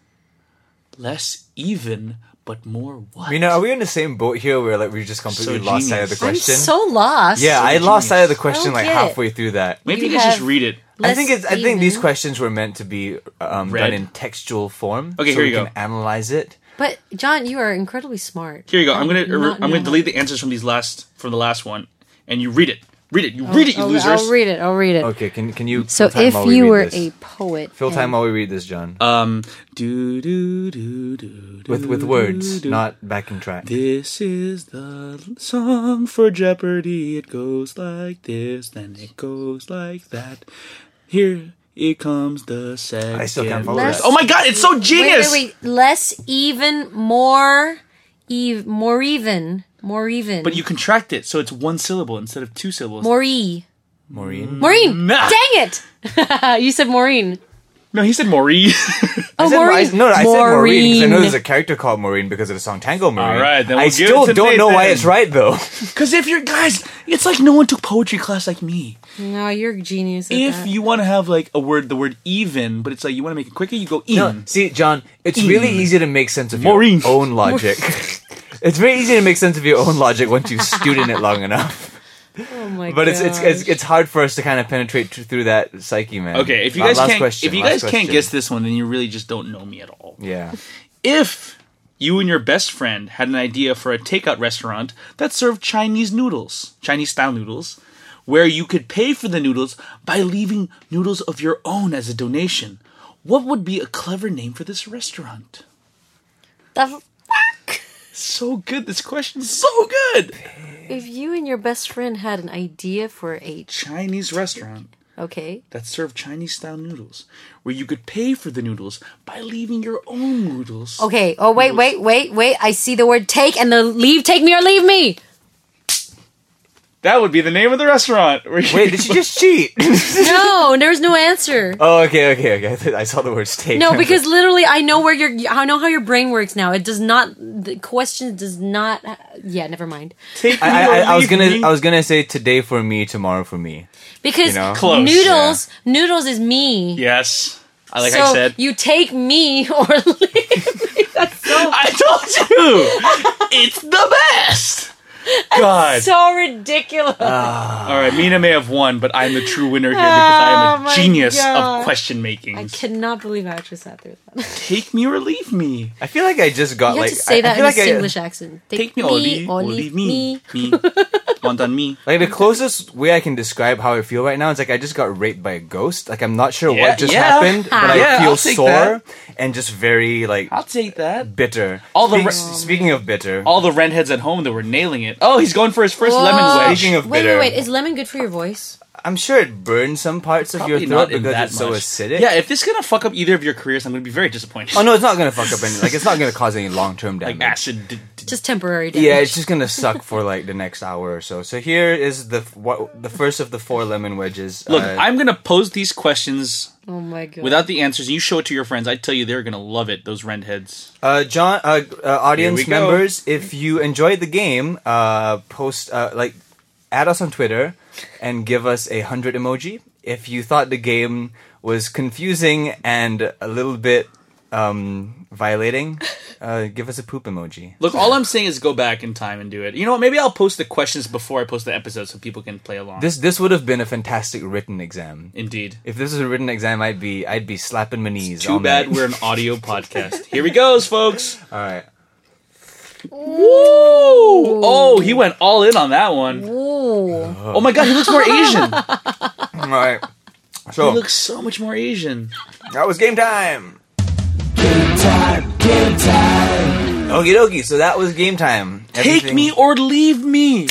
[SPEAKER 2] Less even but more what?
[SPEAKER 1] You know, are we in the same boat here? Where like we just completely
[SPEAKER 2] So
[SPEAKER 1] lost sight of the
[SPEAKER 2] genius.
[SPEAKER 1] question.
[SPEAKER 3] I'm so lost.
[SPEAKER 1] yeah, I lost
[SPEAKER 2] genius.
[SPEAKER 1] sight of the question
[SPEAKER 3] don't
[SPEAKER 1] like
[SPEAKER 3] get it.
[SPEAKER 1] halfway through that.
[SPEAKER 2] Maybe
[SPEAKER 3] You
[SPEAKER 2] you, guys just
[SPEAKER 3] have
[SPEAKER 2] read it.
[SPEAKER 1] I think
[SPEAKER 3] Less
[SPEAKER 1] it's. I think these
[SPEAKER 3] even.
[SPEAKER 1] questions were meant to be um,
[SPEAKER 2] Read.
[SPEAKER 1] done in textual form.
[SPEAKER 2] Okay,
[SPEAKER 1] so
[SPEAKER 2] here
[SPEAKER 1] we
[SPEAKER 2] you go.
[SPEAKER 1] can analyze it.
[SPEAKER 3] But John, you are incredibly smart.
[SPEAKER 2] Here you go. I'm gonna er,
[SPEAKER 3] did not
[SPEAKER 2] I'm
[SPEAKER 3] know
[SPEAKER 2] gonna
[SPEAKER 3] that.
[SPEAKER 2] delete the answers from these last from the last one, and you read it. Read it. You read it. You
[SPEAKER 3] I'll,
[SPEAKER 2] losers.
[SPEAKER 3] Oh, I'll read it. I'll read it.
[SPEAKER 1] Okay, can can you?
[SPEAKER 3] So
[SPEAKER 1] fill time
[SPEAKER 3] if
[SPEAKER 1] while we
[SPEAKER 3] you
[SPEAKER 1] read
[SPEAKER 3] were
[SPEAKER 1] this?
[SPEAKER 3] a poet,
[SPEAKER 1] fill time
[SPEAKER 3] and-
[SPEAKER 1] while we read this, John,
[SPEAKER 2] um. Do do do do.
[SPEAKER 1] with with words, not backing track.
[SPEAKER 2] This is the song for Jeopardy. It goes like this, then it goes like that. Here it comes the second.
[SPEAKER 1] I still can't follow
[SPEAKER 3] Less-
[SPEAKER 1] that.
[SPEAKER 2] Oh my god! It's so genius.
[SPEAKER 3] Wait, wait, wait. Less even, more, eve, more even, more even.
[SPEAKER 2] But you contract it, so it's one syllable instead of two syllables.
[SPEAKER 3] Maureen.
[SPEAKER 1] Maureen.
[SPEAKER 3] Maureen.
[SPEAKER 2] Nah.
[SPEAKER 3] Dang it! you said Maureen.
[SPEAKER 2] No, he said Maureen.
[SPEAKER 3] Oh,
[SPEAKER 1] I said,
[SPEAKER 3] Maureen.
[SPEAKER 1] I, no, no, I said Maureen because I know there's a character called Maureen because of the song Tango Maureen.
[SPEAKER 2] All right, then
[SPEAKER 1] I
[SPEAKER 2] we'll give it
[SPEAKER 1] still
[SPEAKER 2] to
[SPEAKER 1] don't know why
[SPEAKER 2] Nathan.
[SPEAKER 1] it's right though.
[SPEAKER 2] Because if you're guys, it's like no one took poetry class like me.
[SPEAKER 3] No, you're a genius. At
[SPEAKER 2] if
[SPEAKER 3] that.
[SPEAKER 2] you want to have like a word, the word even, but it's like you want to make it quicker, you go in.
[SPEAKER 1] No, see, John, it's really easy to make sense of
[SPEAKER 2] Maureen.
[SPEAKER 1] your own logic. it's very easy to make sense of your own logic once you student it long enough.
[SPEAKER 3] oh my
[SPEAKER 1] But it's, it's it's
[SPEAKER 3] gosh.
[SPEAKER 1] it's hard for us to kind of penetrate tr- through that psyche, man.
[SPEAKER 2] Okay, if you
[SPEAKER 1] La-
[SPEAKER 2] guys
[SPEAKER 1] last
[SPEAKER 2] can't,
[SPEAKER 1] question,
[SPEAKER 2] if you
[SPEAKER 1] last
[SPEAKER 2] guys can't
[SPEAKER 1] question.
[SPEAKER 2] guess this one, then you really just don't know me at all.
[SPEAKER 1] yeah,
[SPEAKER 2] If you and your best friend had an idea for a takeout restaurant that served Chinese noodles, Chinese style noodles, where you could pay for the noodles by leaving noodles of your own as a donation, what would be a clever name for this restaurant?
[SPEAKER 3] The fuck?
[SPEAKER 2] So good, this question's so good.
[SPEAKER 3] If you and your best friend had an idea for a
[SPEAKER 2] Chinese restaurant.
[SPEAKER 3] okay,
[SPEAKER 2] that serve Chinese style noodles, where you could pay for the noodles by leaving your own noodles.
[SPEAKER 3] okay. Oh wait, wait, wait, wait. I see the word take and the leave. Take me or leave me.
[SPEAKER 2] That would be the name of the restaurant. where you-
[SPEAKER 1] wait, did you just cheat?
[SPEAKER 3] No, there's no answer.
[SPEAKER 1] oh, okay, okay, okay. I, th- I saw the word steak.
[SPEAKER 3] No, because literally, I know where your I know how your brain works now. It does not. The question does not. Yeah, never mind.
[SPEAKER 2] Take me
[SPEAKER 1] I, I, I,
[SPEAKER 2] or
[SPEAKER 1] I was
[SPEAKER 2] leave
[SPEAKER 1] gonna
[SPEAKER 2] me.
[SPEAKER 1] I was gonna say today for me, tomorrow for me.
[SPEAKER 3] Because
[SPEAKER 1] You know?
[SPEAKER 2] Close,
[SPEAKER 3] noodles, noodles is me.
[SPEAKER 2] yes. I like
[SPEAKER 3] so
[SPEAKER 2] I said.
[SPEAKER 3] you take me or leave. me. That's so
[SPEAKER 2] I told you, it's the best. God.
[SPEAKER 3] so ridiculous.
[SPEAKER 1] Uh,
[SPEAKER 2] All right, Mina may have won, but I'm the true winner here because I
[SPEAKER 3] Oh
[SPEAKER 2] am a
[SPEAKER 3] my
[SPEAKER 2] genius
[SPEAKER 3] God.
[SPEAKER 2] of question
[SPEAKER 3] I
[SPEAKER 2] making.
[SPEAKER 3] cannot believe I actually sat through that.
[SPEAKER 2] Take me or leave me.
[SPEAKER 1] I feel uh, like I just got
[SPEAKER 3] You
[SPEAKER 1] like
[SPEAKER 3] have to say
[SPEAKER 1] I,
[SPEAKER 3] that
[SPEAKER 1] I
[SPEAKER 3] in
[SPEAKER 1] feel
[SPEAKER 3] a
[SPEAKER 1] like I-
[SPEAKER 3] English accent.
[SPEAKER 2] Take me or leave, or leave me. me. Wonton mi.
[SPEAKER 1] Like the closest way I can describe how I feel right now is like I just got raped by a ghost. Like I'm not sure
[SPEAKER 2] Yeah,
[SPEAKER 1] what just
[SPEAKER 2] yeah.
[SPEAKER 1] happened, but I
[SPEAKER 2] Yeah,
[SPEAKER 1] feel
[SPEAKER 2] I'll take
[SPEAKER 1] sore
[SPEAKER 2] that.
[SPEAKER 1] and just very like
[SPEAKER 2] I'll take that.
[SPEAKER 1] bitter.
[SPEAKER 2] All the
[SPEAKER 1] Speak-
[SPEAKER 2] re-
[SPEAKER 1] speaking of bitter,
[SPEAKER 2] All the redheads at home that were nailing it. Oh, he's going for his first lemon wedge.
[SPEAKER 1] speaking of
[SPEAKER 3] Wait,
[SPEAKER 1] bitter,
[SPEAKER 3] wait, wait. Is lemon good for your voice?
[SPEAKER 1] I'm sure it burns some parts of your
[SPEAKER 2] Probably
[SPEAKER 1] throat
[SPEAKER 2] not in
[SPEAKER 1] because
[SPEAKER 2] that
[SPEAKER 1] it's
[SPEAKER 2] much.
[SPEAKER 1] so acidic.
[SPEAKER 2] Yeah, if this is gonna fuck up either of your careers, I'm gonna be very disappointed.
[SPEAKER 1] Oh no, it's not gonna fuck up any. Like it's not gonna cause any long term damage.
[SPEAKER 2] like acid. D- d-
[SPEAKER 3] Just temporary damage.
[SPEAKER 1] yeah, it's just gonna suck for like the next hour or so. So here is the f- what the first of the four lemon wedges.
[SPEAKER 2] Look,
[SPEAKER 1] Uh,
[SPEAKER 2] I'm gonna pose these questions
[SPEAKER 3] oh my god.
[SPEAKER 2] without the answers. You show it to your friends. I tell you, they're gonna love it. Those redheads.
[SPEAKER 1] Uh, John, uh, uh, audience
[SPEAKER 2] Here we go.
[SPEAKER 1] members, if you enjoyed the game, uh, post uh, like add us on Twitter and give us a hundred emoji. If you thought the game was confusing and a little bit um, violating, uh, give us a poop emoji.
[SPEAKER 2] Look, all I'm saying is go back in time and do it. You know what? Maybe I'll post the questions before I post the episode so people can play along.
[SPEAKER 1] This this would have been a fantastic written exam.
[SPEAKER 2] Indeed.
[SPEAKER 1] If this was a written exam, I'd be I'd be slapping my knees. all
[SPEAKER 2] Too bad
[SPEAKER 1] night.
[SPEAKER 2] we're an audio podcast. Here he goes, folks.
[SPEAKER 1] all right.
[SPEAKER 2] Woo! Oh, he went all in on that one.
[SPEAKER 3] Ooh.
[SPEAKER 2] Oh my god, he looks more Asian.
[SPEAKER 1] All right.
[SPEAKER 2] He
[SPEAKER 1] So
[SPEAKER 2] looks so much more Asian.
[SPEAKER 1] That was game time. Game time. Game time. Okie dokie. So that was game time.
[SPEAKER 2] Take me or leave me.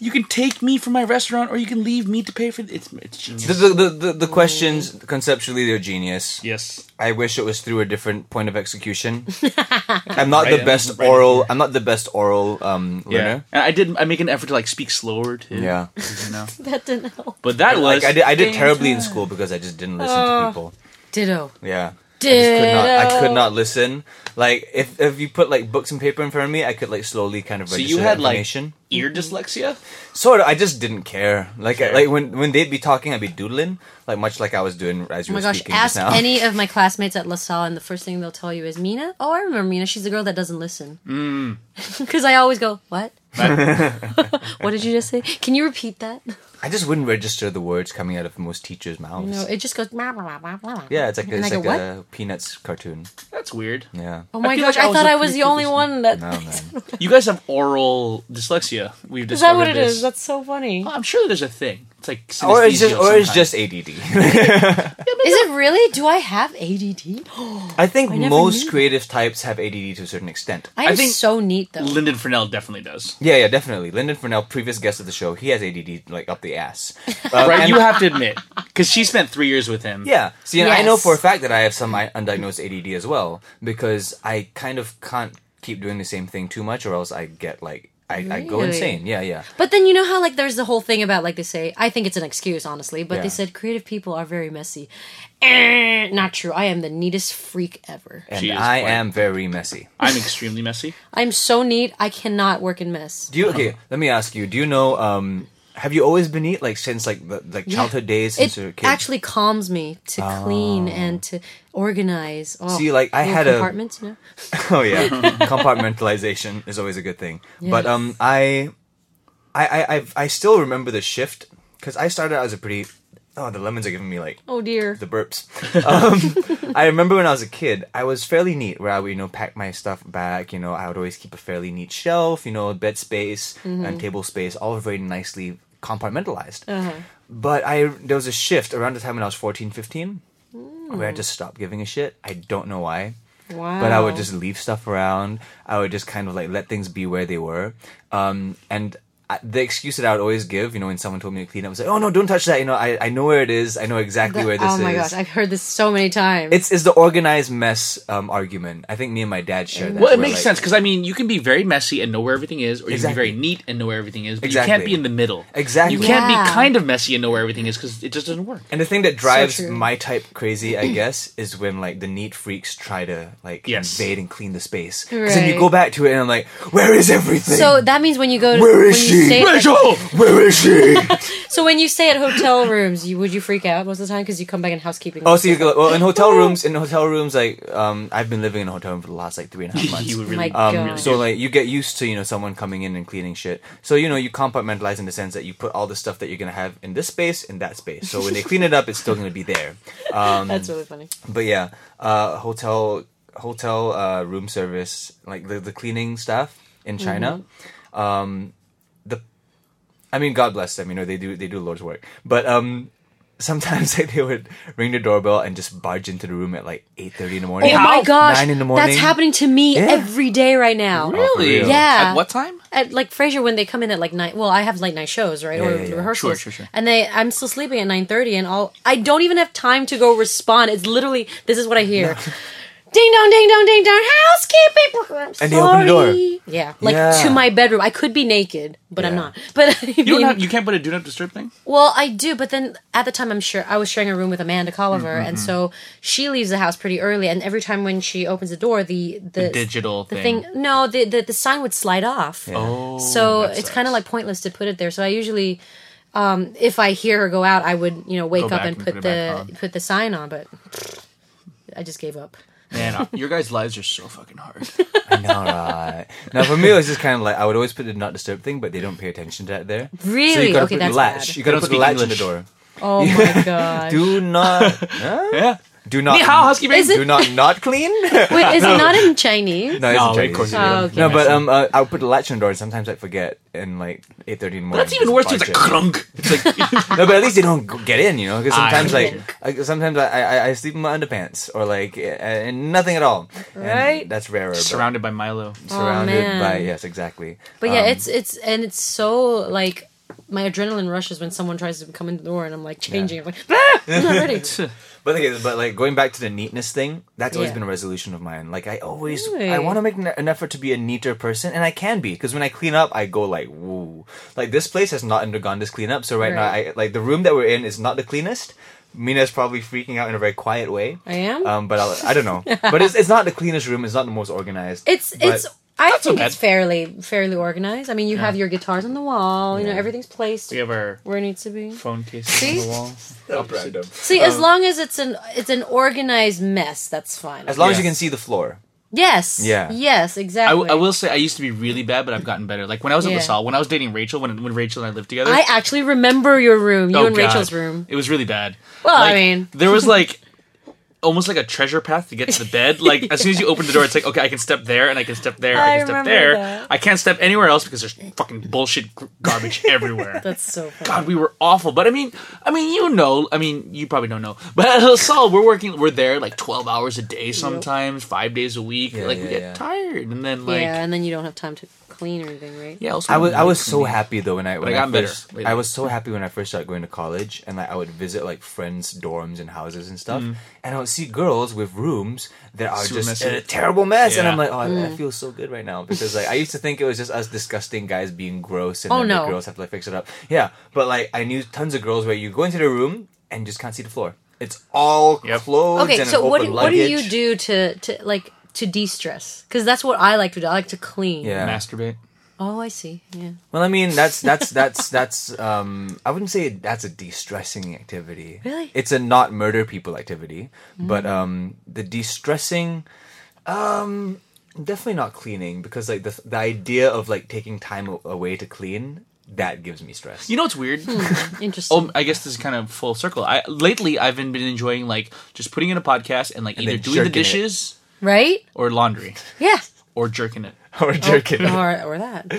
[SPEAKER 2] You can take me from my restaurant, or you can leave me to pay for. It's it's
[SPEAKER 1] The,
[SPEAKER 2] genius.
[SPEAKER 1] the, the, the, the questions conceptually they're genius.
[SPEAKER 2] Yes.
[SPEAKER 1] I wish it was through a different point of execution. I'm not the
[SPEAKER 2] Right,
[SPEAKER 1] best
[SPEAKER 2] right
[SPEAKER 1] oral. I'm not the best oral um, learner.
[SPEAKER 2] And I did. I make an effort to like speak slower too.
[SPEAKER 1] Yeah.
[SPEAKER 2] You know.
[SPEAKER 3] That didn't help.
[SPEAKER 2] But that
[SPEAKER 1] Like
[SPEAKER 2] was.
[SPEAKER 1] I did, I did
[SPEAKER 2] game
[SPEAKER 1] terribly in
[SPEAKER 2] time. Oh.
[SPEAKER 1] school because I just didn't listen to people.
[SPEAKER 3] Ditto.
[SPEAKER 1] Yeah. I
[SPEAKER 3] Ditto.
[SPEAKER 1] could not. I could not listen. Like if if you put like books and paper in front of me, I could like slowly kind of
[SPEAKER 2] So
[SPEAKER 1] register
[SPEAKER 2] you had
[SPEAKER 1] that
[SPEAKER 2] like
[SPEAKER 1] information.
[SPEAKER 2] ear dyslexia.
[SPEAKER 1] Sort of. I just didn't care. Like
[SPEAKER 2] Fair.
[SPEAKER 1] like when when they'd be talking, I'd be doodling, like much like I was doing as you
[SPEAKER 3] Oh my
[SPEAKER 1] were
[SPEAKER 3] gosh,
[SPEAKER 1] speaking
[SPEAKER 3] ask
[SPEAKER 1] just now.
[SPEAKER 3] any of my classmates at LaSalle, and the first thing they'll tell you is Mina. Oh, I remember Mina. She's the girl that doesn't listen.
[SPEAKER 1] Mm.
[SPEAKER 3] Because I always go, What? what did you just say? Can you repeat that?
[SPEAKER 1] I just wouldn't register the words coming out of most teachers' mouths.
[SPEAKER 3] No, it just goes. "Blah, blah, blah, blah, blah."
[SPEAKER 1] yeah, it's like
[SPEAKER 3] And I
[SPEAKER 1] it's
[SPEAKER 3] go,
[SPEAKER 1] like
[SPEAKER 3] "What?"
[SPEAKER 1] a Peanuts cartoon.
[SPEAKER 2] That's weird.
[SPEAKER 1] Yeah.
[SPEAKER 3] Oh my
[SPEAKER 2] feel
[SPEAKER 3] gosh,
[SPEAKER 2] like I
[SPEAKER 3] I
[SPEAKER 2] was
[SPEAKER 3] thought
[SPEAKER 2] a
[SPEAKER 3] I was
[SPEAKER 2] pretty
[SPEAKER 3] the only
[SPEAKER 2] good
[SPEAKER 3] one that.
[SPEAKER 1] No man.
[SPEAKER 2] You guys have oral dyslexia. We've
[SPEAKER 3] Is that
[SPEAKER 2] discovered
[SPEAKER 3] what it
[SPEAKER 2] this.
[SPEAKER 3] is? That's so funny.
[SPEAKER 2] Oh, I'm sure there's a thing. It's like synesthesia
[SPEAKER 1] or it's just
[SPEAKER 2] of
[SPEAKER 1] or it's
[SPEAKER 2] some
[SPEAKER 1] just ADD.
[SPEAKER 3] Is it really? Do I have ADD?
[SPEAKER 1] I think
[SPEAKER 3] never
[SPEAKER 1] most
[SPEAKER 3] knew.
[SPEAKER 1] creative types have ADD to a certain extent.
[SPEAKER 3] I am
[SPEAKER 2] think
[SPEAKER 3] so neat though.
[SPEAKER 2] kind. Lyndon Fresnel definitely does.
[SPEAKER 1] Yeah, yeah, definitely. Lyndon Fresnel, previous guest of the show, he has ADD like up the ass. Uh,
[SPEAKER 2] Right,
[SPEAKER 1] and-
[SPEAKER 2] you have to admit, because she spent three years with him.
[SPEAKER 1] Yeah. See, and I
[SPEAKER 3] Yes.
[SPEAKER 1] know for a fact that I have some i- undiagnosed ADD as well because I kind of can't keep doing the same thing too much, or else I get like I, I go
[SPEAKER 3] Really?
[SPEAKER 1] insane. Yeah, yeah.
[SPEAKER 3] But then you know how like there's the whole thing about like they say I think it's an excuse honestly, but
[SPEAKER 1] Yeah.
[SPEAKER 3] they said creative people are very messy. Eh, not true. I am the neatest freak ever.
[SPEAKER 1] And
[SPEAKER 2] She is
[SPEAKER 1] I
[SPEAKER 2] quite-
[SPEAKER 1] am very messy.
[SPEAKER 2] I'm extremely messy.
[SPEAKER 3] I'm so neat. I cannot work in mess.
[SPEAKER 1] Do you? Okay, let me ask you. Do you know? um Have you always been neat? Like since like the, like childhood days since you were a
[SPEAKER 3] It
[SPEAKER 1] kid. Oh.
[SPEAKER 3] actually calms me to clean and to organize. Oh,
[SPEAKER 1] See, like, I
[SPEAKER 3] little
[SPEAKER 1] had a-
[SPEAKER 3] compartments, you know?
[SPEAKER 1] oh yeah, compartmentalization is always a good thing. But
[SPEAKER 3] Yes.
[SPEAKER 1] um, I, I, I, I've, I still remember the shift because I started out as a pretty. Oh, the lemons are giving me like
[SPEAKER 3] Oh dear.
[SPEAKER 1] the burps. Um, I remember when I was a kid, I was fairly neat. Where I would, you know, pack my stuff back. You know, I would always keep a fairly neat shelf. You know, bed space
[SPEAKER 3] Mm-hmm.
[SPEAKER 1] and table space, all very nicely compartmentalized.
[SPEAKER 3] Uh-huh.
[SPEAKER 1] But I there was a shift around the time when I was 14, 15, where I just stopped giving a shit. I don't know why.
[SPEAKER 3] Mm. wow.
[SPEAKER 1] But I would just leave stuff around. I would just kind of like let things be where they were. Um, and I, the excuse that I would always give, you know, when someone told me to clean up, was like, "Oh no, don't touch that." You know, I, I know where it is. I know exactly
[SPEAKER 3] That-
[SPEAKER 1] where this
[SPEAKER 3] oh
[SPEAKER 1] is.
[SPEAKER 3] my gosh, I've heard this so many times.
[SPEAKER 1] It's is the organized mess um, argument. I think me and my dad share that.
[SPEAKER 2] Well,
[SPEAKER 1] where,
[SPEAKER 2] it makes
[SPEAKER 1] like-
[SPEAKER 2] sense because I mean, you can be very messy and know where everything is, or you
[SPEAKER 1] Exactly.
[SPEAKER 2] can be very neat and know where everything is, but you
[SPEAKER 1] Exactly.
[SPEAKER 2] can't be in the middle.
[SPEAKER 1] Exactly.
[SPEAKER 2] You can't
[SPEAKER 3] Yeah.
[SPEAKER 2] be kind of messy and know where everything is because it just doesn't work.
[SPEAKER 1] And the thing that drives
[SPEAKER 3] true.
[SPEAKER 1] my type crazy, I guess, is when like the neat freaks try to like
[SPEAKER 2] Yes.
[SPEAKER 1] invade and clean the space. 'Cause then you
[SPEAKER 3] Right.
[SPEAKER 1] go back to it and I'm like, where is everything?
[SPEAKER 3] so that means when you go to
[SPEAKER 1] Where is
[SPEAKER 3] when you
[SPEAKER 1] she?
[SPEAKER 3] stay at-
[SPEAKER 2] Rachel!
[SPEAKER 1] where is she?
[SPEAKER 3] so when you stay at hotel rooms, you would you freak out most of the time because you come back in housekeeping.
[SPEAKER 1] Oh, so you go, well in hotel rooms. In hotel rooms, like um, I've been living in a hotel room for the last like three and a half months.
[SPEAKER 2] You would
[SPEAKER 3] Oh
[SPEAKER 2] really.
[SPEAKER 3] my
[SPEAKER 1] um,
[SPEAKER 3] God.
[SPEAKER 1] so like you get used to you know someone coming in and cleaning shit. So you know you compartmentalize in the sense that you put all the stuff that you're gonna have in this space in that space. So when they clean it up, it's still gonna be there.
[SPEAKER 3] That's really funny.
[SPEAKER 1] But yeah, uh, hotel hotel uh, room
[SPEAKER 3] Mm-hmm.
[SPEAKER 1] service, like the the cleaning staff in China, um, the I mean, God bless them. You know, they do they do the Lord's work. But um, sometimes like, they would ring the doorbell and just barge into the room at like eight thirty in the morning.
[SPEAKER 3] Oh my gosh,
[SPEAKER 1] nine in the morning.
[SPEAKER 3] that's happening to me
[SPEAKER 1] Yeah.
[SPEAKER 3] every day right now.
[SPEAKER 2] Really?
[SPEAKER 1] real?
[SPEAKER 3] Yeah.
[SPEAKER 2] At what time?
[SPEAKER 3] At like Frasier, when they come in at like nine, well, I have late night shows, right, or
[SPEAKER 1] yeah, yeah.
[SPEAKER 3] rehearsals,
[SPEAKER 2] Sure, sure, sure.
[SPEAKER 3] and they, I'm still sleeping at nine thirty, and all I don't even have time to go respond. It's literally this is what I hear: ding dong, ding dong, ding dong, housekeeping. I'm
[SPEAKER 1] And they open the door.
[SPEAKER 3] sorry. Yeah, like
[SPEAKER 1] Yeah.
[SPEAKER 3] to my bedroom. I could be naked, but I'm
[SPEAKER 1] Yeah.
[SPEAKER 3] not. But I
[SPEAKER 2] You don't
[SPEAKER 3] mean-
[SPEAKER 2] have, you can't put a do not disturb thing.
[SPEAKER 3] well, I do, but then at the time, I'm sure I was sharing a room with Amanda Colliver,
[SPEAKER 2] Mm-hmm,
[SPEAKER 3] and so she leaves the house pretty early. And every time when she opens the door, the the,
[SPEAKER 2] digital
[SPEAKER 3] the
[SPEAKER 2] thing.
[SPEAKER 3] thing, no, the, the the sign would slide off.
[SPEAKER 2] Oh,
[SPEAKER 3] so
[SPEAKER 2] that
[SPEAKER 3] it's
[SPEAKER 2] sucks.
[SPEAKER 3] kind of like pointless to put it there. So I usually, um, if I hear her go out, I would you know wake up
[SPEAKER 2] back
[SPEAKER 3] and
[SPEAKER 2] and
[SPEAKER 3] put
[SPEAKER 2] put it
[SPEAKER 3] the
[SPEAKER 2] back on.
[SPEAKER 3] put the sign on, but I just gave up.
[SPEAKER 2] Man, uh, your guys' lives are so fucking hard.
[SPEAKER 1] I know, right? Now for me, it was just kind of like I would always put the not disturb thing, but they don't pay attention to that there. So you
[SPEAKER 3] Really?
[SPEAKER 1] gotta
[SPEAKER 3] Okay,
[SPEAKER 1] put
[SPEAKER 3] that's
[SPEAKER 1] the latch.
[SPEAKER 3] bad.
[SPEAKER 1] You gotta
[SPEAKER 2] They
[SPEAKER 1] put
[SPEAKER 2] don't
[SPEAKER 1] the
[SPEAKER 2] speak
[SPEAKER 1] latch on the
[SPEAKER 2] English.
[SPEAKER 1] door.
[SPEAKER 3] Oh my god!
[SPEAKER 1] Do not. Huh?
[SPEAKER 2] yeah. Oh,
[SPEAKER 1] Do not.
[SPEAKER 2] Ni hao, housekeeping.
[SPEAKER 3] Is it-
[SPEAKER 1] do not not clean.
[SPEAKER 3] Wait, is it not in Chinese?
[SPEAKER 1] No, it's
[SPEAKER 2] No,
[SPEAKER 1] in
[SPEAKER 2] of
[SPEAKER 1] Chinese.
[SPEAKER 2] course you
[SPEAKER 3] Oh, okay.
[SPEAKER 1] No, but um, uh, I'll put the latch on the door, and sometimes I forget, and like eight thirty in the morning.
[SPEAKER 2] That's even
[SPEAKER 1] just
[SPEAKER 2] worse. It's like
[SPEAKER 1] barge in.
[SPEAKER 2] crunk. It's like
[SPEAKER 1] no, but at least they don't g- get in, you know. Because
[SPEAKER 2] I
[SPEAKER 1] sometimes,
[SPEAKER 3] see.
[SPEAKER 1] like, I, sometimes I, I I sleep in my underpants or like uh, and nothing at all. And
[SPEAKER 3] Right.
[SPEAKER 1] that's rarer. but
[SPEAKER 2] surrounded by Milo.
[SPEAKER 1] surrounded
[SPEAKER 2] Oh,
[SPEAKER 3] man.
[SPEAKER 1] by yes, exactly.
[SPEAKER 3] But yeah,
[SPEAKER 1] Um,
[SPEAKER 3] it's it's and it's so like my adrenaline rushes when someone tries to come in the door and I'm like changing. I'm like, "Ah, I'm not ready.
[SPEAKER 1] But the thing is, but like going back to the neatness thing, that's always
[SPEAKER 3] Yeah.
[SPEAKER 1] been a resolution of mine. Like I always,
[SPEAKER 3] Really?
[SPEAKER 1] I want to make an, an effort to be a neater person, and I can be because when I clean up, I go like, woo. Like this place has not undergone this cleanup, so right, now,
[SPEAKER 3] Right.
[SPEAKER 1] I like the room that we're in is not the cleanest. Mina's probably freaking out in a very quiet way.
[SPEAKER 3] I am?
[SPEAKER 1] um, but I'll, I don't know. but it's, it's not the cleanest room. It's not the most organized.
[SPEAKER 3] It's
[SPEAKER 1] but-
[SPEAKER 3] it's. I think
[SPEAKER 2] okay.
[SPEAKER 3] it's fairly fairly organized. I mean, you have your guitars on the wall. You
[SPEAKER 1] Yeah.
[SPEAKER 3] know, everything's placed
[SPEAKER 2] We have our
[SPEAKER 3] where it needs to be. Um,
[SPEAKER 2] phone cases
[SPEAKER 3] See?
[SPEAKER 2] on the wall.
[SPEAKER 3] See, as long as it's an it's an organized mess, that's fine.
[SPEAKER 1] as long as you
[SPEAKER 2] Yeah.
[SPEAKER 1] can see the floor.
[SPEAKER 3] yes.
[SPEAKER 1] Yeah.
[SPEAKER 3] Yes.
[SPEAKER 2] I,
[SPEAKER 3] Exactly.
[SPEAKER 2] w- I will say I used to be really bad, but I've gotten better. Like when I was at
[SPEAKER 3] Yeah.
[SPEAKER 2] LaSalle, when I was dating Rachel, when when Rachel and I lived together,
[SPEAKER 3] I actually remember your room, you
[SPEAKER 2] Oh,
[SPEAKER 3] and
[SPEAKER 2] God.
[SPEAKER 3] Rachel's room.
[SPEAKER 2] It was really bad.
[SPEAKER 3] Well, I
[SPEAKER 2] Like,
[SPEAKER 3] mean-
[SPEAKER 2] there was like almost like a treasure path to get to the bed. Like as soon as you open the door, it's like okay, I can step there and I can step there, I,
[SPEAKER 3] I
[SPEAKER 2] can step
[SPEAKER 3] remember
[SPEAKER 2] there.
[SPEAKER 3] that.
[SPEAKER 2] I can't step anywhere else because there's fucking bullshit gr- garbage everywhere.
[SPEAKER 3] That's so funny.
[SPEAKER 2] God, we were awful. But I mean, I mean, you know, I mean, you probably don't know, but at LaSalle, we're working, we're there like twelve hours a day sometimes, five days a week.
[SPEAKER 1] yeah,
[SPEAKER 2] like we get
[SPEAKER 1] yeah.
[SPEAKER 2] tired, and then like
[SPEAKER 3] yeah,
[SPEAKER 2] yeah,
[SPEAKER 3] and then you don't have time to clean or anything, right?
[SPEAKER 2] also
[SPEAKER 1] I was I
[SPEAKER 2] like,
[SPEAKER 1] was so happy though when I when
[SPEAKER 2] I got better
[SPEAKER 1] first,
[SPEAKER 2] later.
[SPEAKER 1] I was so happy when I first started going to college and like I would visit like friends' dorms and houses and stuff, and I would see girls with rooms that are
[SPEAKER 2] Mm. Super
[SPEAKER 1] just
[SPEAKER 2] messy.
[SPEAKER 1] in a terrible mess, and
[SPEAKER 2] Yeah.
[SPEAKER 1] I'm like, oh,
[SPEAKER 3] Mm.
[SPEAKER 1] I I feel so good right now because like I used to think it was just us disgusting guys being gross and
[SPEAKER 3] Oh,
[SPEAKER 1] then
[SPEAKER 3] no.
[SPEAKER 1] the girls have to like fix it up. Yeah, but like I knew tons of girls where you go into the room and just can't see the floor. It's all
[SPEAKER 2] Yep.
[SPEAKER 1] clothes.
[SPEAKER 3] okay
[SPEAKER 1] and
[SPEAKER 3] so
[SPEAKER 1] open
[SPEAKER 3] what do, what do
[SPEAKER 1] luggage.
[SPEAKER 3] you do to to like to de-stress because that's what i like to do i like to clean
[SPEAKER 1] Yeah.
[SPEAKER 2] masturbate.
[SPEAKER 3] oh i see yeah
[SPEAKER 1] Well, I mean, that's that's that's that's um I wouldn't say that's a de-stressing activity.
[SPEAKER 3] Really? Mm-hmm.
[SPEAKER 1] It's a not murder people activity, but um the de-stressing um definitely not cleaning because like the the idea of like taking time a- away to clean that gives me stress.
[SPEAKER 2] You know what's weird?
[SPEAKER 3] interesting
[SPEAKER 1] Um,
[SPEAKER 2] oh, I guess this is kind of full circle. I lately I've been, been enjoying like just putting in a podcast and like either
[SPEAKER 1] then
[SPEAKER 2] doing the
[SPEAKER 1] jerking it.
[SPEAKER 2] dishes
[SPEAKER 3] right
[SPEAKER 2] or laundry
[SPEAKER 3] yeah
[SPEAKER 2] or jerking it.
[SPEAKER 1] or jerking.
[SPEAKER 3] or, or that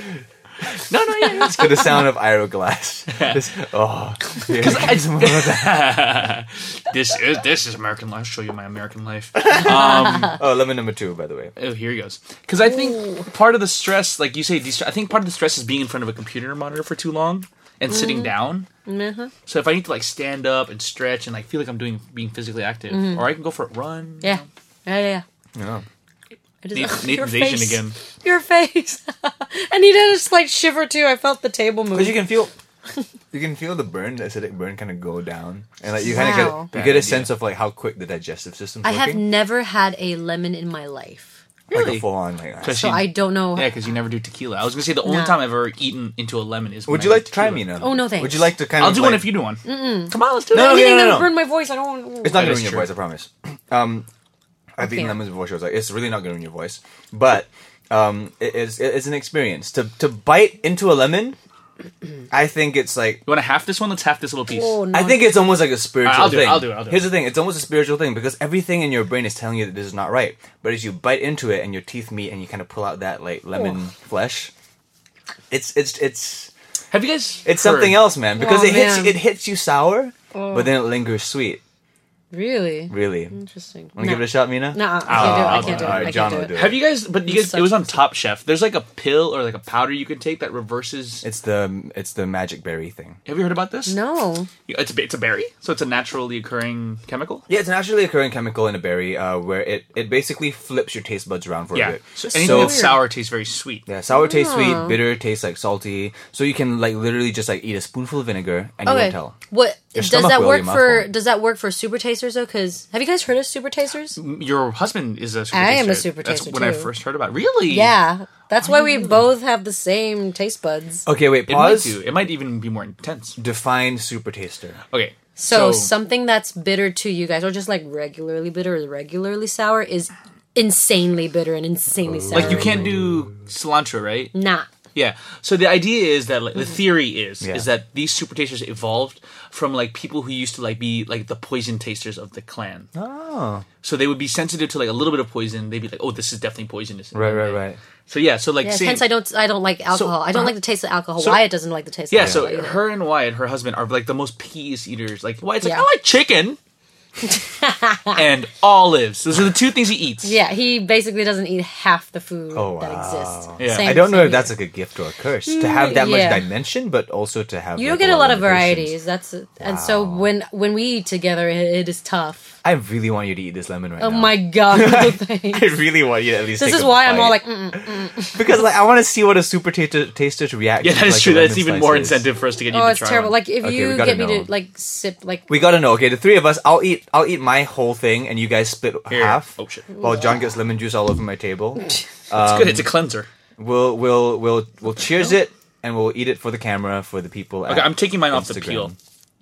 [SPEAKER 2] No, no, yeah, that's
[SPEAKER 1] to the sound of Iro Glass. Just, oh, here comes more of that.
[SPEAKER 2] this is this is American life. I'll show you my American life. Um,
[SPEAKER 1] oh, lemon number two, by the way.
[SPEAKER 2] Oh, here he goes. Because I think part of the stress, like you say, de- I think part of the stress is being in front of a computer monitor for too long and sitting down. So if I need to like stand up and stretch and like feel like I'm doing being physically active, or I can go for a run.
[SPEAKER 3] yeah yeah yeah, yeah.
[SPEAKER 1] Yeah.
[SPEAKER 3] I just-
[SPEAKER 2] Nathan,
[SPEAKER 3] your
[SPEAKER 2] Nathan's Asian
[SPEAKER 3] face.
[SPEAKER 2] again.
[SPEAKER 3] your face and he did a slight shiver too i felt the table move
[SPEAKER 1] Because you can feel, you can feel the burn, the acidic burn, kind of go down, and like you kind
[SPEAKER 3] Wow.
[SPEAKER 1] of get, you get a sense of like how quick the digestive system's
[SPEAKER 3] i have
[SPEAKER 1] working.
[SPEAKER 3] never had a lemon in my life
[SPEAKER 1] like
[SPEAKER 2] Really?
[SPEAKER 1] a full on like.
[SPEAKER 2] Especially-
[SPEAKER 3] so i don't know
[SPEAKER 2] Yeah, because you never do tequila. I was gonna say the only
[SPEAKER 3] Nah.
[SPEAKER 2] time I've ever eaten into a lemon is.
[SPEAKER 1] Would
[SPEAKER 2] when
[SPEAKER 1] you like
[SPEAKER 2] I did
[SPEAKER 1] to try me now?
[SPEAKER 2] tequila.
[SPEAKER 3] Oh, no,
[SPEAKER 1] Would
[SPEAKER 3] thanks.
[SPEAKER 1] you like to kind
[SPEAKER 2] I'll
[SPEAKER 1] of?
[SPEAKER 2] do
[SPEAKER 1] like,
[SPEAKER 2] one if you do one. Come on, let's do it.
[SPEAKER 1] no, Oh, no,
[SPEAKER 3] anything that
[SPEAKER 1] no,
[SPEAKER 3] would
[SPEAKER 1] no.
[SPEAKER 3] burn my voice i don't want
[SPEAKER 1] It's not gonna
[SPEAKER 2] That
[SPEAKER 1] ruin
[SPEAKER 2] is
[SPEAKER 1] your
[SPEAKER 2] true.
[SPEAKER 1] voice. I promise. Um, I've eaten
[SPEAKER 3] Okay.
[SPEAKER 1] lemons before. She was like, it's really not gonna ruin your voice, but um, it is it's an experience to to bite into a lemon. I think it's like
[SPEAKER 2] You want to half this one? Let's half this little piece.
[SPEAKER 3] oh, no.
[SPEAKER 1] I think it's almost like a spiritual
[SPEAKER 2] I'll do it,
[SPEAKER 1] thing.
[SPEAKER 2] I'll do it, I'll do it.
[SPEAKER 1] Here's the thing: it's almost a spiritual thing because everything in your brain is telling you that this is not right. But as you bite into it and your teeth meet and you kind of pull out that like lemon flesh, it's it's it's
[SPEAKER 2] Have you guys?
[SPEAKER 1] It's something else,
[SPEAKER 2] heard-
[SPEAKER 1] man, because
[SPEAKER 3] Oh,
[SPEAKER 1] it hits
[SPEAKER 3] man. Oh.
[SPEAKER 1] it hits you sour, but then it lingers sweet.
[SPEAKER 3] Really
[SPEAKER 1] Really, want
[SPEAKER 3] interesting.
[SPEAKER 1] to give it a shot, Mina?
[SPEAKER 3] Mm. No, I can't do it. I can't do it.
[SPEAKER 1] All right,
[SPEAKER 3] I
[SPEAKER 1] John
[SPEAKER 3] can't do
[SPEAKER 1] will
[SPEAKER 3] it.
[SPEAKER 1] do it.
[SPEAKER 2] Have you guys? But you
[SPEAKER 3] You
[SPEAKER 2] guys,
[SPEAKER 3] suck.
[SPEAKER 2] it was on Top Chef. There's like a pill or like a powder you can take that reverses.
[SPEAKER 1] It's the it's the magic berry thing.
[SPEAKER 2] Have you heard about this?
[SPEAKER 3] No.
[SPEAKER 2] It's a, it's a berry, so it's a naturally occurring chemical.
[SPEAKER 1] Yeah, it's an naturally occurring chemical in a berry uh, where it, it basically flips your taste buds around for a
[SPEAKER 2] Yeah.
[SPEAKER 1] bit.
[SPEAKER 2] So anything
[SPEAKER 1] So-
[SPEAKER 2] that's sour tastes very sweet.
[SPEAKER 1] Yeah, sour tastes
[SPEAKER 3] Oh.
[SPEAKER 1] sweet, bitter tastes like salty. So you can like literally just like eat a spoonful of vinegar and you
[SPEAKER 3] Okay.
[SPEAKER 1] won't tell.
[SPEAKER 3] What
[SPEAKER 1] Your
[SPEAKER 3] does
[SPEAKER 1] stomach
[SPEAKER 3] that
[SPEAKER 1] will,
[SPEAKER 3] work
[SPEAKER 1] your mouth
[SPEAKER 3] for?
[SPEAKER 1] won't.
[SPEAKER 3] Does that work for super tasters though? Because have you guys heard of super tasters?
[SPEAKER 2] Your husband is a super
[SPEAKER 3] I
[SPEAKER 2] taster.
[SPEAKER 3] am a super
[SPEAKER 2] That's
[SPEAKER 3] taster,
[SPEAKER 2] when I
[SPEAKER 3] too.
[SPEAKER 2] first heard about. It. Really?
[SPEAKER 3] Yeah, that's why we
[SPEAKER 2] Mm.
[SPEAKER 3] both have the same taste buds.
[SPEAKER 1] Okay, wait,
[SPEAKER 2] It might
[SPEAKER 1] pause.
[SPEAKER 2] do. It might even be more intense.
[SPEAKER 1] Define super taster.
[SPEAKER 2] Okay.
[SPEAKER 3] So,
[SPEAKER 2] so
[SPEAKER 3] something that's bitter to you guys, or just like regularly bitter or regularly sour, is insanely bitter and insanely sour.
[SPEAKER 2] like you can't do cilantro, right?
[SPEAKER 3] not.
[SPEAKER 2] Yeah. So the idea is that like,
[SPEAKER 3] Mm-hmm.
[SPEAKER 2] the theory is
[SPEAKER 1] Yeah.
[SPEAKER 2] is that these super tasters evolved from like people who used to like be like the poison tasters of the clan. Oh. So they would be sensitive to like a little bit of poison. They'd be like, oh, this is definitely poisonous.
[SPEAKER 1] Right, right, right.
[SPEAKER 2] So yeah. So like,
[SPEAKER 3] Yeah,
[SPEAKER 2] same-
[SPEAKER 3] hence I don't. I don't like alcohol. I don't like the taste of alcohol.
[SPEAKER 2] uh-huh. so-
[SPEAKER 3] Wyatt doesn't like the taste.
[SPEAKER 2] Yeah,
[SPEAKER 3] of
[SPEAKER 2] so
[SPEAKER 3] alcohol either.
[SPEAKER 2] her and Wyatt, her husband, are like the most peas eaters. Like Wyatt's
[SPEAKER 3] Yeah.
[SPEAKER 2] like, I like chicken and olives. Those are the two things he eats.
[SPEAKER 3] Yeah, he basically doesn't eat half the food
[SPEAKER 1] Oh,
[SPEAKER 3] that
[SPEAKER 1] wow.
[SPEAKER 3] exists.
[SPEAKER 2] Yeah.
[SPEAKER 1] I don't know
[SPEAKER 3] same
[SPEAKER 1] if that's
[SPEAKER 3] here.
[SPEAKER 1] like a gift or a curse to have that
[SPEAKER 3] Mm, yeah.
[SPEAKER 1] much dimension, but also to have
[SPEAKER 3] You
[SPEAKER 1] like,
[SPEAKER 3] don't get a lot of
[SPEAKER 1] limitations.
[SPEAKER 3] varieties. That's and so when when we eat together, it, it is tough.
[SPEAKER 1] I really want you to eat this lemon right
[SPEAKER 3] Oh
[SPEAKER 1] now.
[SPEAKER 3] my god! no thanks.
[SPEAKER 1] I really want you to at least.
[SPEAKER 3] this
[SPEAKER 1] take
[SPEAKER 3] is
[SPEAKER 1] a
[SPEAKER 3] why I'm all
[SPEAKER 1] bite.
[SPEAKER 3] like, mm-mm.
[SPEAKER 1] because like I want to see what a super taster taster's reaction.
[SPEAKER 2] Yeah, that
[SPEAKER 1] to,
[SPEAKER 2] is
[SPEAKER 1] like,
[SPEAKER 2] true.
[SPEAKER 1] the
[SPEAKER 2] That's
[SPEAKER 1] lemon
[SPEAKER 2] even more
[SPEAKER 1] slices.
[SPEAKER 2] incentive for us to get you
[SPEAKER 3] oh,
[SPEAKER 2] to
[SPEAKER 3] it's
[SPEAKER 2] try
[SPEAKER 3] terrible.
[SPEAKER 2] one.
[SPEAKER 3] Like if
[SPEAKER 1] Okay, we
[SPEAKER 3] you
[SPEAKER 1] gotta
[SPEAKER 3] get me
[SPEAKER 1] know.
[SPEAKER 3] to like sip, like
[SPEAKER 1] We gotta know. Okay, the three of us. I'll eat. I'll eat my whole thing, and you guys split
[SPEAKER 2] Here.
[SPEAKER 1] half.
[SPEAKER 2] Oh, shit.
[SPEAKER 1] While John gets lemon juice all over my table.
[SPEAKER 2] it's
[SPEAKER 1] Um,
[SPEAKER 2] good. It's a cleanser.
[SPEAKER 1] We'll we'll we'll we'll cheers it, and we'll eat it for the camera for the people.
[SPEAKER 2] Okay, I'm taking mine off the
[SPEAKER 1] Instagram.
[SPEAKER 2] peel.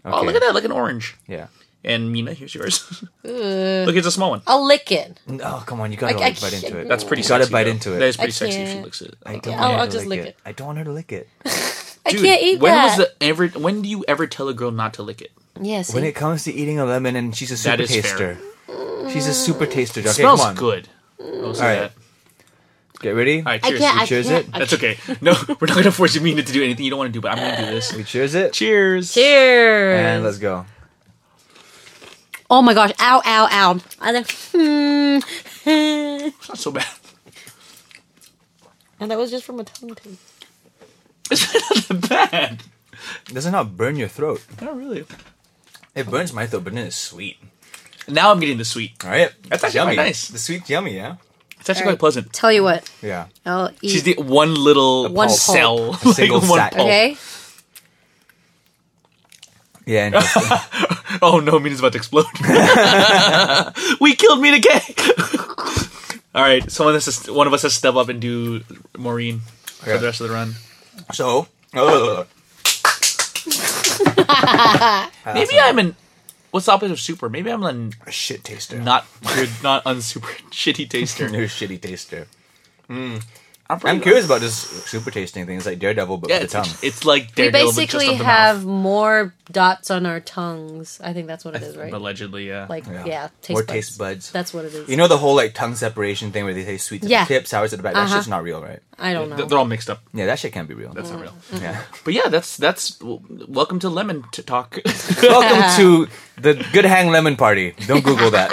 [SPEAKER 2] Oh,
[SPEAKER 1] Okay.
[SPEAKER 2] look at that! Like an orange.
[SPEAKER 1] Yeah.
[SPEAKER 2] And Mina, here's yours. look, it's a small one.
[SPEAKER 3] I'll lick it.
[SPEAKER 1] Oh come on, you gotta
[SPEAKER 3] Like,
[SPEAKER 1] like,
[SPEAKER 3] I
[SPEAKER 1] bite into
[SPEAKER 3] can't-
[SPEAKER 1] it.
[SPEAKER 2] That's pretty.
[SPEAKER 1] You gotta
[SPEAKER 2] sexy,
[SPEAKER 1] bite
[SPEAKER 2] though.
[SPEAKER 1] into it.
[SPEAKER 2] That is pretty
[SPEAKER 3] I
[SPEAKER 2] sexy if she
[SPEAKER 3] can't.
[SPEAKER 2] licks it.
[SPEAKER 1] I don't
[SPEAKER 3] I'll-
[SPEAKER 1] want her
[SPEAKER 3] I'll
[SPEAKER 1] to
[SPEAKER 3] just lick it.
[SPEAKER 1] I don't want her to lick it.
[SPEAKER 3] I can't eat
[SPEAKER 2] when
[SPEAKER 3] that.
[SPEAKER 2] was the ever? When do you ever tell a girl not to lick it?
[SPEAKER 3] yes,
[SPEAKER 1] When it comes to eating a lemon, and she's a
[SPEAKER 2] That
[SPEAKER 1] super
[SPEAKER 2] is fair.
[SPEAKER 1] taster. She's a super taster. Okay,
[SPEAKER 2] It smells
[SPEAKER 1] come on.
[SPEAKER 2] good. I'll say
[SPEAKER 1] All right.
[SPEAKER 2] that.
[SPEAKER 1] Get ready.
[SPEAKER 2] All right,
[SPEAKER 6] I
[SPEAKER 2] cheers.
[SPEAKER 6] can't. I
[SPEAKER 1] cheers
[SPEAKER 6] can't.
[SPEAKER 1] it?
[SPEAKER 6] I
[SPEAKER 2] That's okay. No, we're not gonna force you, Mina, to do anything you don't want to do. But I'm gonna do this.
[SPEAKER 1] We cheers it.
[SPEAKER 2] Cheers.
[SPEAKER 3] Cheers.
[SPEAKER 1] And let's go.
[SPEAKER 3] oh my gosh! Ow! Ow! Ow! I like, hmm.
[SPEAKER 2] It's not so bad.
[SPEAKER 3] And that was just from a tongue taste.
[SPEAKER 2] It's not that bad.
[SPEAKER 1] Does it not burn your throat?
[SPEAKER 2] Not really.
[SPEAKER 1] It burns my throat, but then it's sweet.
[SPEAKER 2] Now I'm getting the sweet.
[SPEAKER 1] All right, that's
[SPEAKER 2] actually
[SPEAKER 1] yummy.
[SPEAKER 2] quite nice.
[SPEAKER 1] The sweet yummy, yeah.
[SPEAKER 2] It's actually
[SPEAKER 3] All right.
[SPEAKER 2] quite pleasant.
[SPEAKER 3] Tell you what,
[SPEAKER 1] Yeah.
[SPEAKER 3] I'll eat.
[SPEAKER 2] She's the one little
[SPEAKER 3] One pulp.
[SPEAKER 2] cell,
[SPEAKER 1] A single
[SPEAKER 2] like, one
[SPEAKER 1] sack.
[SPEAKER 2] pulp.
[SPEAKER 3] okay.
[SPEAKER 1] Yeah. Interesting.
[SPEAKER 2] Oh no, Mina's about to explode. we killed Mina Gay. All right, someone has to, one of us has to step up and do Maureen for
[SPEAKER 1] Okay.
[SPEAKER 2] the rest of the run.
[SPEAKER 1] so. Uh,
[SPEAKER 2] Maybe I'm an what's the opposite of super? Maybe I'm a
[SPEAKER 1] a shit taster.
[SPEAKER 2] not good, not unsuper shitty taster.
[SPEAKER 1] You're a shitty taster.
[SPEAKER 2] I'm,
[SPEAKER 1] I'm curious about this super tasting thing. It's like Daredevil, but
[SPEAKER 2] Yeah,
[SPEAKER 1] with
[SPEAKER 2] it's,
[SPEAKER 1] the tongue.
[SPEAKER 2] it's like
[SPEAKER 3] We
[SPEAKER 2] Daredevil, but just
[SPEAKER 3] basically
[SPEAKER 2] on the
[SPEAKER 3] have
[SPEAKER 2] mouth.
[SPEAKER 3] more dots on our tongues. I think that's what it is, right?
[SPEAKER 2] allegedly, yeah.
[SPEAKER 3] Like yeah, taste
[SPEAKER 1] More
[SPEAKER 3] buds.
[SPEAKER 1] taste buds.
[SPEAKER 3] That's what it is.
[SPEAKER 1] You know the whole like tongue separation thing where they say sweet to
[SPEAKER 3] Yeah.
[SPEAKER 1] the tip, sour to the back. That
[SPEAKER 3] Uh-huh.
[SPEAKER 1] shit's not real, right?
[SPEAKER 3] I don't know.
[SPEAKER 2] Th- they're all mixed up.
[SPEAKER 1] Yeah, that shit can't be real.
[SPEAKER 2] That's not real.
[SPEAKER 1] yeah.
[SPEAKER 2] But yeah, that's that's w- welcome to lemon t- talk.
[SPEAKER 1] Welcome to the Good Hang Lemon Party. Don't Google that.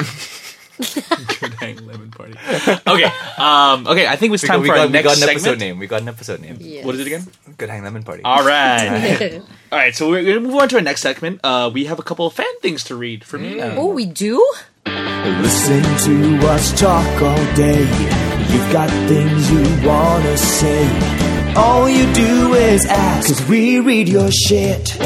[SPEAKER 2] Good Hang lemon party. Okay, um, okay. I think it's
[SPEAKER 1] We
[SPEAKER 2] time
[SPEAKER 1] got, we
[SPEAKER 2] for our
[SPEAKER 1] got- we
[SPEAKER 2] next
[SPEAKER 1] got an
[SPEAKER 2] segment.
[SPEAKER 1] episode name. We got an episode name.
[SPEAKER 3] Yes.
[SPEAKER 2] What is it again?
[SPEAKER 1] Good Hang Lemon Party.
[SPEAKER 2] All right, all right. So we're gonna move on to our next segment. Uh, we have a couple of fan things to read for me.
[SPEAKER 3] oh, we do.
[SPEAKER 7] Listen to us talk all day. You've got things you wanna say. All you do is ask, cause we read your shit.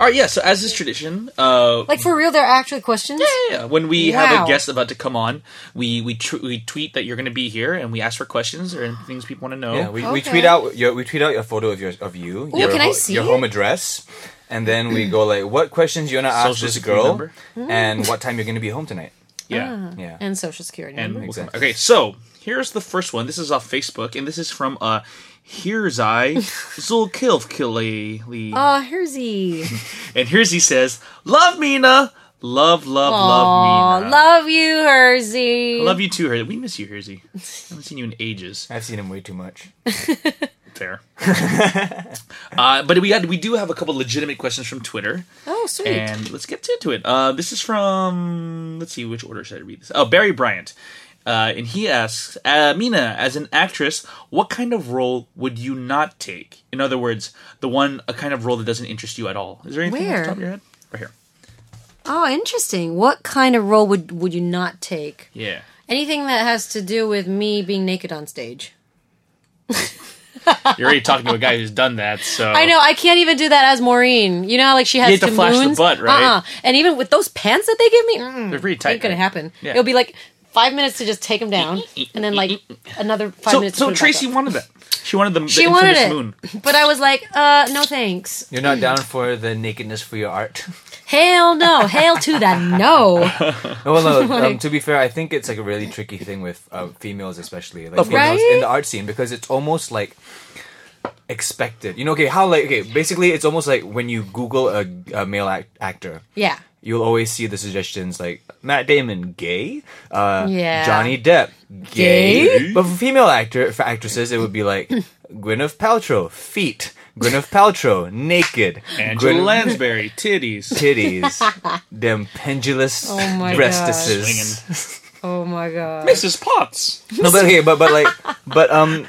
[SPEAKER 2] All right, yeah. So as is tradition, uh,
[SPEAKER 3] Like for real, there are actually questions.
[SPEAKER 2] yeah, when we have
[SPEAKER 3] Wow.
[SPEAKER 2] a guest about to come on, we we tr- we tweet that you're gonna be here, and we ask for questions or things people want to know.
[SPEAKER 1] Yeah, we, we
[SPEAKER 3] Okay.
[SPEAKER 1] tweet out your we tweet out your photo of your of you. your,
[SPEAKER 3] can I
[SPEAKER 1] ho-
[SPEAKER 3] see
[SPEAKER 1] your
[SPEAKER 3] it?
[SPEAKER 1] home address? And then we go like, what questions you wanna ask
[SPEAKER 2] Social
[SPEAKER 1] this
[SPEAKER 2] security
[SPEAKER 1] girl,
[SPEAKER 2] number?
[SPEAKER 1] and what time you're gonna be home tonight?
[SPEAKER 2] yeah.
[SPEAKER 1] Yeah.
[SPEAKER 3] Hmm. And social security.
[SPEAKER 2] and
[SPEAKER 3] number.
[SPEAKER 2] we'll come-
[SPEAKER 1] Exactly.
[SPEAKER 2] okay so here's the first one this is off facebook and this is from uh here's i zulkilfkili
[SPEAKER 3] Aw, here's he.
[SPEAKER 2] and here's he says love mina love love love
[SPEAKER 3] Aw,
[SPEAKER 2] mina
[SPEAKER 3] love you, Herzy.
[SPEAKER 2] love you too Her. we miss you herezy haven't seen you in ages
[SPEAKER 1] I've seen him way too much.
[SPEAKER 2] Fair. uh, but we got we do have a couple legitimate questions from Twitter,
[SPEAKER 3] Oh, sweet.
[SPEAKER 2] and let's get to it. Uh, this is from let's see which order should I read this? Oh, Barry Bryant, uh, and he asks uh, Mina, as an actress, what kind of role would you not take? In other words, the one a kind of role that doesn't interest you at all. Is there anything off
[SPEAKER 3] Where?
[SPEAKER 2] the top of your head? Right here.
[SPEAKER 3] oh, interesting. What kind of role would would you not take?
[SPEAKER 2] Yeah.
[SPEAKER 3] Anything that has to do with me being naked on stage.
[SPEAKER 2] You're already talking to a guy who's done that, so
[SPEAKER 3] I know I can't even do that as Maureen. You know, how, like she has
[SPEAKER 2] Oh. have to
[SPEAKER 3] two
[SPEAKER 2] flash the
[SPEAKER 3] moons?
[SPEAKER 2] butt, right?
[SPEAKER 3] Uh-uh. And even with those pants that they give me, mm,
[SPEAKER 2] They're pretty tight,
[SPEAKER 3] Ain't gonna
[SPEAKER 2] right?
[SPEAKER 3] happen.
[SPEAKER 2] Yeah.
[SPEAKER 3] It'll be like five minutes to just take them down, and then like another five
[SPEAKER 2] So,
[SPEAKER 3] minutes.
[SPEAKER 2] so
[SPEAKER 3] to put 'em back
[SPEAKER 2] Tracy
[SPEAKER 3] up.
[SPEAKER 2] wanted that. She wanted the, the
[SPEAKER 3] she
[SPEAKER 2] infamous
[SPEAKER 3] wanted it,
[SPEAKER 2] moon.
[SPEAKER 3] but I was like, uh, no thanks.
[SPEAKER 1] You're not down for the nakedness for your art.
[SPEAKER 3] Hell no, hell to that no.
[SPEAKER 1] No, well, no. Um,
[SPEAKER 3] Like-
[SPEAKER 1] to be fair, I think it's like a really tricky thing with uh, females, especially like females
[SPEAKER 3] Right?
[SPEAKER 1] in the art scene, because it's almost like expected. You know, okay, how like okay, basically, it's almost like when you Google a, a male act- actor,
[SPEAKER 3] Yeah.
[SPEAKER 1] you'll always see the suggestions like Matt Damon, gay, uh,
[SPEAKER 3] Yeah.
[SPEAKER 1] Johnny Depp, gay.
[SPEAKER 3] Gay?
[SPEAKER 1] But for female actor for actresses, it would be like Gwyneth Paltrow, feet. Gwyneth Paltrow, naked.
[SPEAKER 2] Angela
[SPEAKER 1] Gwyn-
[SPEAKER 2] Lansbury, titties.
[SPEAKER 1] titties, them pendulous
[SPEAKER 3] Oh my
[SPEAKER 1] breastises.
[SPEAKER 3] Oh my god.
[SPEAKER 2] Mrs. Potts.
[SPEAKER 1] No, but okay, but but like, but um,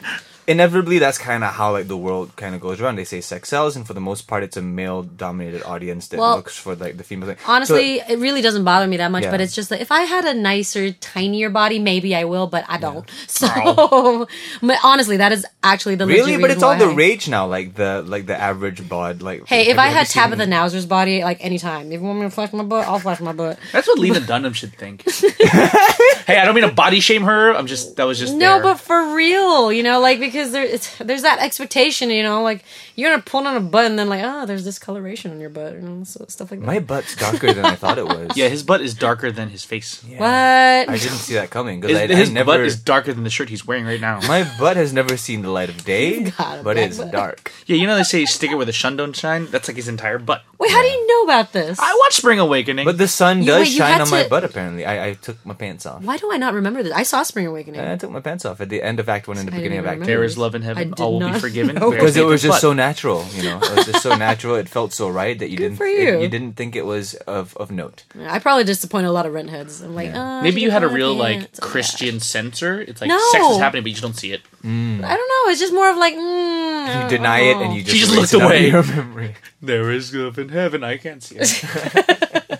[SPEAKER 1] inevitably that's kind of how like the world kind of goes around. They say sex sells, and for the most part, it's a male-dominated audience that
[SPEAKER 3] Well,
[SPEAKER 1] looks for like the female thing. So-
[SPEAKER 3] Honestly, it really doesn't bother me that much,
[SPEAKER 1] Yeah.
[SPEAKER 3] but it's just that if I had a nicer, tinier body, maybe I will, but I don't. So, but honestly, that is actually the
[SPEAKER 1] really,
[SPEAKER 3] legit
[SPEAKER 1] but it's
[SPEAKER 3] reason
[SPEAKER 1] all the
[SPEAKER 3] why I-
[SPEAKER 1] rage now. Like the like the average bod. Like
[SPEAKER 3] Hey,
[SPEAKER 1] have
[SPEAKER 3] if
[SPEAKER 1] you
[SPEAKER 3] I
[SPEAKER 1] ever
[SPEAKER 3] had
[SPEAKER 1] seen-
[SPEAKER 3] Tabitha Nowzer's body, like anytime, if you want me to flash my butt, I'll flash my butt.
[SPEAKER 2] That's what Lena Dunham should think. hey, I don't mean to body shame her. I'm just that was just
[SPEAKER 3] No,
[SPEAKER 2] there.
[SPEAKER 3] but for real, you know, like because there, it's, there's that expectation, you know, like you're gonna pull on a butt and then like, oh, there's discoloration on your butt, you know, so, stuff like that.
[SPEAKER 1] my butt's darker than I thought it was.
[SPEAKER 2] yeah, his butt is darker than his face.
[SPEAKER 1] I
[SPEAKER 3] What?
[SPEAKER 1] didn't see that coming because
[SPEAKER 2] His,
[SPEAKER 1] I,
[SPEAKER 2] his
[SPEAKER 1] I never.
[SPEAKER 2] butt is darker than the shirt he's wearing right now.
[SPEAKER 1] my butt has never seen the light of day,
[SPEAKER 3] got a
[SPEAKER 1] but
[SPEAKER 3] black
[SPEAKER 1] it's
[SPEAKER 3] butt.
[SPEAKER 1] dark.
[SPEAKER 2] yeah, you know they say stick it with a shun don't shine. That's like his entire butt.
[SPEAKER 3] Wait, how do you know about this?
[SPEAKER 2] I watched Spring Awakening.
[SPEAKER 1] But the sun
[SPEAKER 3] You-
[SPEAKER 1] does
[SPEAKER 3] wait, you
[SPEAKER 1] shine
[SPEAKER 3] had
[SPEAKER 1] on my
[SPEAKER 3] to-
[SPEAKER 1] butt. Apparently, I, I took my pants off.
[SPEAKER 3] Why do I not remember this? I saw Spring Awakening.
[SPEAKER 1] And I took my pants off at the end of Act One and the
[SPEAKER 3] I
[SPEAKER 1] beginning of
[SPEAKER 3] didn't
[SPEAKER 1] Act Two
[SPEAKER 2] there is love in
[SPEAKER 3] I
[SPEAKER 2] heaven.
[SPEAKER 3] did
[SPEAKER 2] All will be
[SPEAKER 3] not
[SPEAKER 2] forgiven.
[SPEAKER 3] know.
[SPEAKER 2] Bear
[SPEAKER 1] because it
[SPEAKER 2] Satan's
[SPEAKER 1] was just
[SPEAKER 2] butt.
[SPEAKER 1] so natural. You know, it was just so natural. It felt so right that you didn't
[SPEAKER 3] for
[SPEAKER 1] it-
[SPEAKER 3] you.
[SPEAKER 1] didn't think it was of of note.
[SPEAKER 3] I probably disappoint a lot of rent heads. I'm like, oh,
[SPEAKER 2] Maybe
[SPEAKER 3] she
[SPEAKER 2] you had a
[SPEAKER 3] didn't
[SPEAKER 2] real
[SPEAKER 3] want
[SPEAKER 2] like
[SPEAKER 3] it.
[SPEAKER 2] Christian censor. It's like
[SPEAKER 3] No.
[SPEAKER 2] sex is happening, but you just don't see it.
[SPEAKER 3] I don't know. It's just more of like, mm, I
[SPEAKER 1] You
[SPEAKER 3] don't
[SPEAKER 1] deny it and
[SPEAKER 3] know.
[SPEAKER 1] you just,
[SPEAKER 2] She just
[SPEAKER 1] erase
[SPEAKER 2] looked
[SPEAKER 1] it out of
[SPEAKER 2] away.
[SPEAKER 1] Your memory.
[SPEAKER 2] There is love in heaven. I can't see it.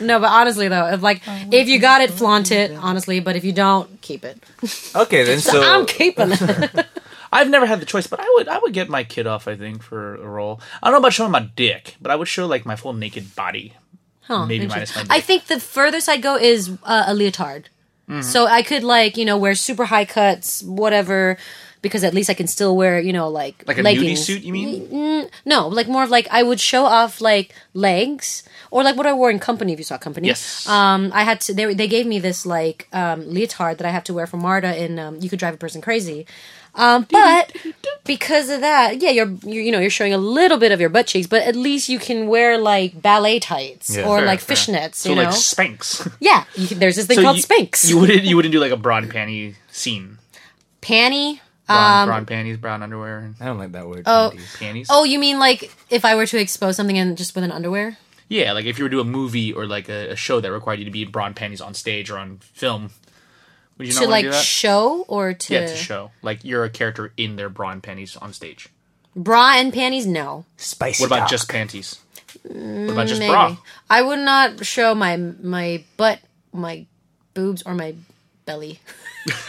[SPEAKER 3] No, but honestly though, if like if you got it, flaunt it. Honestly, but if you don't, keep it.
[SPEAKER 1] Okay, then so
[SPEAKER 3] I'm keeping it.
[SPEAKER 2] I've never had the choice, but I would I would get my kid off. I think for a role. I don't know about showing my dick, but I would show like my full naked body.
[SPEAKER 3] Huh,
[SPEAKER 2] Maybe
[SPEAKER 3] interesting.
[SPEAKER 2] minus my
[SPEAKER 3] I think the furthest I would go is uh, a leotard.
[SPEAKER 2] Mm-hmm.
[SPEAKER 3] So I could like you know wear super high cuts, whatever, because at least I can still wear you know like
[SPEAKER 2] Like a nudie
[SPEAKER 3] leggings.
[SPEAKER 2] suit, you mean?
[SPEAKER 3] No, like more of like I would show off like legs or like what I wore in company. If you saw company,
[SPEAKER 2] Yes.
[SPEAKER 3] Um, I had to. They, they gave me this like um, leotard that I have to wear for Marta in um, "You Could Drive a Person Crazy," um, but because of that, yeah, you're, you're you know you're showing a little bit of your butt cheeks, but at least you can wear like ballet tights
[SPEAKER 1] Yeah.
[SPEAKER 3] or
[SPEAKER 1] Fair,
[SPEAKER 3] like
[SPEAKER 2] fair.
[SPEAKER 3] fishnets.
[SPEAKER 2] So
[SPEAKER 3] you know,
[SPEAKER 2] like Spanx.
[SPEAKER 3] yeah, you can, there's this thing
[SPEAKER 2] So
[SPEAKER 3] called
[SPEAKER 2] you,
[SPEAKER 3] Spanx.
[SPEAKER 2] You wouldn't you wouldn't do like a broad panty scene.
[SPEAKER 3] Panty.
[SPEAKER 2] Brown, brown panties, brown underwear,
[SPEAKER 1] I don't like that word.
[SPEAKER 2] and panties.
[SPEAKER 3] Um, Oh, you mean like if I were to expose something and just with an underwear?
[SPEAKER 2] Yeah, like if you were to do a movie or like a, a show that required you to be in brown panties on stage or on film, would you not
[SPEAKER 3] to
[SPEAKER 2] want
[SPEAKER 3] like uh,
[SPEAKER 2] to do that?
[SPEAKER 3] show or to
[SPEAKER 2] yeah, it's a show. Like you're a character in their brown panties on stage.
[SPEAKER 3] bra and panties? No.
[SPEAKER 1] Spicy.
[SPEAKER 2] What about
[SPEAKER 1] talk.
[SPEAKER 2] just panties? What about just
[SPEAKER 3] Maybe.
[SPEAKER 2] bra?
[SPEAKER 3] I would not show my my butt, my boobs, or my belly.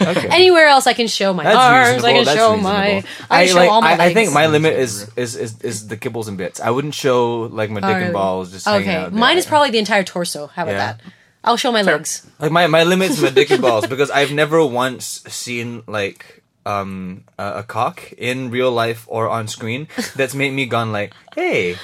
[SPEAKER 1] Okay.
[SPEAKER 3] Anywhere else, I can show my
[SPEAKER 1] That's
[SPEAKER 3] arms.
[SPEAKER 1] reasonable.
[SPEAKER 3] I can
[SPEAKER 1] that's
[SPEAKER 3] show
[SPEAKER 1] reasonable.
[SPEAKER 3] my. I can show
[SPEAKER 1] like,
[SPEAKER 3] all my
[SPEAKER 1] I,
[SPEAKER 3] legs.
[SPEAKER 1] I think my limit is, is is is the kibbles and bits. I wouldn't show like my dick
[SPEAKER 3] Oh, really?
[SPEAKER 1] and balls just hanging
[SPEAKER 3] okay.
[SPEAKER 1] out. There.
[SPEAKER 3] Mine is probably the entire torso. How about
[SPEAKER 1] Yeah.
[SPEAKER 3] that? I'll show my legs.
[SPEAKER 1] Like my my limit's my dick and balls because I've never once seen like um a, a cock in real life or on screen that's made me gone like hey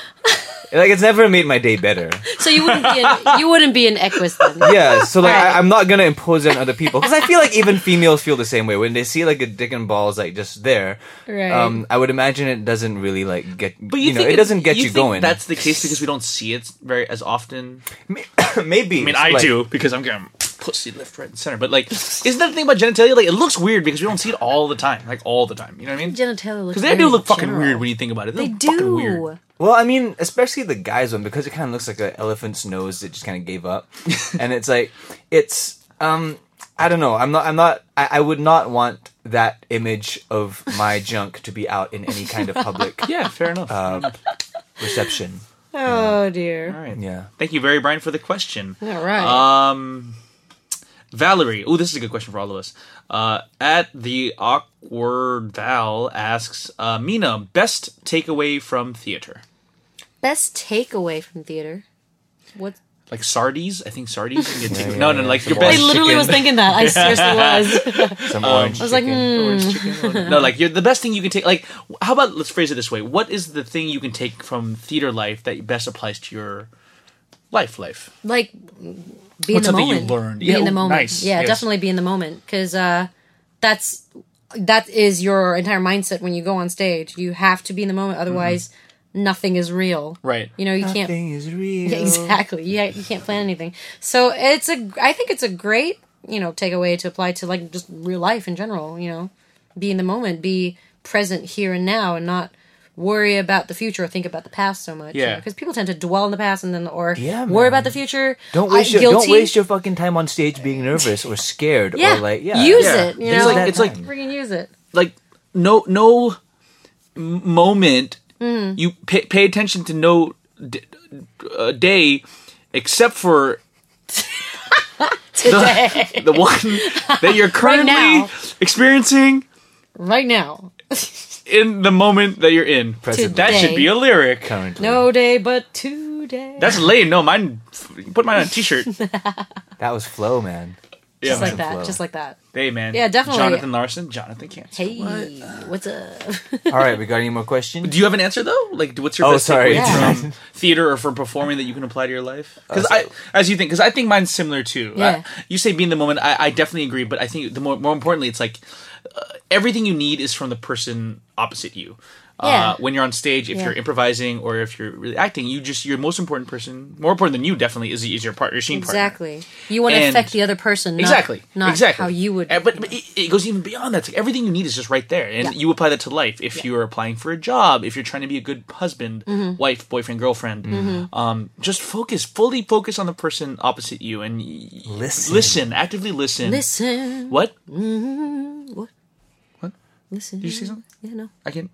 [SPEAKER 1] like it's never made my day better
[SPEAKER 3] So you wouldn't be an, you wouldn't be an equus then.
[SPEAKER 1] yeah so like
[SPEAKER 3] Right.
[SPEAKER 1] I, i'm not gonna impose it on other people because i feel like even females feel the same way when they see like a dick and balls like just there
[SPEAKER 3] Right.
[SPEAKER 1] um i would imagine it doesn't really like get
[SPEAKER 2] But
[SPEAKER 1] you, know it doesn't get you,
[SPEAKER 2] think
[SPEAKER 1] going
[SPEAKER 2] That's the case because we don't see it very as often.
[SPEAKER 1] maybe
[SPEAKER 2] I mean, I
[SPEAKER 1] like,
[SPEAKER 2] do because I'm getting pussy left, right, and center. But like, isn't that the thing about genitalia? Like, it looks weird because we don't see it all the time, like all the time. You know what I mean?
[SPEAKER 3] Genitalia looks
[SPEAKER 2] Because they do look fucking weird when you think about it. They,
[SPEAKER 3] They
[SPEAKER 2] look Fucking
[SPEAKER 3] do.
[SPEAKER 2] weird.
[SPEAKER 1] Well, I mean, especially the guys one because it kind of looks like an elephant's nose that just kind of gave up, and it's like it's um I don't know. I'm not. I'm not. I, I would not want that image of my junk to be out in any kind of public
[SPEAKER 2] Yeah, fair enough.
[SPEAKER 1] Um, reception.
[SPEAKER 3] Oh dear.
[SPEAKER 2] all right.
[SPEAKER 1] Yeah.
[SPEAKER 2] Thank you, very Brian, for the question.
[SPEAKER 3] All right.
[SPEAKER 1] Uh,
[SPEAKER 2] Um, Valerie. Oh, this is a good question for all of us. Uh, at the awkward Val asks, uh, Mina, best takeaway from theater.
[SPEAKER 3] Best takeaway from theater. What?
[SPEAKER 2] Like sardies, I think sardies. You can take- no, no, like your best.
[SPEAKER 3] I literally was thinking that. I seriously was.
[SPEAKER 1] Some
[SPEAKER 2] Um,
[SPEAKER 1] orange
[SPEAKER 3] I was like,
[SPEAKER 1] chicken.
[SPEAKER 3] hmm.
[SPEAKER 2] no, like you're the best thing you can take. Like, how about let's phrase it this way: What is the thing you can take from theater life that best applies to your life? Life.
[SPEAKER 3] like be in
[SPEAKER 2] What's
[SPEAKER 3] the
[SPEAKER 2] something you
[SPEAKER 3] moment.
[SPEAKER 2] learned?
[SPEAKER 3] Be
[SPEAKER 2] Yeah,
[SPEAKER 3] in the
[SPEAKER 2] oh,
[SPEAKER 3] moment.
[SPEAKER 2] nice.
[SPEAKER 3] Yeah,
[SPEAKER 2] Yes.
[SPEAKER 3] definitely be in the moment because uh, that's that is your entire mindset when you go on stage. You have to be in the moment, otherwise nothing is real.
[SPEAKER 2] Mm-hmm. Right.
[SPEAKER 3] You know, you can't
[SPEAKER 1] Nothing is real.
[SPEAKER 3] yeah, exactly. Yeah, you can't plan anything. So it's a. I think it's a great you know takeaway to apply to like just real life in general. You know, be in the moment, be present here and now, and not worry about the future or think about the past so much
[SPEAKER 2] Yeah.
[SPEAKER 3] because people tend to dwell in the past and then or
[SPEAKER 1] Yeah,
[SPEAKER 3] worry
[SPEAKER 1] man.
[SPEAKER 3] about the future
[SPEAKER 1] Don't
[SPEAKER 3] I-
[SPEAKER 1] waste your
[SPEAKER 3] guilty.
[SPEAKER 1] don't waste your fucking time on stage being nervous or scared
[SPEAKER 3] yeah.
[SPEAKER 1] or like yeah.
[SPEAKER 3] use
[SPEAKER 2] Yeah.
[SPEAKER 3] it. You
[SPEAKER 1] It's
[SPEAKER 3] know,
[SPEAKER 1] like- it's like-
[SPEAKER 3] freaking use it.
[SPEAKER 2] Like, no, no m- moment.
[SPEAKER 3] Mm.
[SPEAKER 2] You pay, pay attention to no d- uh, day, except for
[SPEAKER 3] Today,
[SPEAKER 2] the one that you're currently
[SPEAKER 3] now.
[SPEAKER 2] experiencing
[SPEAKER 3] right now,
[SPEAKER 2] in the moment that you're in.
[SPEAKER 1] Present
[SPEAKER 2] That should
[SPEAKER 3] Today.
[SPEAKER 2] be a lyric.
[SPEAKER 1] currently.
[SPEAKER 3] no day but today.
[SPEAKER 2] That's lame. No, mine. Put mine on a t-shirt.
[SPEAKER 1] That was flow, man.
[SPEAKER 2] Yeah,
[SPEAKER 3] just like
[SPEAKER 2] man.
[SPEAKER 3] that.
[SPEAKER 1] flow.
[SPEAKER 3] Just like that.
[SPEAKER 2] Hey, man.
[SPEAKER 3] Yeah, definitely.
[SPEAKER 2] Jonathan Larson, Jonathan Cancer.
[SPEAKER 3] Hey, what's up?
[SPEAKER 1] All right, we got any more questions?
[SPEAKER 2] Do you have an answer though? Like, what's your
[SPEAKER 1] Oh,
[SPEAKER 2] best
[SPEAKER 1] sorry. Uh,
[SPEAKER 2] takeaway
[SPEAKER 3] Yeah.
[SPEAKER 2] from theater or from performing that you can apply to your life? Because I, as you think, because I think mine's similar too.
[SPEAKER 3] Yeah.
[SPEAKER 2] I- you say be in the moment. I, I definitely agree, but I think the more, more importantly, it's like uh, everything you need is from the person opposite you.
[SPEAKER 3] Yeah.
[SPEAKER 2] Uh, when you're on stage, if
[SPEAKER 3] Yeah.
[SPEAKER 2] you're improvising or if you're really acting, you just your most important person, more important than you, definitely is is your partner, your scene partner.
[SPEAKER 3] Exactly. You want to
[SPEAKER 2] And-
[SPEAKER 3] affect the other person, not,
[SPEAKER 2] exactly
[SPEAKER 3] Not
[SPEAKER 2] exactly
[SPEAKER 3] how you would.
[SPEAKER 2] Uh, but, but it, it goes even beyond that it's like everything you need is just right there and
[SPEAKER 3] Yeah. Mm-hmm.
[SPEAKER 2] you apply that to life if you're applying for a job if you're trying to be a good husband wife boyfriend girlfriend um, just focus fully focus on the person opposite you and y-
[SPEAKER 1] Listen.
[SPEAKER 2] listen actively listen
[SPEAKER 3] listen, Mm-hmm.
[SPEAKER 2] what
[SPEAKER 3] listen.
[SPEAKER 2] did you say something
[SPEAKER 3] Yeah, no.
[SPEAKER 2] i can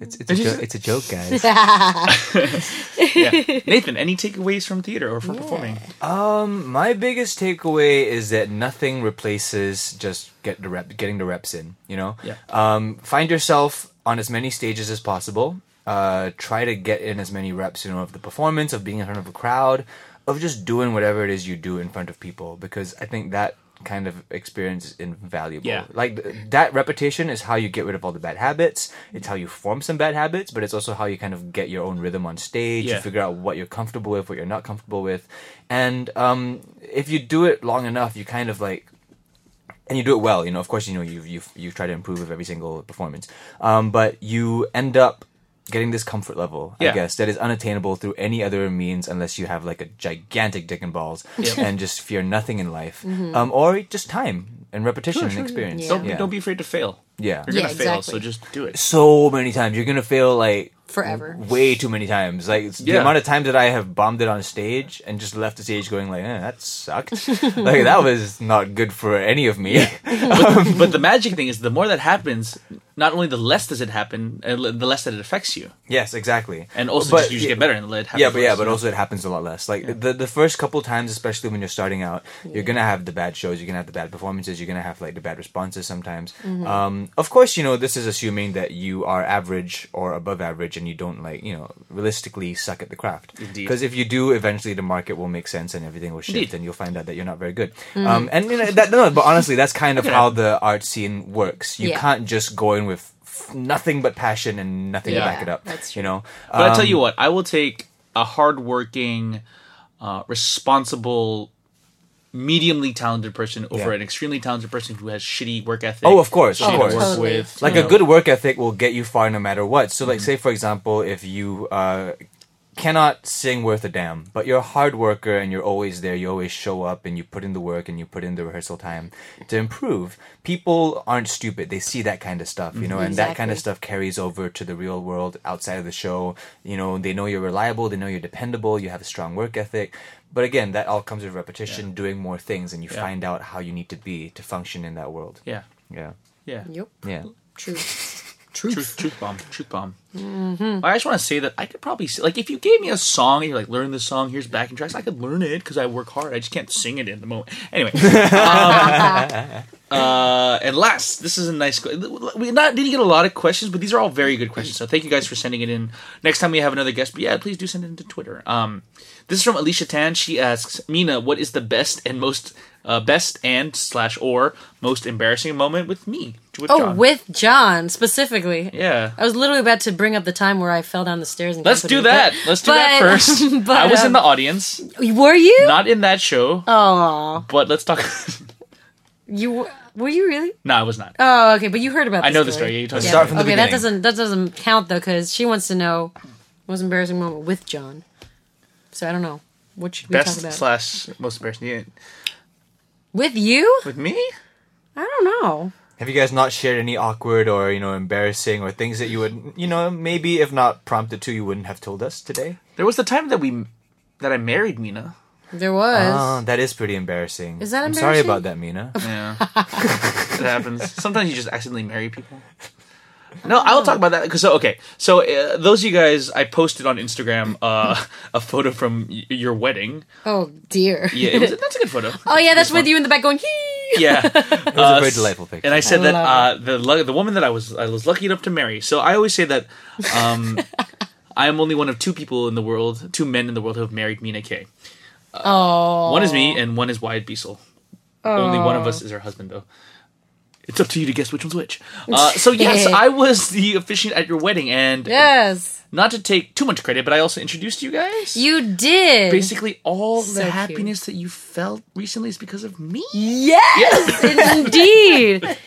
[SPEAKER 1] It's, it's, a,
[SPEAKER 2] Did you
[SPEAKER 1] jo-
[SPEAKER 2] say-
[SPEAKER 1] it's a joke, guys.
[SPEAKER 2] yeah nathan any takeaways from theater or from performing
[SPEAKER 1] My biggest takeaway is that nothing replaces just get the rep, getting the reps in. You know,
[SPEAKER 2] Yeah.
[SPEAKER 1] um, find yourself on as many stages as possible. Uh, try to get in as many reps, you know, of the performance, of being in front of a crowd, of just doing whatever it is you do in front of people, because I think that kind of experience is invaluable.
[SPEAKER 2] Yeah.
[SPEAKER 1] Like th- that repetition is how you get rid of all the bad habits. It's how you form some bad habits, but it's also how you kind of get your own rhythm on stage. You
[SPEAKER 2] Yeah.
[SPEAKER 1] figure out what you're comfortable with, what you're not comfortable with, and um, if you do it long enough, you kind of like and you do it well. You know, of course, you know you you you try to improve with every single performance, um, but you end up getting this comfort level, I
[SPEAKER 2] Yeah.
[SPEAKER 1] guess, that is unattainable through any other means unless you have like a gigantic dick and balls and just fear nothing in life, um, or just time and repetition and experience.
[SPEAKER 3] Yeah.
[SPEAKER 2] don't,
[SPEAKER 1] yeah.
[SPEAKER 2] don't be afraid to fail
[SPEAKER 1] Yeah.
[SPEAKER 2] you're gonna
[SPEAKER 3] Yeah,
[SPEAKER 2] fail
[SPEAKER 3] exactly.
[SPEAKER 2] so just do it
[SPEAKER 1] so many times. You're gonna feel like
[SPEAKER 3] Forever.
[SPEAKER 1] way too many times. Like it's the
[SPEAKER 2] Yeah.
[SPEAKER 1] amount of times that I have bombed it on stage and just left the stage going like, eh, that sucked. like that was not good for any of me.
[SPEAKER 2] but the magic thing is the more that happens not only the less does it happen uh, the less that it affects you
[SPEAKER 1] yes, exactly.
[SPEAKER 2] and also
[SPEAKER 1] But
[SPEAKER 2] just, you just
[SPEAKER 1] yeah,
[SPEAKER 2] get better and let it happen
[SPEAKER 1] Yeah, but yeah,
[SPEAKER 2] first,
[SPEAKER 1] but
[SPEAKER 2] you know?
[SPEAKER 1] also it happens a lot less. Like the the first couple times, especially when you're starting out, you're gonna have the bad shows, you're gonna have the bad performances, you're gonna have like the bad responses sometimes.
[SPEAKER 2] Mm-hmm.
[SPEAKER 1] Um, of course, you know this is assuming that you are average or above average, and you don't like you know realistically suck at the craft.
[SPEAKER 2] Indeed.
[SPEAKER 1] Because if you do, eventually the market will make sense and everything will shift,
[SPEAKER 2] Indeed.
[SPEAKER 1] and you'll find out that you're not very good.
[SPEAKER 2] Mm-hmm.
[SPEAKER 1] Um, and you know that no, but honestly, that's kind of how the art scene works. You
[SPEAKER 3] Yeah.
[SPEAKER 1] can't just go in with f- nothing but passion and nothing to back it up.
[SPEAKER 3] Yeah, that's
[SPEAKER 1] You know.
[SPEAKER 2] But I tell you what, I will take a hardworking, uh, responsible, mediumly talented person over
[SPEAKER 1] Yeah.
[SPEAKER 2] an extremely talented person who has shitty work ethic.
[SPEAKER 1] Oh, of course, of
[SPEAKER 2] shitty to
[SPEAKER 1] course.
[SPEAKER 2] work
[SPEAKER 3] Totally.
[SPEAKER 2] with,
[SPEAKER 1] like
[SPEAKER 2] you
[SPEAKER 1] a
[SPEAKER 2] know.
[SPEAKER 1] good work ethic will get you far no matter what so like say for example if you uh cannot sing worth a damn, but you're a hard worker and you're always there. You always show up and you put in the work and you put in the rehearsal time to improve. People aren't stupid. They see that kind of stuff, you know, and that kind of
[SPEAKER 3] Exactly.
[SPEAKER 1] stuff carries over to the real world outside of the show. You know, they know you're reliable, they know you're dependable, you have a strong work ethic. But again, that all comes with repetition, doing more things, and you find out how you need to be to function in that world.
[SPEAKER 2] Yeah.
[SPEAKER 1] Yeah.
[SPEAKER 2] Yeah.
[SPEAKER 3] Yep.
[SPEAKER 1] Yeah.
[SPEAKER 3] True.
[SPEAKER 2] Truth, truth bomb, truth bomb. I just want to say that I could probably say, like if you gave me a song and you're like learn this song, here's backing tracks, I could learn it because I work hard. I just can't sing it in the moment. Anyway, um, uh, and last, this is a nice. que- We not didn't get a lot of questions, but these are all very good questions. So thank you guys for sending it in. Next time we have another guest, but yeah, please do send it into Twitter. Um, this is from Alicia Tan. She asks Mina, "What is the best and most uh, best and slash or most embarrassing moment with me?" With
[SPEAKER 3] Oh,
[SPEAKER 2] John?"
[SPEAKER 3] with John specifically.
[SPEAKER 2] yeah.
[SPEAKER 3] I was literally about to bring up the time where I fell down the stairs. And
[SPEAKER 2] Let's do that. Let's do that
[SPEAKER 3] but-
[SPEAKER 2] first.
[SPEAKER 3] but,
[SPEAKER 2] I was in
[SPEAKER 3] um,
[SPEAKER 2] the audience,
[SPEAKER 3] Were you?
[SPEAKER 2] not in that show,
[SPEAKER 3] oh,
[SPEAKER 2] but let's talk.
[SPEAKER 3] you were, were you really?
[SPEAKER 2] no, I was not.
[SPEAKER 3] Oh, okay, but you heard about.
[SPEAKER 2] I
[SPEAKER 3] this
[SPEAKER 2] know the story. Yeah, you told me.
[SPEAKER 1] Start from the
[SPEAKER 3] okay,
[SPEAKER 1] beginning.
[SPEAKER 3] that doesn't that doesn't count though, because she wants to know most embarrassing moment with John. So I don't know what should we talk
[SPEAKER 2] Best
[SPEAKER 3] about
[SPEAKER 2] slash most embarrassing Yeah,
[SPEAKER 3] with you.
[SPEAKER 2] with me.
[SPEAKER 3] I don't know.
[SPEAKER 1] Have you guys not shared any awkward or you know embarrassing or things that you would you know maybe if not prompted to you wouldn't have told us today?
[SPEAKER 2] There was the time that we that I married Mina.
[SPEAKER 3] There was.
[SPEAKER 2] Uh,
[SPEAKER 1] Oh, that is pretty embarrassing.
[SPEAKER 3] Is that
[SPEAKER 1] I'm sorry
[SPEAKER 3] embarrassing?
[SPEAKER 1] about that, Mina.
[SPEAKER 2] Yeah, it happens. Sometimes you just accidentally marry people. No, I will talk about that because so, okay. So uh, those of you guys, I posted on Instagram uh, a photo from y- your wedding.
[SPEAKER 3] Oh dear.
[SPEAKER 2] Yeah, it was, that's a good photo.
[SPEAKER 3] Oh yeah, that's with you in the back going. Hee!
[SPEAKER 2] Yeah, Uh,
[SPEAKER 1] It was a very delightful picture.
[SPEAKER 2] And I said that uh,
[SPEAKER 3] love
[SPEAKER 2] the lu- the woman that I was I was lucky enough to marry. So I always say that um, I am only one of two people in the world, two men in the world who have married Mina K.
[SPEAKER 3] Oh.
[SPEAKER 2] One is me, and one is Wyatt Beasel. Only one of us is her husband, though. It's up to you to guess which one's which. Uh, so yes, I was the officiant at your wedding, and
[SPEAKER 3] Yes,
[SPEAKER 2] not to take too much credit, but I also introduced you guys.
[SPEAKER 3] you did.
[SPEAKER 2] Basically, all
[SPEAKER 3] So
[SPEAKER 2] the
[SPEAKER 3] cute.
[SPEAKER 2] happiness that you felt recently is because of me.
[SPEAKER 3] Yes, indeed.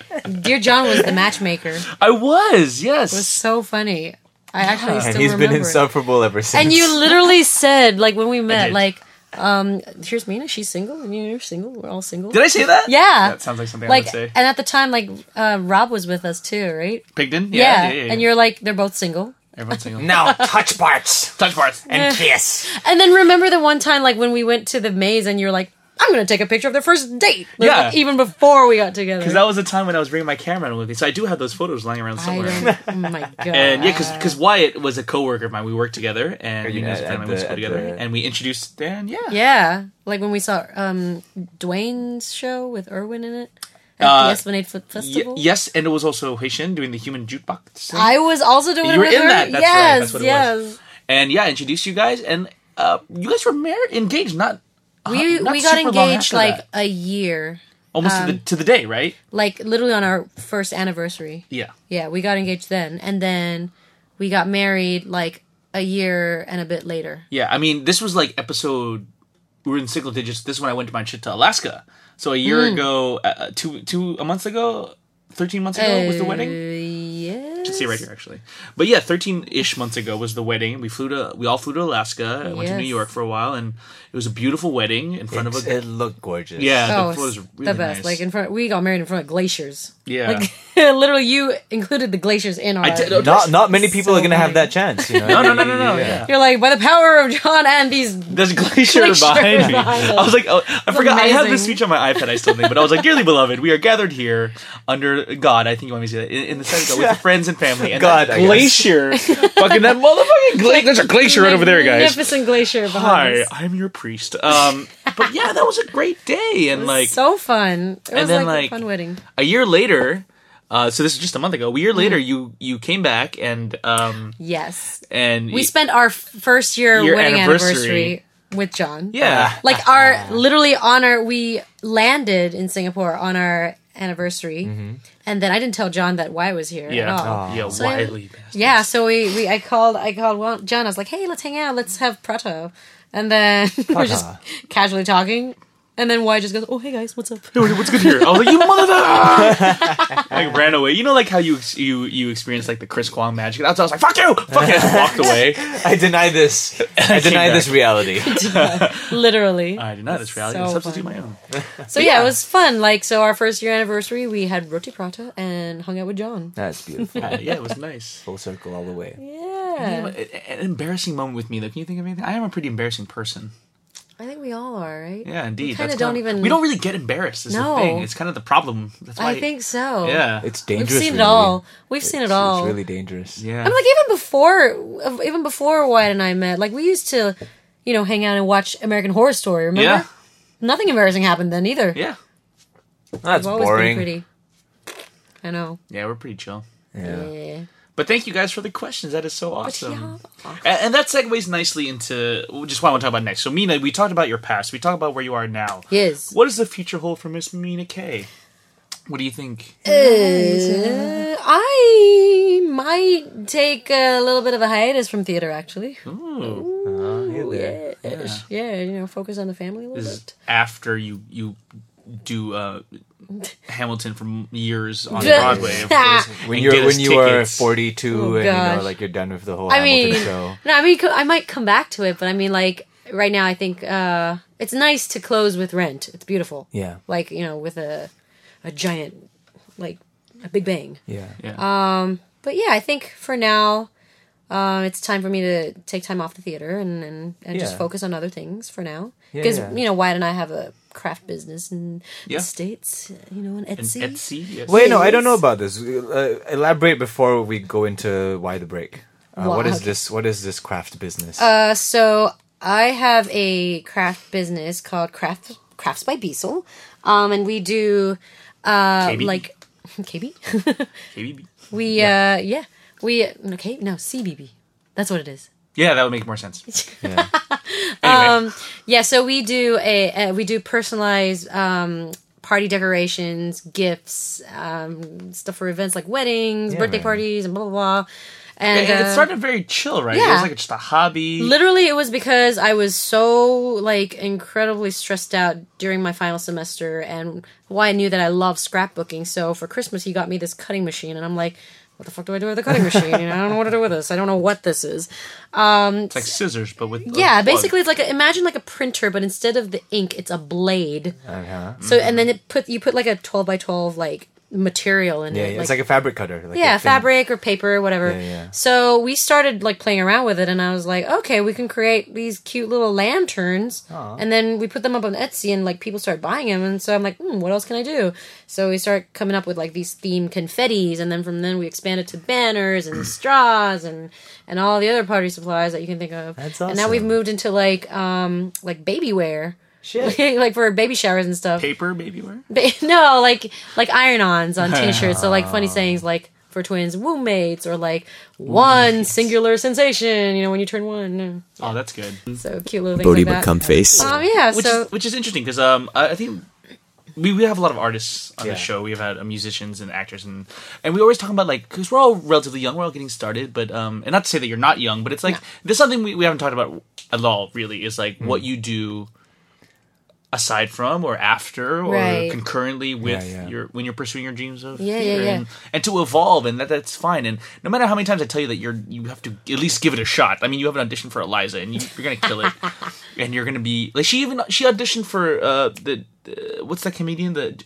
[SPEAKER 3] Dear John was the matchmaker.
[SPEAKER 2] I was, yes.
[SPEAKER 3] It was so funny. I actually still
[SPEAKER 1] and he's
[SPEAKER 3] remember.
[SPEAKER 1] been
[SPEAKER 3] it.
[SPEAKER 1] insufferable ever since.
[SPEAKER 3] And you literally said, like when we met,
[SPEAKER 2] did.
[SPEAKER 3] like, um, here's Mina, she's single, and you're single, we're all single.
[SPEAKER 2] Did I say that?
[SPEAKER 3] yeah.
[SPEAKER 2] That sounds like something I
[SPEAKER 3] like,
[SPEAKER 2] would say.
[SPEAKER 3] and at the time, like uh, Rob was with us too, right?
[SPEAKER 2] Pigden?
[SPEAKER 3] And you're like, they're both single.
[SPEAKER 2] Everyone's single.
[SPEAKER 1] now touch parts
[SPEAKER 2] Touch parts.
[SPEAKER 1] and kiss.
[SPEAKER 3] And then remember the one time, like when we went to the maze, and you're like, I'm gonna take a picture of their first date. Like,
[SPEAKER 2] Yeah.
[SPEAKER 3] even before we got together.
[SPEAKER 2] Because that was the time when I was bringing my camera with me. So I do have those photos lying around
[SPEAKER 3] I
[SPEAKER 2] somewhere.
[SPEAKER 3] don't, oh my god.
[SPEAKER 2] And yeah, because Wyatt was a coworker of mine. We worked together, and we
[SPEAKER 1] Yeah,
[SPEAKER 2] knew his
[SPEAKER 1] at
[SPEAKER 2] family
[SPEAKER 1] the-
[SPEAKER 2] went to school
[SPEAKER 1] at
[SPEAKER 2] together,
[SPEAKER 1] the-
[SPEAKER 2] and we introduced Dan. Yeah,
[SPEAKER 3] Yeah, like when we saw um Dwayne's show with Irwin in it at
[SPEAKER 2] Uh,
[SPEAKER 3] the Esplanade F-
[SPEAKER 2] Ye-
[SPEAKER 3] Festival.
[SPEAKER 2] yes, and it was also Haitian doing the human jukebox. thing.
[SPEAKER 3] I was also doing
[SPEAKER 2] You
[SPEAKER 3] it
[SPEAKER 2] were
[SPEAKER 3] with
[SPEAKER 2] in
[SPEAKER 3] her.
[SPEAKER 2] that, that's right,
[SPEAKER 3] yes,
[SPEAKER 2] that's what it
[SPEAKER 3] yes.
[SPEAKER 2] was. and yeah, introduced you guys, and uh, you guys were married, engaged, not
[SPEAKER 3] We
[SPEAKER 2] Uh, Not
[SPEAKER 3] we got
[SPEAKER 2] super long
[SPEAKER 3] engaged
[SPEAKER 2] after
[SPEAKER 3] like um,
[SPEAKER 2] that.
[SPEAKER 3] a year,
[SPEAKER 2] almost to, the, to the day, right?
[SPEAKER 3] like literally on our first anniversary.
[SPEAKER 2] Yeah,
[SPEAKER 3] Yeah, we got engaged then, and then we got married like a year and a bit later.
[SPEAKER 2] yeah. I mean, this was like episode. We were in single digits. This is when I went to my trip to Alaska. So a year ago, uh, two two a month ago, thirteen months ago was the wedding.
[SPEAKER 3] Yeah.
[SPEAKER 2] See right here, actually. But yeah, thirteen-ish months ago was the wedding. We flew to, we all flew to Alaska. I went to New
[SPEAKER 3] Yes.
[SPEAKER 2] York for a while, and it was a beautiful wedding in front
[SPEAKER 1] It,
[SPEAKER 2] of a.
[SPEAKER 1] it looked gorgeous.
[SPEAKER 2] yeah,
[SPEAKER 3] Oh,
[SPEAKER 2] the photos were really
[SPEAKER 3] the best!
[SPEAKER 2] nice.
[SPEAKER 3] Like in front, we got married in front of glaciers.
[SPEAKER 2] yeah,
[SPEAKER 3] literally, you included the glaciers in our.
[SPEAKER 2] I did- oh,
[SPEAKER 1] Not not many people
[SPEAKER 3] So
[SPEAKER 1] are gonna have
[SPEAKER 3] funny.
[SPEAKER 1] that chance. You know?
[SPEAKER 2] no, no, no, no, no. Yeah.
[SPEAKER 3] You're like, by the power of John and these.
[SPEAKER 2] There's a glacier,
[SPEAKER 3] Glacier
[SPEAKER 2] behind me.
[SPEAKER 3] behind us.
[SPEAKER 2] I was like, oh, I forgot. I have this
[SPEAKER 3] amazing.
[SPEAKER 2] speech on my iPad. I still think, but I was like, dearly beloved, we are gathered here under God. I think you want me to say that in, in the sense of with your friends and family. And
[SPEAKER 1] God,
[SPEAKER 2] that
[SPEAKER 1] I guess.
[SPEAKER 2] glacier, fucking that motherfucking glacier. There's a glacier right over there, guys.
[SPEAKER 3] Magnificent glacier behind
[SPEAKER 2] Hi,
[SPEAKER 3] us.
[SPEAKER 2] I'm your priest. Um, but yeah, that was a great day, and like
[SPEAKER 3] so fun. It was
[SPEAKER 2] then,
[SPEAKER 3] like, a
[SPEAKER 2] like,
[SPEAKER 3] fun wedding.
[SPEAKER 2] a year later. Uh, so this is just a month ago. A
[SPEAKER 3] Mm-hmm.
[SPEAKER 2] year later, you you came back and um
[SPEAKER 3] Yes.
[SPEAKER 2] and
[SPEAKER 3] We spent our f- first year
[SPEAKER 2] Your
[SPEAKER 3] wedding
[SPEAKER 2] anniversary.
[SPEAKER 3] anniversary. with John.
[SPEAKER 2] yeah
[SPEAKER 3] Like our literally on our we landed in Singapore on our anniversary. And then I didn't tell John that why I was here
[SPEAKER 2] Mm-hmm. yeah Oh.
[SPEAKER 3] at all.
[SPEAKER 2] yeah widely best.
[SPEAKER 3] oh. Yeah, so we, we I called I called well, John. I was like, "Hey, let's hang out. Let's have prato." And then we're just casually talking. And then Y just goes, "Oh hey guys, what's up?"
[SPEAKER 2] Dude, what's good here? I was like, you mother! like ran away. You know, like how you ex- you you experience like the Chris Kwong magic. That's why I was like, fuck you, fuck you, I just walked away.
[SPEAKER 1] I deny this. I deny
[SPEAKER 2] back.
[SPEAKER 1] this reality.
[SPEAKER 3] Literally.
[SPEAKER 2] I did not. This reality.
[SPEAKER 3] So
[SPEAKER 2] I substitute
[SPEAKER 3] funny.
[SPEAKER 2] my own.
[SPEAKER 3] so yeah. it was fun. Like so, our first year anniversary, we had roti prata and hung out with John.
[SPEAKER 1] That's beautiful.
[SPEAKER 2] Uh, yeah, it was nice.
[SPEAKER 1] Full circle all the way.
[SPEAKER 3] Yeah,
[SPEAKER 2] An an embarrassing moment with me though. Can you think of anything? I am a pretty embarrassing person.
[SPEAKER 3] I think we all are, right?
[SPEAKER 2] Yeah, indeed.
[SPEAKER 3] kinda
[SPEAKER 2] That's
[SPEAKER 3] don't
[SPEAKER 2] kinda-
[SPEAKER 3] even-
[SPEAKER 2] We don't really get embarrassed. Is
[SPEAKER 3] No.
[SPEAKER 2] the thing. It's kind of the problem. That's why.
[SPEAKER 3] I think so.
[SPEAKER 2] Yeah.
[SPEAKER 1] It's
[SPEAKER 3] we've
[SPEAKER 1] dangerous.
[SPEAKER 3] seen it
[SPEAKER 1] really.
[SPEAKER 3] all. We've seen it
[SPEAKER 1] It's-
[SPEAKER 3] all.
[SPEAKER 1] It's really dangerous.
[SPEAKER 2] yeah.
[SPEAKER 3] I mean, like even before, even before Wyatt and I met, like we used to, you know, hang out and watch American Horror Story. Remember?
[SPEAKER 2] yeah.
[SPEAKER 3] Nothing embarrassing happened then either.
[SPEAKER 2] Yeah.
[SPEAKER 1] That's
[SPEAKER 3] We've always
[SPEAKER 1] boring.
[SPEAKER 3] been pretty. I know.
[SPEAKER 2] Yeah. We're pretty chill.
[SPEAKER 1] Yeah.
[SPEAKER 3] Yeah.
[SPEAKER 2] But thank you guys for the questions. That is so awesome.
[SPEAKER 3] yeah.
[SPEAKER 2] And, and that segues nicely into just what I want to talk about next. So, Mina, we talked about your past. We talked about where you are now.
[SPEAKER 3] Yes.
[SPEAKER 2] What does the future hold for Miss Mina K? What do you think?
[SPEAKER 3] Uh, I might take a little bit of a hiatus from theater, actually.
[SPEAKER 2] Ooh.
[SPEAKER 3] Yeah. yeah. you know, focus on the family a little
[SPEAKER 2] This is
[SPEAKER 3] bit.
[SPEAKER 2] after you you do uh, Hamilton for years on
[SPEAKER 3] The-
[SPEAKER 2] Broadway, of course.
[SPEAKER 1] When
[SPEAKER 2] and
[SPEAKER 1] you're
[SPEAKER 2] get us
[SPEAKER 1] when you are
[SPEAKER 2] tickets.
[SPEAKER 1] 42
[SPEAKER 3] Oh,
[SPEAKER 1] and you know
[SPEAKER 3] gosh.
[SPEAKER 1] like you're done with the whole
[SPEAKER 3] I
[SPEAKER 1] Hamilton
[SPEAKER 3] mean,
[SPEAKER 1] show.
[SPEAKER 3] no, I mean, co- I might come back to it, but I mean, like right now, I think uh, it's nice to close with Rent. It's beautiful.
[SPEAKER 1] Yeah.
[SPEAKER 3] Like you know, with a a giant, like a big bang.
[SPEAKER 1] Yeah.
[SPEAKER 3] Um,
[SPEAKER 2] Yeah.
[SPEAKER 3] But yeah, I think for now, uh, it's time for me to take time off the theater and and, and just
[SPEAKER 1] Yeah.
[SPEAKER 3] focus on other things for now.
[SPEAKER 1] Yeah,
[SPEAKER 3] Because
[SPEAKER 1] yeah.
[SPEAKER 3] you know, Wyatt and I have a craft business in
[SPEAKER 2] Yeah.
[SPEAKER 3] the states. You know, on
[SPEAKER 2] and
[SPEAKER 3] Etsy.
[SPEAKER 2] Etsy. Yes.
[SPEAKER 1] Wait, no, I
[SPEAKER 3] Please.
[SPEAKER 1] don't know about this. Uh, elaborate before we go into why the break. Uh,
[SPEAKER 3] Wow,
[SPEAKER 1] what is
[SPEAKER 3] okay.
[SPEAKER 1] this? What is this craft business?
[SPEAKER 3] Uh, so I have a craft business called Craft Crafts by Beesel, um, and we do uh,
[SPEAKER 2] KB.
[SPEAKER 3] like KB.
[SPEAKER 2] KBB.
[SPEAKER 3] we uh, yeah, we okay no CBB. That's what it is.
[SPEAKER 2] Yeah, that would make more sense.
[SPEAKER 1] Yeah.
[SPEAKER 2] Anyway,
[SPEAKER 3] Um, Yeah, so we do a uh, we do personalized um, party decorations, gifts, um, stuff for events like weddings,
[SPEAKER 1] Yeah,
[SPEAKER 3] birthday
[SPEAKER 1] man.
[SPEAKER 3] parties, and blah blah blah. And,
[SPEAKER 2] and it
[SPEAKER 3] uh,
[SPEAKER 2] started very chill, right? It
[SPEAKER 3] yeah.
[SPEAKER 2] was like just a hobby.
[SPEAKER 3] Literally, it was because I was so like incredibly stressed out during my final semester, and why I knew that I love scrapbooking. So for Christmas, he got me this cutting machine, and I'm like, "What the fuck do I do with a cutting machine? You know, I don't know what to do with this. I don't know what this is."
[SPEAKER 2] It's like scissors, but with a
[SPEAKER 3] Yeah,
[SPEAKER 2] plug.
[SPEAKER 3] basically, it's like a, imagine like a printer, but instead of the ink, it's a blade.
[SPEAKER 1] Uh-huh.
[SPEAKER 3] So and then it put you put like a twelve by twelve like material in
[SPEAKER 1] Yeah,
[SPEAKER 3] it.
[SPEAKER 1] yeah, it's like a fabric cutter. Like
[SPEAKER 3] yeah,
[SPEAKER 1] a thin-
[SPEAKER 3] fabric or paper, whatever.
[SPEAKER 1] Yeah, yeah.
[SPEAKER 3] So we started like playing around with it, and I was like, okay, we can create these cute little lanterns, and then we put them up on Etsy, and like people started buying them, and so I'm like, hmm, what else can I do? So we start coming up with like these theme confettis, and then from then we expanded to banners and straws and and all the other party supplies that you can think of.
[SPEAKER 1] That's
[SPEAKER 3] And now we've
[SPEAKER 1] awesome.
[SPEAKER 3] moved into like um like baby wear.
[SPEAKER 1] Shit.
[SPEAKER 3] like for baby showers and stuff.
[SPEAKER 2] paper, maybe where?
[SPEAKER 3] Ba- no, like like iron-ons on t-shirts. so like funny sayings like for twins, womb mates, or like one singular sensation. You know, when you turn one.
[SPEAKER 2] Oh, that's good.
[SPEAKER 3] So cute little things
[SPEAKER 7] Bodie
[SPEAKER 3] like that.
[SPEAKER 7] become face.
[SPEAKER 3] Um, yeah.
[SPEAKER 2] which
[SPEAKER 3] so
[SPEAKER 2] is, which is interesting because um I, I think we, we have a lot of artists on the
[SPEAKER 1] Yeah.
[SPEAKER 2] show. We've had uh, musicians and actors and and we always talk about like because we're all relatively young, we're all getting started. But um and not to say that you're not young, but it's like there's something we, we haven't talked about at all. Really, is like
[SPEAKER 1] Hmm.
[SPEAKER 2] what you do aside from or after or
[SPEAKER 3] Right.
[SPEAKER 2] concurrently with
[SPEAKER 1] Yeah, yeah.
[SPEAKER 2] your when you're pursuing your dreams of
[SPEAKER 3] Yeah, yeah,
[SPEAKER 2] theater
[SPEAKER 3] yeah.
[SPEAKER 2] And, and to evolve and that that's fine and no matter how many times i tell you that you're you have to at least give it a shot i mean you have an audition for eliza and you, you're gonna kill it and you're gonna be like she even she auditioned for uh the uh, what's that comedian that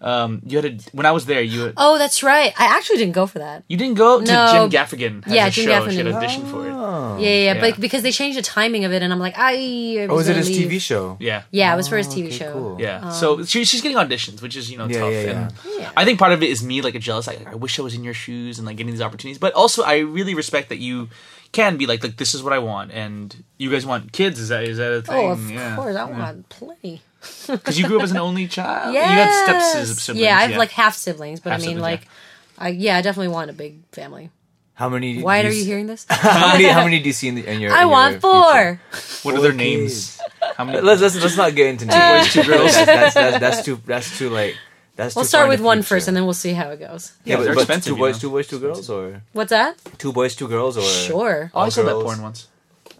[SPEAKER 2] um you had a when i was there you
[SPEAKER 3] oh, that's right. I actually didn't go for that.
[SPEAKER 2] you didn't go to
[SPEAKER 3] No.
[SPEAKER 2] jim gaffigan has
[SPEAKER 3] Yeah,
[SPEAKER 2] a
[SPEAKER 3] Jim
[SPEAKER 2] show she had
[SPEAKER 3] Gaffigan.
[SPEAKER 2] auditioned for it
[SPEAKER 3] yeah, yeah, yeah.
[SPEAKER 2] yeah.
[SPEAKER 3] But because they changed the timing of it, and I'm like, I. I
[SPEAKER 1] Oh, is it
[SPEAKER 3] gonna
[SPEAKER 1] his
[SPEAKER 3] leave.
[SPEAKER 1] TV show?
[SPEAKER 2] yeah
[SPEAKER 3] Yeah, it was for his TV
[SPEAKER 1] Okay,
[SPEAKER 3] show.
[SPEAKER 1] cool.
[SPEAKER 2] yeah, so she, she's getting auditions, which is you know
[SPEAKER 1] Yeah,
[SPEAKER 2] tough.
[SPEAKER 1] yeah,
[SPEAKER 2] And
[SPEAKER 3] Um, Yeah.
[SPEAKER 2] I think part of it is me like a jealous. I, I wish I was in your shoes and like getting these opportunities. But also, I really respect that you can be like, like this is what I want, and you guys want kids. Is that is that a thing?
[SPEAKER 3] Oh, of
[SPEAKER 2] yeah.
[SPEAKER 3] course, I want plenty.
[SPEAKER 2] Because you grew up as an only child.
[SPEAKER 3] Yeah,
[SPEAKER 2] you had step sis- siblings.
[SPEAKER 3] Yeah, I have like half siblings, but
[SPEAKER 2] Half
[SPEAKER 3] I mean,
[SPEAKER 2] siblings,
[SPEAKER 3] like, I yeah, I definitely want a big family.
[SPEAKER 1] How many?
[SPEAKER 3] Why
[SPEAKER 1] do s-
[SPEAKER 3] are you hearing this?
[SPEAKER 1] How many? How many do you see in, the, in your? in
[SPEAKER 3] I
[SPEAKER 1] your
[SPEAKER 3] want
[SPEAKER 1] future?
[SPEAKER 3] four.
[SPEAKER 2] what are their names? How many?
[SPEAKER 1] Let's, let's let's not get into two boys, two girls. That's, that's, that's, that's too that's too like that's.
[SPEAKER 3] We'll
[SPEAKER 1] too
[SPEAKER 3] start
[SPEAKER 1] far in
[SPEAKER 3] with
[SPEAKER 1] the
[SPEAKER 3] one
[SPEAKER 1] future.
[SPEAKER 3] first, and then we'll see how it goes.
[SPEAKER 1] yeah,
[SPEAKER 2] they're
[SPEAKER 1] but, but
[SPEAKER 2] expensive,
[SPEAKER 1] two
[SPEAKER 2] you
[SPEAKER 1] boys,
[SPEAKER 2] know.
[SPEAKER 1] two boys, two girls, or
[SPEAKER 3] What's that?
[SPEAKER 1] two boys, two girls, or
[SPEAKER 3] Sure.
[SPEAKER 2] oh, I saw that
[SPEAKER 1] girls.
[SPEAKER 2] porn once.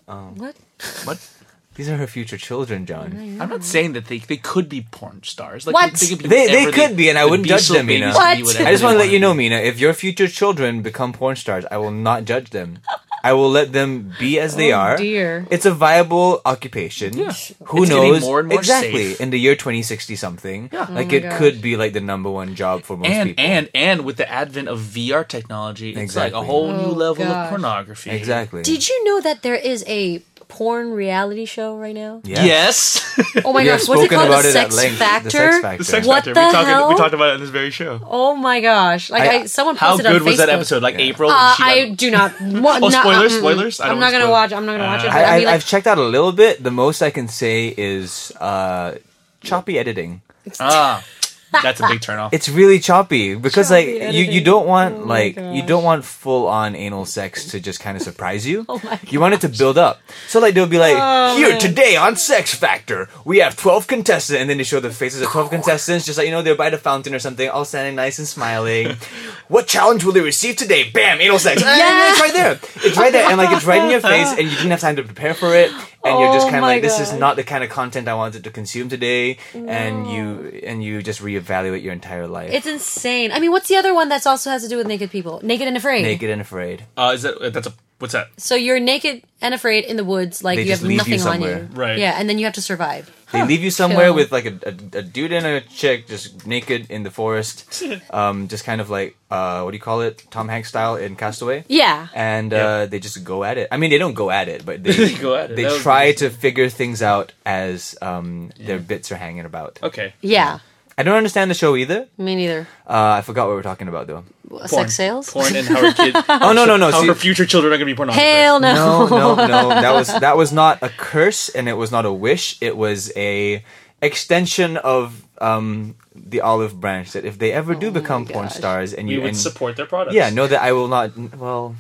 [SPEAKER 3] What?
[SPEAKER 2] What?
[SPEAKER 1] These are her future children, John.
[SPEAKER 2] I'm not saying that they they could be porn stars. Like,
[SPEAKER 3] What?
[SPEAKER 2] They, could be,
[SPEAKER 1] They- they
[SPEAKER 2] whatever
[SPEAKER 1] could be, and I
[SPEAKER 2] the
[SPEAKER 1] wouldn't judge
[SPEAKER 2] Beasel
[SPEAKER 1] them, you know.
[SPEAKER 2] Babies could be
[SPEAKER 3] What?
[SPEAKER 2] whatever
[SPEAKER 1] I just
[SPEAKER 2] they
[SPEAKER 1] want to let you know,
[SPEAKER 2] be.
[SPEAKER 1] Mina, if your future children become porn stars, I will not judge them. I will let them be as they
[SPEAKER 3] Oh,
[SPEAKER 1] are.
[SPEAKER 3] dear.
[SPEAKER 1] It's a viable occupation. Who
[SPEAKER 2] It's getting
[SPEAKER 1] knows?
[SPEAKER 2] more and more
[SPEAKER 1] exactly.
[SPEAKER 2] safe.
[SPEAKER 1] In the year 2060 something, like
[SPEAKER 3] Oh my
[SPEAKER 1] it
[SPEAKER 3] gosh.
[SPEAKER 1] could be like the number one job for most
[SPEAKER 2] And
[SPEAKER 1] people.
[SPEAKER 2] and and with the advent of VR technology, it's
[SPEAKER 1] Exactly.
[SPEAKER 2] like a whole
[SPEAKER 3] Oh,
[SPEAKER 2] new level
[SPEAKER 3] gosh.
[SPEAKER 2] of pornography.
[SPEAKER 1] exactly.
[SPEAKER 3] Did you know that there is a porn reality show right now?
[SPEAKER 1] Yeah.
[SPEAKER 2] Yes.
[SPEAKER 3] Oh my
[SPEAKER 1] We have
[SPEAKER 3] gosh, what's it
[SPEAKER 1] spoken
[SPEAKER 3] called?
[SPEAKER 1] about
[SPEAKER 3] the,
[SPEAKER 1] it at
[SPEAKER 3] sex
[SPEAKER 1] length.
[SPEAKER 3] factor?
[SPEAKER 1] The sex factor. The sex
[SPEAKER 3] What
[SPEAKER 2] Factor.
[SPEAKER 3] the
[SPEAKER 2] we talked,
[SPEAKER 3] hell?
[SPEAKER 2] we talked about it in this very show.
[SPEAKER 3] Oh my gosh! Like
[SPEAKER 1] I-
[SPEAKER 3] I, someone
[SPEAKER 2] How
[SPEAKER 3] posted
[SPEAKER 2] good
[SPEAKER 3] on
[SPEAKER 2] was that
[SPEAKER 3] Facebook.
[SPEAKER 2] episode? Like April.
[SPEAKER 3] Uh,
[SPEAKER 2] she got-
[SPEAKER 3] I do not. What,
[SPEAKER 2] Oh,
[SPEAKER 3] no,
[SPEAKER 2] spoilers,
[SPEAKER 3] uh, mm,
[SPEAKER 2] spoilers? I don't
[SPEAKER 3] I'm
[SPEAKER 2] wanna
[SPEAKER 3] not gonna
[SPEAKER 2] spoil.
[SPEAKER 3] watch. I'm not gonna watch it.
[SPEAKER 1] I,
[SPEAKER 3] But I,
[SPEAKER 1] Uh, I,
[SPEAKER 3] mean, like,
[SPEAKER 1] I've checked out a little bit. The most I can say is uh, choppy editing.
[SPEAKER 2] ah, that's a big turnoff.
[SPEAKER 1] It's really choppy because
[SPEAKER 3] Choppy
[SPEAKER 1] like you, you
[SPEAKER 3] editing.
[SPEAKER 1] don't want
[SPEAKER 3] Oh my
[SPEAKER 1] like you
[SPEAKER 3] gosh.
[SPEAKER 1] don't want full on anal sex to just kind of surprise you.
[SPEAKER 3] Oh my
[SPEAKER 1] you want it to build up. So like they'll be like,
[SPEAKER 3] Oh,
[SPEAKER 1] here
[SPEAKER 3] man.
[SPEAKER 1] today on Sex Factor, we have twelve contestants, and then they show the faces of twelve contestants, just like you know they're by the fountain or something, all standing nice and smiling. what challenge will they receive today? Bam, anal sex. Yeah, it's right there. It's right there, and like it's right in your face, and you didn't have time to prepare for it, and you're just
[SPEAKER 3] Oh
[SPEAKER 1] kind of
[SPEAKER 3] my
[SPEAKER 1] like, this is
[SPEAKER 3] gosh.
[SPEAKER 1] not not the kind of content I wanted to consume today, and you and you just reevaluate your entire life.
[SPEAKER 3] it's insane. I mean, what's the other one that's also has to do with naked people? Naked and afraid.
[SPEAKER 1] naked and afraid.
[SPEAKER 2] Uh, is that that's a what's that?
[SPEAKER 3] So you're naked and afraid in the woods, like
[SPEAKER 1] They
[SPEAKER 3] you
[SPEAKER 1] just
[SPEAKER 3] have
[SPEAKER 1] leave you
[SPEAKER 3] nothing on
[SPEAKER 1] somewhere.
[SPEAKER 3] you.
[SPEAKER 2] Right.
[SPEAKER 3] Yeah, and then you have to survive.
[SPEAKER 1] They leave you somewhere
[SPEAKER 3] Chill.
[SPEAKER 1] with like a, a, a dude and a chick just naked in the forest, um, just kind of like uh, what do you call it, Tom Hanks style in Castaway.
[SPEAKER 3] Yeah.
[SPEAKER 1] And uh, they just go at it. I mean, they don't go at it, but they,
[SPEAKER 2] They go at it.
[SPEAKER 1] they
[SPEAKER 2] That was
[SPEAKER 1] try to figure things out as um, their bits are hanging about.
[SPEAKER 2] Okay.
[SPEAKER 3] Yeah.
[SPEAKER 1] I don't understand the show either.
[SPEAKER 3] Me neither.
[SPEAKER 1] Uh, I forgot what we were talking about though.
[SPEAKER 2] Porn.
[SPEAKER 3] Sex sales.
[SPEAKER 2] Porn and how her kid.
[SPEAKER 1] Oh no no no!
[SPEAKER 2] how
[SPEAKER 1] See-
[SPEAKER 2] her future children are gonna be pornographers.
[SPEAKER 3] Hell no.
[SPEAKER 1] No, no, no. That was that was not a curse, and it was not a wish. It was a extension of um, the olive branch that if they ever do become porn
[SPEAKER 3] gosh.
[SPEAKER 1] stars, and you
[SPEAKER 2] We
[SPEAKER 1] and,
[SPEAKER 2] would support their products.
[SPEAKER 1] yeah, know that I will not. Well,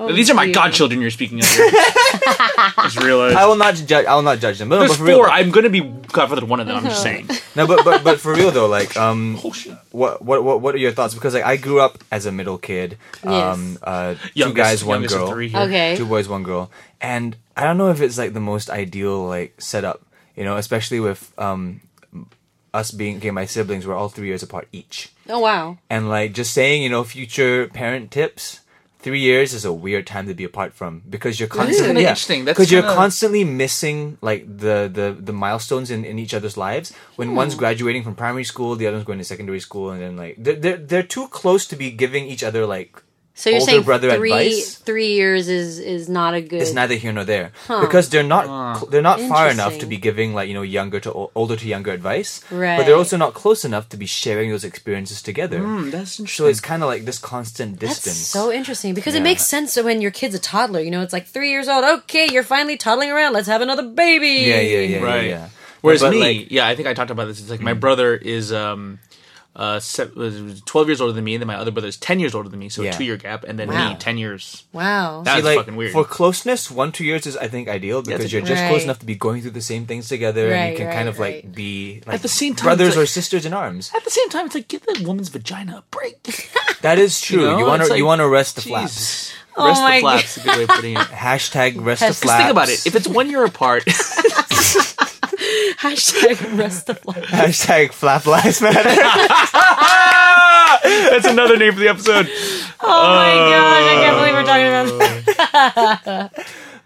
[SPEAKER 3] Oh,
[SPEAKER 2] These are my
[SPEAKER 3] dear.
[SPEAKER 2] godchildren you're speaking of. here. just realized.
[SPEAKER 1] I will not judge. I will not judge them. But, no,
[SPEAKER 2] There's
[SPEAKER 1] but for real,
[SPEAKER 2] four. I'm gonna be godfather to one of them. I'm just
[SPEAKER 3] Uh-huh.
[SPEAKER 2] saying.
[SPEAKER 1] no, but, but but for real though, like um,
[SPEAKER 2] Oh shit.
[SPEAKER 1] what what what what are your thoughts? Because like I grew up as a middle kid.
[SPEAKER 3] Yes.
[SPEAKER 1] Um, uh, two
[SPEAKER 2] Youngest-
[SPEAKER 1] guys, one
[SPEAKER 2] youngest of
[SPEAKER 1] girl.
[SPEAKER 2] three here.
[SPEAKER 3] Okay.
[SPEAKER 1] two boys, one girl, and I don't know if it's like the most ideal like setup, you know, especially with um us being okay, my siblings were all three years apart each,
[SPEAKER 3] Oh wow.
[SPEAKER 1] and like just saying, you know, future parent tips. Three years is a weird time to be apart from because you're constantly
[SPEAKER 2] kinda
[SPEAKER 1] yeah,
[SPEAKER 2] interesting. That's
[SPEAKER 1] because you're
[SPEAKER 2] kinda-
[SPEAKER 1] constantly missing like the the the milestones in, in each other's lives. When
[SPEAKER 2] Hmm.
[SPEAKER 1] one's graduating from primary school, the other's going to secondary school, and then like they're they're, they're too close to be giving each other like
[SPEAKER 3] So you're
[SPEAKER 1] older
[SPEAKER 3] saying
[SPEAKER 1] brother
[SPEAKER 3] three Oh.
[SPEAKER 1] advice?
[SPEAKER 3] three years is is not a good.
[SPEAKER 1] it's neither here nor there because they're not cl- they're not far enough to
[SPEAKER 3] Interesting.
[SPEAKER 1] be giving like you know younger to ol- older to younger advice but
[SPEAKER 3] Right.
[SPEAKER 1] they're also not close enough to be sharing those experiences together
[SPEAKER 2] That's
[SPEAKER 1] so it's kind of like this constant
[SPEAKER 3] That's
[SPEAKER 1] distance
[SPEAKER 3] so interesting because
[SPEAKER 1] Yeah.
[SPEAKER 3] it makes sense when your kid's a toddler. You know, it's like three years old. Okay, you're finally toddling around. Let's have another baby.
[SPEAKER 1] yeah yeah yeah
[SPEAKER 2] Right.
[SPEAKER 1] yeah, yeah.
[SPEAKER 2] Whereas
[SPEAKER 1] But,
[SPEAKER 2] me, Mm.
[SPEAKER 1] like,
[SPEAKER 2] yeah, I think I talked about this. It's like my brother is um, uh, se- was twelve years older than me, and then my other brother is ten years older than me, so
[SPEAKER 1] Yeah.
[SPEAKER 2] a two year gap, and then
[SPEAKER 3] Wow.
[SPEAKER 2] me ten years.
[SPEAKER 3] Wow.
[SPEAKER 2] That's
[SPEAKER 1] like,
[SPEAKER 2] fucking weird.
[SPEAKER 1] for closeness one two years is i think ideal because
[SPEAKER 2] it's-
[SPEAKER 1] you're just close
[SPEAKER 3] Right.
[SPEAKER 1] enough to be going through the same things together and you
[SPEAKER 3] Right,
[SPEAKER 1] can kind
[SPEAKER 3] right,
[SPEAKER 1] of like
[SPEAKER 3] right.
[SPEAKER 1] be like
[SPEAKER 2] the same time,
[SPEAKER 1] brothers
[SPEAKER 2] it's like-
[SPEAKER 1] or sisters in arms
[SPEAKER 2] At the same time, it's like give that woman's vagina a break.
[SPEAKER 1] that is true you,
[SPEAKER 2] know?
[SPEAKER 1] want to
[SPEAKER 2] It's like,
[SPEAKER 1] you want to rest the flaps
[SPEAKER 2] Jesus.
[SPEAKER 3] Oh
[SPEAKER 2] Rest
[SPEAKER 3] my
[SPEAKER 2] the flaps. is a good way of putting it.
[SPEAKER 1] hashtag rest the
[SPEAKER 3] Just
[SPEAKER 1] flaps
[SPEAKER 2] Think about it. If it's one year apart,
[SPEAKER 3] Hashtag rest of life.
[SPEAKER 1] hashtag flap lives matter
[SPEAKER 2] that's another name for the episode.
[SPEAKER 3] Oh my gosh, I can't believe we're talking about that.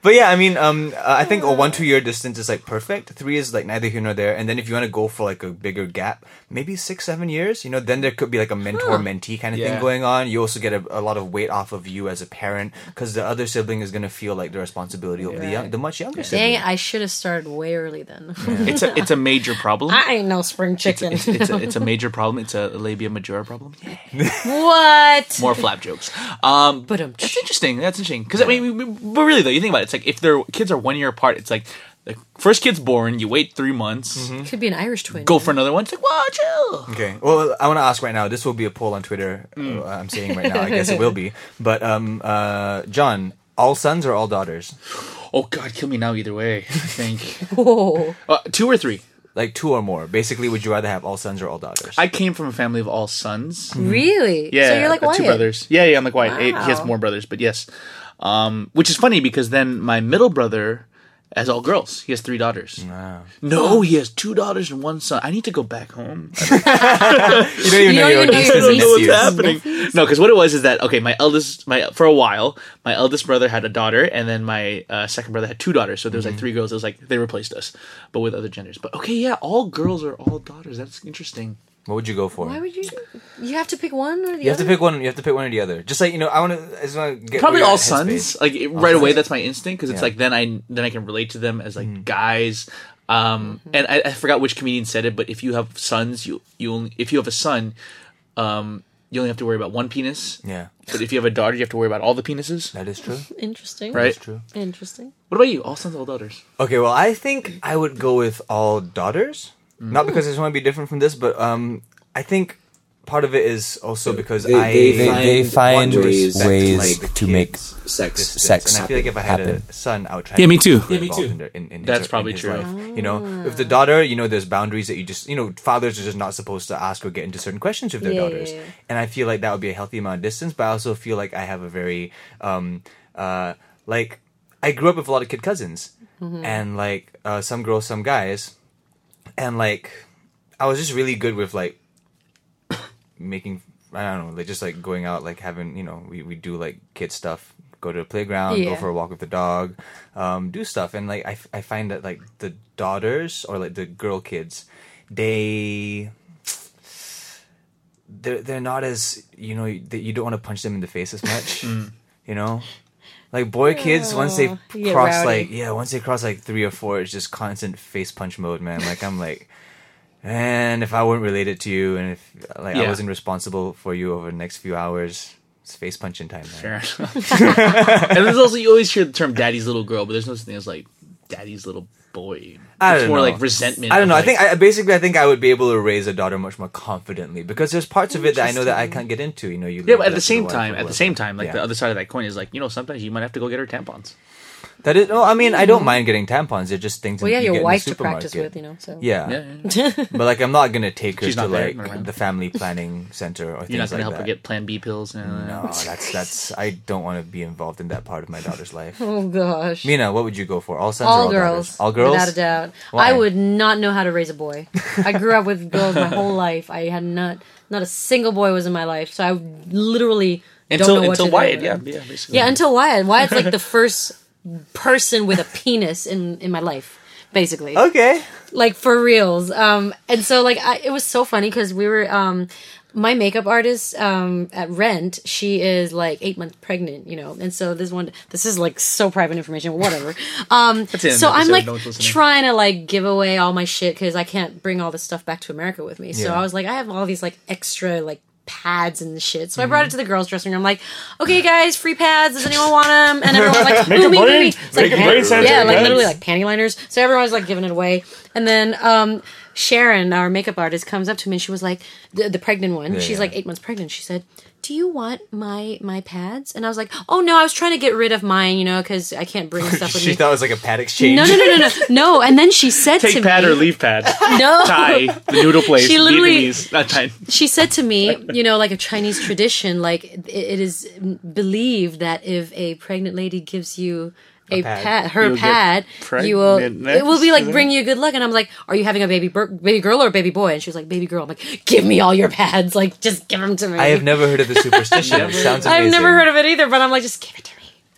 [SPEAKER 1] But yeah, I mean, um, uh, I think a one two year distance is like perfect. Three is like neither here nor there. And then if you want to go for like a bigger gap, maybe six seven years, you know, then there could be like a mentor mentee kind of thing
[SPEAKER 2] Yeah.
[SPEAKER 1] going on. You also get a, a lot of weight off of you as a parent because the other sibling is gonna feel like the responsibility of the young, the much younger sibling.
[SPEAKER 3] Dang, it, I should have started way early then.
[SPEAKER 2] It's a it's a major problem.
[SPEAKER 3] I ain't no spring chicken.
[SPEAKER 2] It's, it's, a, it's a major problem. It's a labia majora problem. Yeah.
[SPEAKER 3] what?
[SPEAKER 2] More flap jokes. Um,
[SPEAKER 3] But um,
[SPEAKER 2] That's interesting. That's interesting. Because I mean, we- we- but really though, you think about it. It's like if their kids are one year apart, it's like the first kid's born, you wait three months,
[SPEAKER 3] could be an Irish twin.
[SPEAKER 2] go for another one. It's like, wow, chill.
[SPEAKER 1] Okay. Well, I want to ask right now. This will be a poll on Twitter. uh, I'm saying right now. I guess it will be. But um, uh, John, all sons or all daughters?
[SPEAKER 2] Oh God, kill me now. Either way, I think
[SPEAKER 3] Whoa.
[SPEAKER 2] uh, two or three.
[SPEAKER 1] Like two or more. Basically, would you rather have all sons or all daughters?
[SPEAKER 2] I came from a family of all sons.
[SPEAKER 3] Really?
[SPEAKER 2] Yeah,
[SPEAKER 3] So you're like
[SPEAKER 2] uh,
[SPEAKER 3] Wyatt.
[SPEAKER 2] two brothers. Yeah, yeah, I'm like Wyatt. Eight- He has
[SPEAKER 3] Wow.
[SPEAKER 2] more brothers, but yes. Um, which is funny because then my middle brother as all girls. He has three daughters. No, he has two daughters and one son. I need to go back home.
[SPEAKER 1] You don't even
[SPEAKER 3] You
[SPEAKER 1] know
[SPEAKER 3] don't
[SPEAKER 1] your
[SPEAKER 3] even know
[SPEAKER 1] niece
[SPEAKER 3] your
[SPEAKER 1] is
[SPEAKER 2] I don't know what's
[SPEAKER 3] Nephews.
[SPEAKER 2] happening. No, because what it was is that okay, my eldest, my for a while, my eldest brother had a daughter, and then my uh, second brother had two daughters. So there was
[SPEAKER 1] Mm-hmm.
[SPEAKER 2] like three girls. It was like they replaced us, but with other genders. But okay, yeah, all girls are all daughters. That's interesting.
[SPEAKER 1] What would you go for?
[SPEAKER 3] Why would you? You have to pick one or the
[SPEAKER 1] You have
[SPEAKER 3] other.
[SPEAKER 1] to pick one. You have to pick one or the other. Just like you know, I want to. I just want to get
[SPEAKER 2] Probably
[SPEAKER 1] your
[SPEAKER 2] all
[SPEAKER 1] headspace.
[SPEAKER 2] sons. Like it- right away,
[SPEAKER 1] sons.
[SPEAKER 2] that's my instinct because it's
[SPEAKER 1] Yeah. Mm-hmm.
[SPEAKER 2] like then I then I can relate to them as like guys. Um, and I, I forgot which comedian said it, but if you have sons, you you only if you have a son, um, you only have to worry about one penis.
[SPEAKER 1] Yeah,
[SPEAKER 2] But if you have a daughter, you have to worry about all the penises.
[SPEAKER 1] that is true.
[SPEAKER 3] Interesting.
[SPEAKER 2] Right.
[SPEAKER 1] That's true.
[SPEAKER 3] Interesting.
[SPEAKER 2] What about you? All sons, all daughters.
[SPEAKER 1] Okay, well, I think I would go with all daughters. Not because I just want to be different from this, but um, I think part of it is also because
[SPEAKER 8] they-
[SPEAKER 1] I
[SPEAKER 8] they- they-
[SPEAKER 1] I
[SPEAKER 8] they
[SPEAKER 1] want
[SPEAKER 8] find
[SPEAKER 1] to
[SPEAKER 8] ways-
[SPEAKER 1] respect,
[SPEAKER 8] ways
[SPEAKER 1] the
[SPEAKER 8] to make
[SPEAKER 1] kids'
[SPEAKER 8] sex-
[SPEAKER 1] distance.
[SPEAKER 8] sex
[SPEAKER 1] And I feel like if I had
[SPEAKER 8] happen.
[SPEAKER 1] a son, I would try.
[SPEAKER 2] Yeah,
[SPEAKER 1] to
[SPEAKER 2] me
[SPEAKER 1] get
[SPEAKER 2] too.
[SPEAKER 1] her
[SPEAKER 2] Yeah, me
[SPEAKER 1] involved
[SPEAKER 2] too.
[SPEAKER 1] In, their- in, in
[SPEAKER 2] That's
[SPEAKER 1] his-
[SPEAKER 2] probably
[SPEAKER 1] in his
[SPEAKER 2] true.
[SPEAKER 1] Life. You know, with the daughter, you know, there's boundaries that you just, you know, fathers are just not supposed to ask or get into certain questions with their
[SPEAKER 3] Yeah, yeah,
[SPEAKER 1] daughters
[SPEAKER 3] yeah.
[SPEAKER 1] and I feel like that would be a healthy amount of distance. But I also feel like I have a very um uh like I grew up with a lot of kid cousins,
[SPEAKER 3] Mm-hmm.
[SPEAKER 1] and like uh, some girls, some guys, and like I was just really good with like making I don't know, like just like going out, like having you know we we do like kid stuff. Go to the playground, go
[SPEAKER 3] Yeah.
[SPEAKER 1] for a walk with the dog, um, do stuff, and like I, f- I find that like the daughters or like the girl kids, they they're they're not as you know that you don't want to punch them in the face as much. You know, like boy kids once they
[SPEAKER 3] Oh, you get
[SPEAKER 1] cross
[SPEAKER 3] rowdy.
[SPEAKER 1] like yeah once they cross like three or four it's just constant face punch mode man. Like I'm like. And if I weren't related to you, and if like I
[SPEAKER 2] Yeah.
[SPEAKER 1] wasn't responsible for you over the next few hours, it's face punching time. Man.
[SPEAKER 2] Fair enough. and there's also you always hear the term "daddy's little girl," but there's no such thing as like "daddy's little boy."
[SPEAKER 1] I
[SPEAKER 2] it's
[SPEAKER 1] don't
[SPEAKER 2] more
[SPEAKER 1] know.
[SPEAKER 2] like resentment.
[SPEAKER 1] I don't
[SPEAKER 2] of,
[SPEAKER 1] know.
[SPEAKER 2] like-
[SPEAKER 1] I think I basically I think I would be able to raise a daughter much more confidently because there's parts of it that I know that I can't get into. You know, you
[SPEAKER 2] yeah,
[SPEAKER 1] leave
[SPEAKER 2] but at
[SPEAKER 1] that
[SPEAKER 2] the
[SPEAKER 1] to
[SPEAKER 2] same
[SPEAKER 1] wife
[SPEAKER 2] time,
[SPEAKER 1] or
[SPEAKER 2] at the
[SPEAKER 1] whoever.
[SPEAKER 2] same time, like
[SPEAKER 1] Yeah.
[SPEAKER 2] the other side of that coin is like you know sometimes you might have to go get her tampons.
[SPEAKER 1] That is, no, I mean, I don't
[SPEAKER 2] Mm.
[SPEAKER 1] mind getting tampons. They're just things.
[SPEAKER 3] Well, yeah,
[SPEAKER 1] you get
[SPEAKER 3] your
[SPEAKER 1] in the
[SPEAKER 3] wife to practice
[SPEAKER 1] supermarket.
[SPEAKER 3] with, you know. So
[SPEAKER 1] Yeah.
[SPEAKER 2] Yeah, yeah, yeah.
[SPEAKER 1] but like, I'm not gonna take her
[SPEAKER 2] She's
[SPEAKER 1] to
[SPEAKER 2] not there,
[SPEAKER 1] like
[SPEAKER 2] never mind.
[SPEAKER 1] the family planning center or
[SPEAKER 2] you're not
[SPEAKER 1] things like
[SPEAKER 2] gonna help
[SPEAKER 1] that.
[SPEAKER 2] her get Plan B pills. No, no, no.
[SPEAKER 1] no, that's that's. I don't want to be involved in that part of my daughter's life.
[SPEAKER 3] Oh gosh.
[SPEAKER 1] Mina, what would you go for? All sons or
[SPEAKER 3] all
[SPEAKER 1] all
[SPEAKER 3] girls,
[SPEAKER 1] daughters? All girls.
[SPEAKER 3] without a doubt.
[SPEAKER 1] Why?
[SPEAKER 3] I would not know how to raise a boy. I grew up with girls my whole life. I had not not a single boy was in my life, so I literally
[SPEAKER 2] Until
[SPEAKER 3] don't know
[SPEAKER 2] until
[SPEAKER 3] what to
[SPEAKER 2] Wyatt,
[SPEAKER 3] do.
[SPEAKER 2] yeah, yeah, basically.
[SPEAKER 3] yeah, until Wyatt. Wyatt's like the first person with a penis in in my life, basically
[SPEAKER 1] Okay.
[SPEAKER 3] like for reals. Um, and so like I, it was so funny because we were um, my makeup artist um, at Rent. She is like eight months pregnant, you know. And so this one, this is like so private information. Whatever. Um,
[SPEAKER 2] it,
[SPEAKER 3] so I'm
[SPEAKER 2] episode,
[SPEAKER 3] like
[SPEAKER 2] no one's listening.
[SPEAKER 3] trying to like give away all my shit because I can't bring all this stuff back to America with me. So
[SPEAKER 1] Yeah.
[SPEAKER 3] I was like, I have all these like extra like pads and shit. So I
[SPEAKER 1] Mm-hmm.
[SPEAKER 3] brought it to the girls' dressing room. like, okay, guys, free pads. Does anyone want them? And everyone was like, ooh, me, me, me. It's like, pan- yeah, like literally like panty liners. So everyone was like giving it away. And then um, Sharon, our makeup artist, comes up to me and she was like, the, the pregnant one. She's
[SPEAKER 1] yeah.
[SPEAKER 3] like eight months pregnant. She said, do you want my my pads? And I was like, oh no, I was trying to get rid of mine, you know, because I can't bring stuff with
[SPEAKER 1] She
[SPEAKER 3] me.
[SPEAKER 1] thought it was like a pad exchange.
[SPEAKER 3] no, no, no, no, no, no. And then she said to
[SPEAKER 2] Take pad
[SPEAKER 3] me,
[SPEAKER 2] or leave pad.
[SPEAKER 3] no,
[SPEAKER 2] Thai, the noodle place,
[SPEAKER 3] She literally-
[SPEAKER 2] Vietnamese, not Thai.
[SPEAKER 3] she said to me, you know, like a Chinese tradition, like it, it is believed that if a pregnant lady gives you a,
[SPEAKER 1] pad.
[SPEAKER 3] pad. her
[SPEAKER 2] You'll get
[SPEAKER 3] pad, you will.
[SPEAKER 2] pregnantness,
[SPEAKER 3] It will be like
[SPEAKER 2] is
[SPEAKER 3] bring you good luck. And I'm like, are you having a baby, bur- baby girl or a baby boy? And she was like, baby girl. I'm like, give me all your pads. Like, just give them to me.
[SPEAKER 1] I have never heard of the superstition. It sounds amazing.
[SPEAKER 3] I've never heard of it either, but I'm like, just give it to me.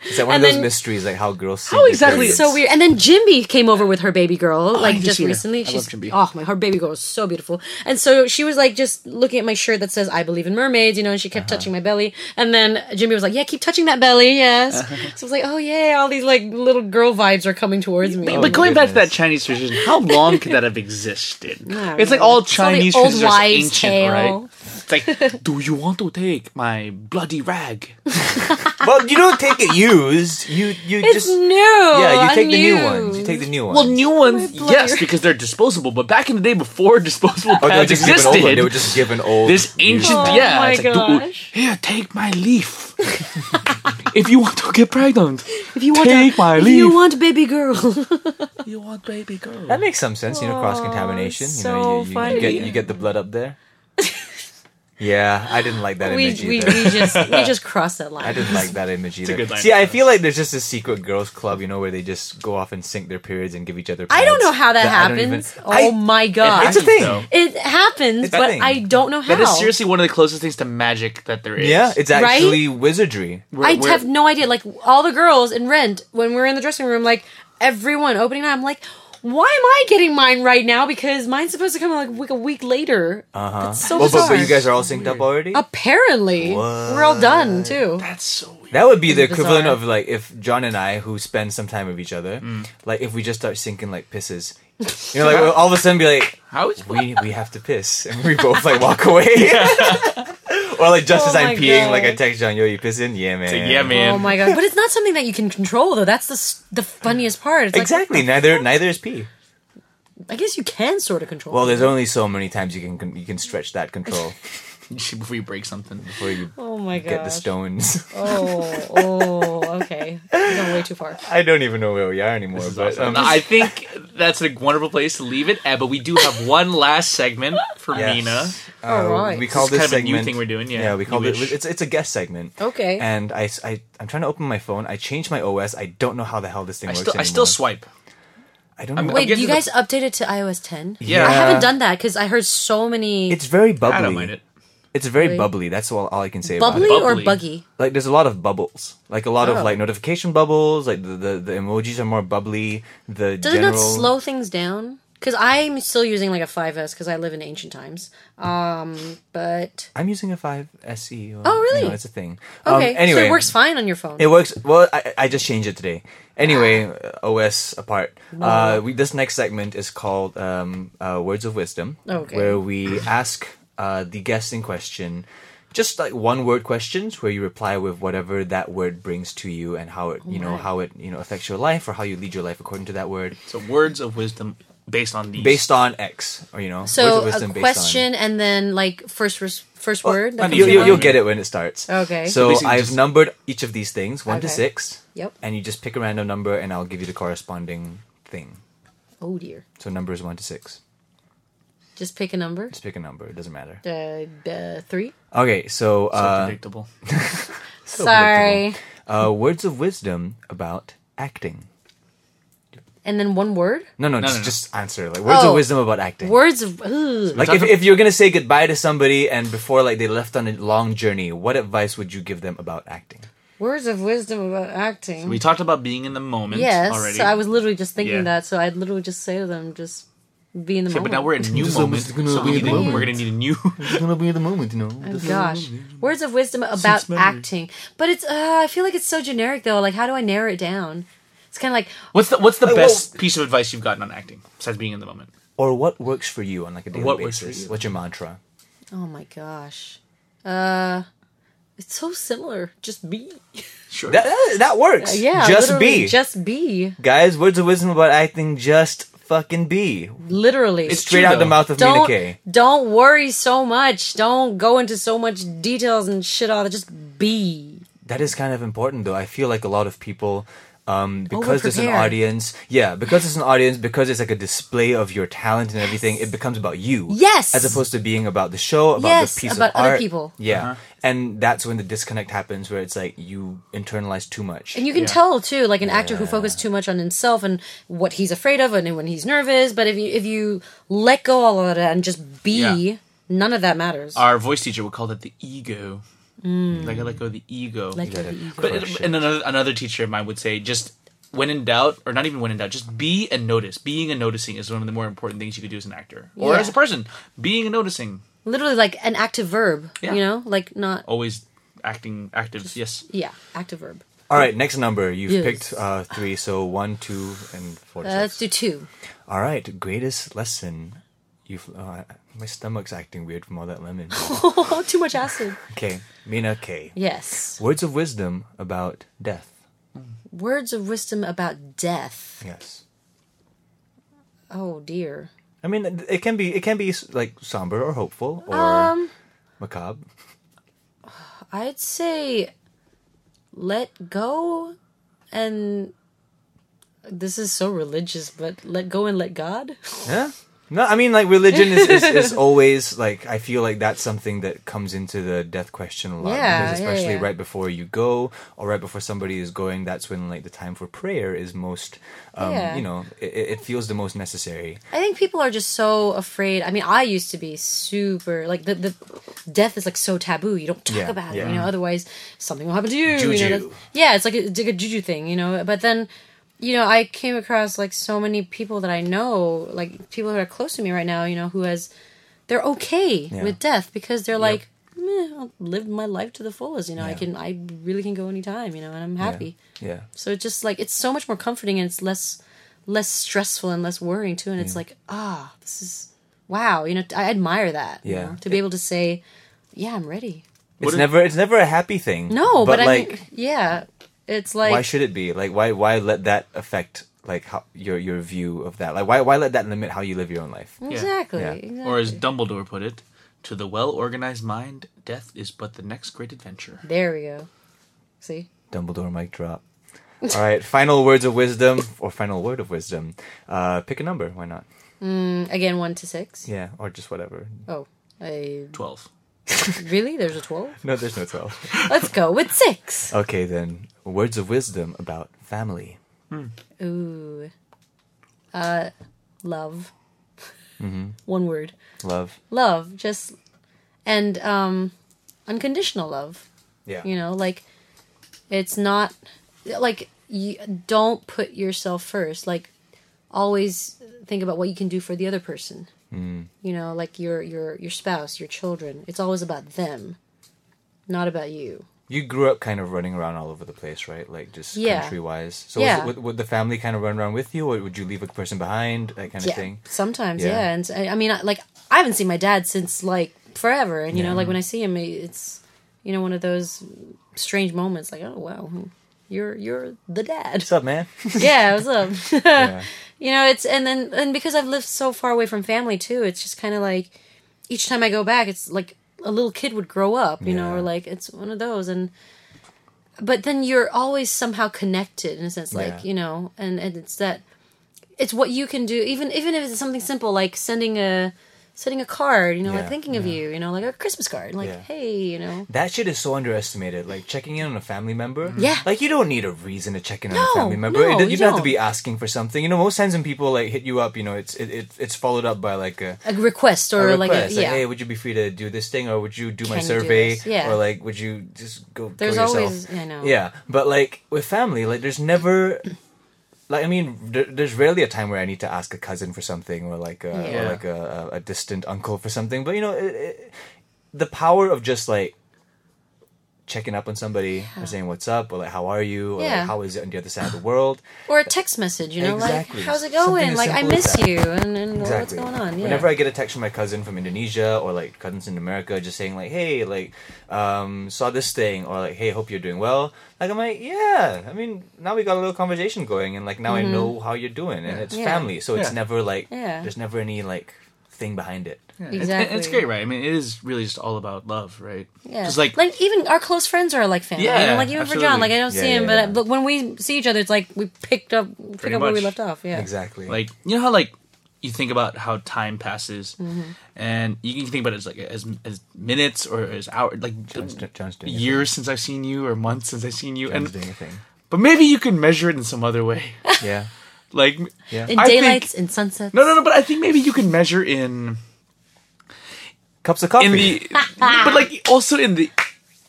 [SPEAKER 1] Is that one
[SPEAKER 3] and
[SPEAKER 1] of those
[SPEAKER 3] then-
[SPEAKER 1] mysteries, like how girls? see
[SPEAKER 2] How
[SPEAKER 1] their
[SPEAKER 2] exactly-
[SPEAKER 1] periods?
[SPEAKER 3] Oh, so weird. And then Jimby came over with her baby
[SPEAKER 1] Oh,
[SPEAKER 3] girl, like
[SPEAKER 2] need to
[SPEAKER 3] just
[SPEAKER 2] see her. I
[SPEAKER 3] recently. She's
[SPEAKER 2] love Jimby.
[SPEAKER 3] oh my, her baby girl is so beautiful. And so she was like just looking at my shirt that says "I believe in mermaids," you know, and she kept
[SPEAKER 1] Uh-huh.
[SPEAKER 3] touching my belly. And then Jimby was like, "Yeah, keep touching that belly, yes."
[SPEAKER 1] Uh-huh.
[SPEAKER 3] So I was like, "Oh yeah, all these like little girl vibes are coming towards me."
[SPEAKER 2] but going back to that
[SPEAKER 1] Oh, goodness.
[SPEAKER 2] Chinese tradition, how long could that have existed?
[SPEAKER 3] don't
[SPEAKER 2] it's like
[SPEAKER 3] know.
[SPEAKER 2] all
[SPEAKER 3] It's all the
[SPEAKER 2] Chinese
[SPEAKER 3] old
[SPEAKER 2] traditions are so
[SPEAKER 3] wives'
[SPEAKER 2] ancient,
[SPEAKER 3] tale.
[SPEAKER 2] right? It's like, do you want to take my bloody rag?
[SPEAKER 1] Well, you don't take it used. You you
[SPEAKER 3] It's
[SPEAKER 1] just
[SPEAKER 3] new.
[SPEAKER 1] yeah. You take the new
[SPEAKER 3] unused.
[SPEAKER 1] ones. You take the new ones.
[SPEAKER 2] Well, new ones,
[SPEAKER 3] bloody
[SPEAKER 2] yes,
[SPEAKER 3] rag.
[SPEAKER 2] because they're disposable. But back in the day, before disposable
[SPEAKER 1] Or Oh, they would
[SPEAKER 2] pads
[SPEAKER 1] just give an old one. They would
[SPEAKER 2] existed,
[SPEAKER 1] just give an old.
[SPEAKER 2] this ancient,
[SPEAKER 3] Oh
[SPEAKER 2] yeah,
[SPEAKER 3] my
[SPEAKER 2] it's like, dude,
[SPEAKER 3] gosh.
[SPEAKER 2] here, take my leaf. if you want to get pregnant,
[SPEAKER 3] If you want,
[SPEAKER 2] Take
[SPEAKER 3] a-
[SPEAKER 2] my
[SPEAKER 3] if
[SPEAKER 2] leaf.
[SPEAKER 3] you want baby girl.
[SPEAKER 2] you want baby girl.
[SPEAKER 1] that makes some sense, you know, cross contamination. You know,
[SPEAKER 3] so
[SPEAKER 1] you, you, you get
[SPEAKER 3] funny.
[SPEAKER 1] you get the blood up there. Yeah, I didn't like that
[SPEAKER 3] we,
[SPEAKER 1] image
[SPEAKER 3] we, we
[SPEAKER 1] either.
[SPEAKER 3] just we just crossed that line.
[SPEAKER 1] I didn't like that image either.
[SPEAKER 2] good line.
[SPEAKER 1] See, I feel like there's just a secret girls' club, you know, where they just go off and sync their periods and give each other.
[SPEAKER 3] I don't
[SPEAKER 1] pads
[SPEAKER 3] know how that,
[SPEAKER 1] I don't
[SPEAKER 3] happens.
[SPEAKER 1] even-
[SPEAKER 3] oh
[SPEAKER 1] I-
[SPEAKER 3] my god,
[SPEAKER 1] It's a thing.
[SPEAKER 2] though.
[SPEAKER 3] It happens,
[SPEAKER 1] It's a
[SPEAKER 3] but
[SPEAKER 1] thing.
[SPEAKER 3] I don't know how.
[SPEAKER 2] That is seriously one of the closest things to magic that there is.
[SPEAKER 1] Yeah, it's
[SPEAKER 3] Right?
[SPEAKER 1] actually wizardry.
[SPEAKER 3] I
[SPEAKER 2] we're-
[SPEAKER 3] have no idea. Like all the girls in Rent, when we're in the dressing room, like everyone opening, night, I'm like, why am I getting mine right now? Because mine's supposed to come like a week, a week later. Uh huh. So
[SPEAKER 1] Uh-huh. Well, but,
[SPEAKER 3] bizarre.
[SPEAKER 1] but you guys are all synced up already.
[SPEAKER 3] apparently we're all done too. Oh
[SPEAKER 2] that's so weird.
[SPEAKER 1] That would be the equivalent
[SPEAKER 3] bizarre.
[SPEAKER 1] of like if John and I, who spend some time with each other,
[SPEAKER 2] Mm.
[SPEAKER 1] like if we just start syncing like pisses, you know, like we'll all of a sudden be like,
[SPEAKER 2] How is
[SPEAKER 1] we we have to piss, and we both like walk away. or like just
[SPEAKER 3] Oh
[SPEAKER 1] as I'm
[SPEAKER 3] my
[SPEAKER 1] peeing,
[SPEAKER 3] God.
[SPEAKER 1] like I text John, "Yo, you pissing? Yeah, man.
[SPEAKER 2] yeah, man.
[SPEAKER 3] Oh my god! But it's not something that you can control, though. That's the s- the funniest part. It's like,
[SPEAKER 1] Exactly. Neither neither is pee.
[SPEAKER 3] I guess you can sort of control.
[SPEAKER 1] Well, there's only so many times you can you can stretch that control
[SPEAKER 2] Before you break something.
[SPEAKER 1] before you
[SPEAKER 3] oh my god!
[SPEAKER 1] get the stones.
[SPEAKER 3] Oh, oh, okay. You've gone way too far.
[SPEAKER 1] I don't even know where we are anymore. But um,
[SPEAKER 2] Uh, I think that's a wonderful place to leave it. at, but we do have one last segment for
[SPEAKER 1] yes.
[SPEAKER 2] Mina.
[SPEAKER 1] Uh,
[SPEAKER 3] All right.
[SPEAKER 1] We call
[SPEAKER 2] This
[SPEAKER 1] this,
[SPEAKER 2] is kind of a new
[SPEAKER 1] segment
[SPEAKER 2] thing we're doing, yeah.
[SPEAKER 1] yeah, we call it
[SPEAKER 2] Newish.
[SPEAKER 1] it's it's a guest segment.
[SPEAKER 3] Okay.
[SPEAKER 1] And I, I am trying to open my phone. I changed my OS. I don't know how the hell this thing
[SPEAKER 2] I
[SPEAKER 1] works
[SPEAKER 2] still, I
[SPEAKER 1] anymore.
[SPEAKER 2] still swipe.
[SPEAKER 1] I don't know.
[SPEAKER 2] I'm
[SPEAKER 3] Wait,
[SPEAKER 2] getting to
[SPEAKER 3] you
[SPEAKER 2] the-
[SPEAKER 3] guys updated to iOS 10?
[SPEAKER 2] Yeah.
[SPEAKER 3] I haven't done that because I heard so many.
[SPEAKER 1] It's very bubbly.
[SPEAKER 2] I don't mind it.
[SPEAKER 1] It's very
[SPEAKER 3] Wait.
[SPEAKER 1] bubbly. That's all, all I can say
[SPEAKER 3] bubbly
[SPEAKER 1] about it.
[SPEAKER 3] or
[SPEAKER 2] Bubbly.
[SPEAKER 3] buggy?
[SPEAKER 1] Like there's a lot of bubbles. Like a lot
[SPEAKER 3] Oh.
[SPEAKER 1] of like notification bubbles. Like the, the, the emojis are more bubbly. The
[SPEAKER 3] Does
[SPEAKER 1] general
[SPEAKER 3] it not slow things down? Because I'm still using like a 5S because I live in ancient times. Um, but.
[SPEAKER 1] I'm using a 5 SE. Or,
[SPEAKER 3] Oh, really?
[SPEAKER 1] You know, it's a thing.
[SPEAKER 3] Okay,
[SPEAKER 1] Um, anyway,
[SPEAKER 3] so it works fine on your phone.
[SPEAKER 1] It works. Well, I, I just changed it today. Anyway, uh, OS apart. Uh, we, this next segment is called um, uh, Words of Wisdom,
[SPEAKER 3] Okay.
[SPEAKER 1] where we ask uh, the guest in question just like one word questions, where you reply with whatever that word brings to you and how it, you know, how it, you know, affects your life or how you lead your life according to that word,
[SPEAKER 2] So words of wisdom based on these.
[SPEAKER 1] based on X, or you know,
[SPEAKER 3] so
[SPEAKER 1] words of wisdom
[SPEAKER 3] a
[SPEAKER 1] based on.
[SPEAKER 3] question and then like first res- first word. that
[SPEAKER 2] I mean,
[SPEAKER 3] comes
[SPEAKER 1] You,
[SPEAKER 3] to
[SPEAKER 1] you,
[SPEAKER 3] mind?
[SPEAKER 1] you'll get it when it starts.
[SPEAKER 3] Okay.
[SPEAKER 1] So,
[SPEAKER 3] So
[SPEAKER 2] basically
[SPEAKER 1] I've
[SPEAKER 2] just-
[SPEAKER 1] numbered each of these things, one to
[SPEAKER 3] Okay.
[SPEAKER 1] six.
[SPEAKER 3] Yep.
[SPEAKER 1] And you just pick a random number, and I'll give you the corresponding thing.
[SPEAKER 3] Oh dear.
[SPEAKER 1] So numbers one to six.
[SPEAKER 3] Just pick a number.
[SPEAKER 1] Just pick a number. It doesn't matter.
[SPEAKER 3] Uh, uh, three.
[SPEAKER 1] Okay. So,
[SPEAKER 2] so
[SPEAKER 1] uh,
[SPEAKER 2] predictable.
[SPEAKER 3] Sorry.
[SPEAKER 1] uh, words of wisdom about acting.
[SPEAKER 3] And then one word.
[SPEAKER 1] No, no,
[SPEAKER 2] No,
[SPEAKER 1] just,
[SPEAKER 2] no, no.
[SPEAKER 1] just answer. Like words
[SPEAKER 3] Oh.
[SPEAKER 1] of wisdom about acting.
[SPEAKER 3] Words of. Ooh.
[SPEAKER 1] like if, if you're gonna say goodbye to somebody and before like they left on a long journey, what advice would you give them about acting?
[SPEAKER 3] Words of wisdom about acting.
[SPEAKER 2] We talked about being in the moment
[SPEAKER 3] Yes,
[SPEAKER 2] already.
[SPEAKER 3] so I was literally just thinking
[SPEAKER 2] Yeah.
[SPEAKER 3] that. So I'd literally just say to them, just be in the
[SPEAKER 2] Yeah, but
[SPEAKER 3] moment.
[SPEAKER 2] now we're in a new
[SPEAKER 1] Just
[SPEAKER 2] moment.
[SPEAKER 1] almost gonna
[SPEAKER 2] So we
[SPEAKER 1] be in the
[SPEAKER 2] need-
[SPEAKER 1] moment.
[SPEAKER 2] we're gonna need a new.
[SPEAKER 1] It's gonna be in the moment, you know.
[SPEAKER 3] Oh, gosh, words of wisdom about acting, but it's. Uh, I feel like it's so generic though. Like, how do I narrow it down? It's kind of like
[SPEAKER 2] What's the What's the best piece of advice you've gotten on acting besides being in the moment?
[SPEAKER 1] Or what works for you on like a daily
[SPEAKER 2] What works
[SPEAKER 1] basis?
[SPEAKER 2] for you?
[SPEAKER 1] What's your mantra?
[SPEAKER 3] Oh my gosh. Uh it's so similar. Just be.
[SPEAKER 2] Sure.
[SPEAKER 1] That, that, that works.
[SPEAKER 3] Uh, Yeah.
[SPEAKER 1] Just
[SPEAKER 3] literally,
[SPEAKER 1] be.
[SPEAKER 3] Just be.
[SPEAKER 1] Guys, words of wisdom about acting. Just fucking be.
[SPEAKER 3] Literally.
[SPEAKER 1] Straight
[SPEAKER 2] true,
[SPEAKER 1] out the
[SPEAKER 2] though.
[SPEAKER 1] mouth of Mina
[SPEAKER 3] don't,
[SPEAKER 1] K.
[SPEAKER 3] don't worry so much. Don't go into so much details and shit all that. Just be.
[SPEAKER 1] That is kind of important, though. I feel like a lot of people, um,
[SPEAKER 3] Oh,
[SPEAKER 1] because there's an
[SPEAKER 3] Overprepared.
[SPEAKER 1] audience, yeah, because there's an audience, because it's like a display of your talent and everything, it becomes about you.
[SPEAKER 3] Yes.
[SPEAKER 1] As opposed to being about the show, about
[SPEAKER 3] Yes,
[SPEAKER 1] the piece
[SPEAKER 3] about
[SPEAKER 1] of
[SPEAKER 3] other
[SPEAKER 1] art.
[SPEAKER 3] people.
[SPEAKER 1] Yeah.
[SPEAKER 2] Uh-huh.
[SPEAKER 1] And that's when the disconnect happens, where it's like you internalize too much.
[SPEAKER 3] And you can tell too, like an actor who focused too much on himself and what he's afraid of and when he's nervous. But if you if you let go all of that and just be,
[SPEAKER 2] Yeah.
[SPEAKER 3] none of that matters.
[SPEAKER 2] Our voice teacher would call that the ego.
[SPEAKER 3] Mm.
[SPEAKER 2] Like I let go of the ego.
[SPEAKER 3] Let go of the
[SPEAKER 1] Yeah.
[SPEAKER 3] ego.
[SPEAKER 2] But it, and another another teacher of mine would say just when in doubt, or not even when in doubt, just be and notice. Being and noticing is one of the more important things you could do as an actor or
[SPEAKER 3] Yeah.
[SPEAKER 2] as a person. Being and noticing,
[SPEAKER 3] Literally like an active verb.
[SPEAKER 2] Yeah.
[SPEAKER 3] You know? Like not
[SPEAKER 2] always acting active. yes,
[SPEAKER 3] yeah, active verb.
[SPEAKER 1] All right, next number. You've
[SPEAKER 3] Yes.
[SPEAKER 1] picked uh, three, so one, two, and four. to
[SPEAKER 3] Uh, let's
[SPEAKER 1] six.
[SPEAKER 3] do two.
[SPEAKER 1] All right, greatest lesson. You've. Oh, I- my stomach's acting weird from all that lemon.
[SPEAKER 3] Oh, too much acid.
[SPEAKER 1] okay, Mina K.
[SPEAKER 3] Yes.
[SPEAKER 1] Words of wisdom about death.
[SPEAKER 3] Words of wisdom about death.
[SPEAKER 1] Yes.
[SPEAKER 3] Oh dear.
[SPEAKER 1] I mean, it can be it can be like somber or hopeful or
[SPEAKER 3] Um.
[SPEAKER 1] macabre.
[SPEAKER 3] I'd say let go and this is so religious, but let go and let God.
[SPEAKER 1] Yeah, No, I mean like religion is, is, is always like I feel like that's something that comes into the death question a lot.
[SPEAKER 3] Yeah,
[SPEAKER 1] because
[SPEAKER 3] yeah,
[SPEAKER 1] especially
[SPEAKER 3] yeah.
[SPEAKER 1] right before you go or right before somebody is going, that's when like the time for prayer is most um,
[SPEAKER 3] Yeah.
[SPEAKER 1] you know, it, it feels the most necessary.
[SPEAKER 3] I think people are just so afraid. I mean, I used to be super like the, the death is like so taboo. You don't talk
[SPEAKER 1] Yeah,
[SPEAKER 3] about
[SPEAKER 1] yeah.
[SPEAKER 3] it, you know. Otherwise, something will happen to you. You
[SPEAKER 2] Juju.
[SPEAKER 3] know, that's- yeah, it's like a, it's like a juju thing, you know. But then, you know, I came across like so many people that I know, like people who are close to me right now, you know, who has they're okay
[SPEAKER 1] Yeah.
[SPEAKER 3] with death because they're like, "Meh, I've lived my life to the fullest. You know, I
[SPEAKER 1] Yeah.
[SPEAKER 3] can, I really can go anytime. You know, and I'm happy.
[SPEAKER 1] Yeah.
[SPEAKER 3] So it's just like it's so much more comforting and it's less less stressful and less worrying too. And it's like ah, this is wow. You know, I admire that. you
[SPEAKER 1] Yeah.
[SPEAKER 3] know, to be able to say, yeah, I'm ready.
[SPEAKER 1] It's never it's never a happy thing.
[SPEAKER 3] No, but, I
[SPEAKER 1] like
[SPEAKER 3] mean, yeah, it's like
[SPEAKER 1] why should it be? Like why why let that affect like how, your your view of that? Like why why let that limit how you live your own life?
[SPEAKER 3] exactly,
[SPEAKER 1] Yeah.
[SPEAKER 3] exactly.
[SPEAKER 2] Or as Dumbledore put it, to the well organized mind, death is but the next great adventure.
[SPEAKER 3] there we go. See,
[SPEAKER 1] Dumbledore mic drop. All right, final words of wisdom or final word of wisdom. Uh, pick a number, why not?
[SPEAKER 3] again, one to six.
[SPEAKER 1] Yeah, or just whatever.
[SPEAKER 3] Oh, I,
[SPEAKER 2] 12.
[SPEAKER 3] really? There's a twelve.
[SPEAKER 1] No, there's no 12.
[SPEAKER 3] Let's go with six.
[SPEAKER 1] okay, then. Words of wisdom about family.
[SPEAKER 3] Ooh, uh, love.
[SPEAKER 1] Mm-hmm.
[SPEAKER 3] One word.
[SPEAKER 1] Love.
[SPEAKER 3] love just and um unconditional love
[SPEAKER 1] Yeah.
[SPEAKER 3] you know like it's not like you don't put yourself first like always think about what you can do for the other person you know like your your your spouse your children it's always about them not about you
[SPEAKER 1] You grew up kind of running around all over the place, right? Like just
[SPEAKER 3] Yeah.
[SPEAKER 1] country wise. So
[SPEAKER 3] Yeah.
[SPEAKER 1] was, would, would the family kind of run around with you or would you leave a person behind? That kind of thing.
[SPEAKER 3] Sometimes,
[SPEAKER 1] Yeah.
[SPEAKER 3] yeah. And s- I I mean, I- like I haven't seen my dad since like forever, and you know, like when I see him, it's you know one of those strange moments, like oh wow, you're you're the dad.
[SPEAKER 1] What's up, man?
[SPEAKER 3] yeah, what's up? You know, it's and then and because I've lived so far away from family too, it's just kind of like each time I go back, it's like a little kid would grow up, you know,
[SPEAKER 1] Yeah.
[SPEAKER 3] or like it's one of those and. But then you're always somehow connected in a sense,
[SPEAKER 1] Yeah.
[SPEAKER 3] like you know, and, and it's that it's what you can do even even if it's something simple like sending a sending a card you know
[SPEAKER 1] Yeah,
[SPEAKER 3] like thinking of you you know like a christmas card like
[SPEAKER 1] Yeah.
[SPEAKER 3] hey you know
[SPEAKER 1] That shit is so underestimated. Like checking in on a family member.
[SPEAKER 3] Yeah.
[SPEAKER 1] Like you don't need a reason to check in on
[SPEAKER 3] No,
[SPEAKER 1] a family member.
[SPEAKER 3] no,
[SPEAKER 1] It- you,
[SPEAKER 3] you
[SPEAKER 1] don't have to be
[SPEAKER 3] don't.
[SPEAKER 1] asking for something. You know, most times when people like hit you up, you know, it's it, it it's followed up by like a
[SPEAKER 3] a request or
[SPEAKER 1] a
[SPEAKER 3] like a
[SPEAKER 1] request,
[SPEAKER 3] yeah
[SPEAKER 1] hey, would you be free to do this thing, or would you do my
[SPEAKER 3] Can you do
[SPEAKER 1] survey,
[SPEAKER 3] this? Yeah.
[SPEAKER 1] or like, would you just go?
[SPEAKER 3] There's
[SPEAKER 1] kill yourself?
[SPEAKER 3] always- I know.
[SPEAKER 1] Yeah, but like with family, like there's never, like I mean, there, there's rarely a time where I need to ask a cousin for something, or like a, or
[SPEAKER 2] Yeah.
[SPEAKER 1] like a, a a distant uncle for something. But you know, it, it, the power of just like checking up on somebody or saying what's up or like how are you or
[SPEAKER 3] Yeah.
[SPEAKER 1] like how is it on the other side of the world
[SPEAKER 3] or a text message you know
[SPEAKER 1] Exactly.
[SPEAKER 3] like how's it
[SPEAKER 1] Something
[SPEAKER 3] going
[SPEAKER 1] as
[SPEAKER 3] like i
[SPEAKER 1] simple as
[SPEAKER 3] miss
[SPEAKER 1] that.
[SPEAKER 3] you and, and Oh, what's
[SPEAKER 1] Exactly.
[SPEAKER 3] going on yeah
[SPEAKER 1] Whenever I get a text from my cousin from Indonesia or like cousins in America, just saying like, "Hey, like, um, saw this thing," or like, "Hey, hope you're doing well," like I'm like, "Yeah." I mean, now we got a little conversation going, and like now I know how you're doing, and it's
[SPEAKER 3] Mm-hmm. Yeah.
[SPEAKER 1] family, so it's
[SPEAKER 2] Yeah.
[SPEAKER 1] never like
[SPEAKER 3] Yeah.
[SPEAKER 1] there's never any like thing behind it.
[SPEAKER 2] It's-
[SPEAKER 3] exactly
[SPEAKER 2] It's, great, right? I mean, it is really just all about love, right?
[SPEAKER 3] yeah.
[SPEAKER 2] Just like,
[SPEAKER 3] even our close friends are like family. you
[SPEAKER 2] Yeah,
[SPEAKER 3] know, like even for John,
[SPEAKER 2] absolutely.
[SPEAKER 3] like I don't
[SPEAKER 1] Yeah,
[SPEAKER 3] see him,
[SPEAKER 1] yeah,
[SPEAKER 3] but,
[SPEAKER 1] yeah.
[SPEAKER 3] but when we see each other, it's like we picked up pick
[SPEAKER 2] Pretty
[SPEAKER 3] up where we
[SPEAKER 2] much.
[SPEAKER 3] left off. Yeah,
[SPEAKER 1] Exactly.
[SPEAKER 2] like you know how like you think about how time passes, and you can think about it as like as as minutes or as hour, like
[SPEAKER 1] John's, John's doing a
[SPEAKER 2] years since I've seen you or months since I've seen you,
[SPEAKER 1] thing. John's
[SPEAKER 2] and
[SPEAKER 1] doing a thing.
[SPEAKER 2] but maybe you can measure it in some other way,
[SPEAKER 1] Yeah.
[SPEAKER 2] like
[SPEAKER 1] Yeah.
[SPEAKER 3] In
[SPEAKER 2] I think-
[SPEAKER 3] daylights, in sunsets.
[SPEAKER 2] no, no, no. But I think maybe you can measure in
[SPEAKER 1] Cups of coffee.
[SPEAKER 2] in the, but like also in the.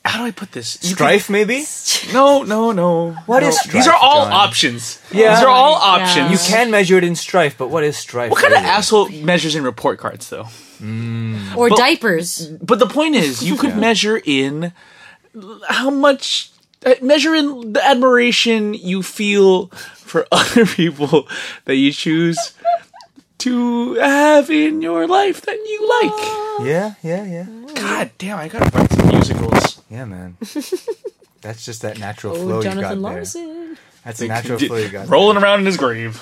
[SPEAKER 2] How do I put this? You
[SPEAKER 1] strife, maybe.
[SPEAKER 2] can- no, no, no. What
[SPEAKER 1] is
[SPEAKER 2] These are
[SPEAKER 1] strife,
[SPEAKER 2] all
[SPEAKER 1] John?
[SPEAKER 2] options.
[SPEAKER 1] Yeah.
[SPEAKER 2] these are all
[SPEAKER 3] Oh my
[SPEAKER 2] options.
[SPEAKER 3] God.
[SPEAKER 1] You can measure it in strife, but what is strife?
[SPEAKER 2] What kind of
[SPEAKER 1] really?
[SPEAKER 2] asshole measures in report cards, though?
[SPEAKER 3] or diapers.
[SPEAKER 2] But the point is, you could measure in how much uh, measure in the admiration you feel for other people that you choose to have in your life that you like.
[SPEAKER 1] Yeah, yeah, yeah,
[SPEAKER 2] God damn, I gotta write some musicals.
[SPEAKER 1] yeah, man. That's just that natural
[SPEAKER 3] Oh,
[SPEAKER 1] flow you got
[SPEAKER 3] Jonathan
[SPEAKER 1] there.
[SPEAKER 3] Larson.
[SPEAKER 1] That's a natural flow you got.
[SPEAKER 2] rolling around in his grave.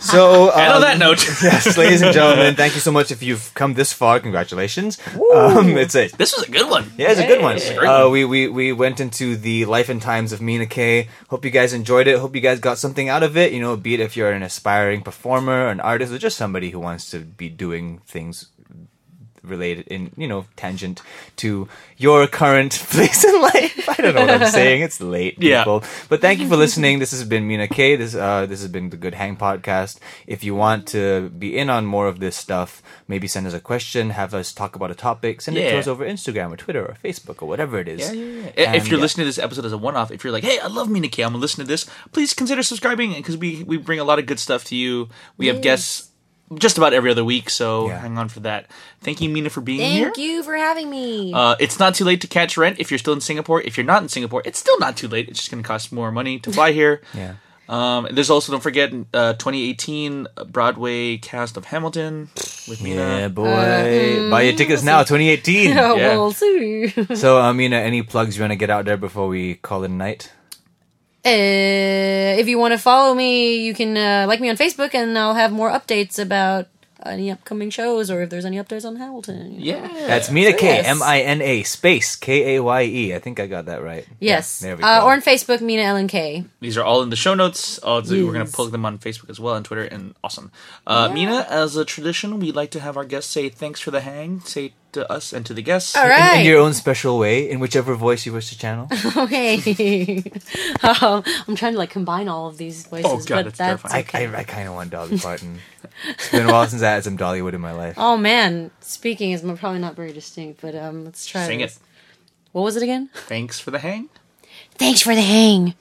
[SPEAKER 1] So, um,
[SPEAKER 2] And on that note,
[SPEAKER 1] yes, ladies and gentlemen, thank you so much. If you've come this far, congratulations. Um, it's it.
[SPEAKER 2] this was a good one.
[SPEAKER 1] Yeah, it's a good one.
[SPEAKER 2] great
[SPEAKER 1] Uh, we, we we went into the life and times of Mina K. Hope you guys enjoyed it. Hope you guys got something out of it. You know, be it if you're an aspiring performer, an artist, or just somebody who wants to be doing things related in you know tangent to your current place in life. I don't know what I'm saying. It's late,
[SPEAKER 2] Yeah.
[SPEAKER 1] people. But thank you for listening. This has been Mina K. This uh this has been the Good Hang podcast. If you want to be in on more of this stuff, maybe send us a question, have us talk about a topic, send it to
[SPEAKER 2] Yeah.
[SPEAKER 1] us over Instagram or Twitter or Facebook or whatever it is.
[SPEAKER 2] Yeah, yeah, yeah.
[SPEAKER 1] And
[SPEAKER 2] if you're
[SPEAKER 1] yeah.
[SPEAKER 2] listening to this episode as a one-off, if you're like, "Hey, I love Mina K. I'm gonna listen to this," please consider subscribing because we we bring a lot of good stuff to you. We have guests just about every other week, so
[SPEAKER 1] Yeah.
[SPEAKER 2] hang on for that. Thank you, Mina, for being here.
[SPEAKER 3] Thank you for having me.
[SPEAKER 2] Uh, it's not too late to catch rent if you're still in Singapore. If you're not in Singapore, it's still not too late. It's just going to cost more money to fly here.
[SPEAKER 1] Yeah.
[SPEAKER 2] Um, there's also don't forget uh, 2018 Broadway cast of Hamilton with
[SPEAKER 1] Yeah,
[SPEAKER 2] Mina.
[SPEAKER 1] boy.
[SPEAKER 3] Uh, hmm.
[SPEAKER 1] Buy your tickets now, 2018.
[SPEAKER 3] oh,
[SPEAKER 2] yeah.
[SPEAKER 3] well, see.
[SPEAKER 1] so, uh, Mina, any plugs you want to get out there before we call it a night?
[SPEAKER 3] Uh, if you want to follow me, you can uh, like me on Facebook, and I'll have more updates about any upcoming shows or if there's any updates on Hamilton. you know.
[SPEAKER 2] Yeah.
[SPEAKER 1] That's Mina K,
[SPEAKER 3] Yes.
[SPEAKER 1] M I N A, space, K A Y E. I think I got that right.
[SPEAKER 3] Yes.
[SPEAKER 1] Yeah, there we
[SPEAKER 3] uh,
[SPEAKER 1] go.
[SPEAKER 3] or on Facebook, Mina Ellen K.
[SPEAKER 2] These are all in the show notes. Also, We're going to plug them on Facebook as well and Twitter, and awesome. Uh, Mina, as a tradition, we like to have our guests say thanks for the hang, say to us and to the guests.
[SPEAKER 3] All
[SPEAKER 1] In-
[SPEAKER 3] right.
[SPEAKER 1] In, your own special way, in whichever voice you wish to channel.
[SPEAKER 3] okay. um, I'm trying to like combine all of these voices,
[SPEAKER 2] Oh, God,
[SPEAKER 3] but
[SPEAKER 2] that's
[SPEAKER 3] that's
[SPEAKER 2] terrifying.
[SPEAKER 3] okay.
[SPEAKER 1] I, I, I kind of want Dolly Parton. it's been a while since I had some Dollywood in my life.
[SPEAKER 3] oh man, speaking is probably not very distinct, but um, let's try.
[SPEAKER 2] Sing
[SPEAKER 3] this.
[SPEAKER 2] it.
[SPEAKER 3] What was it again?
[SPEAKER 2] Thanks for the hang.
[SPEAKER 3] Thanks for the hang.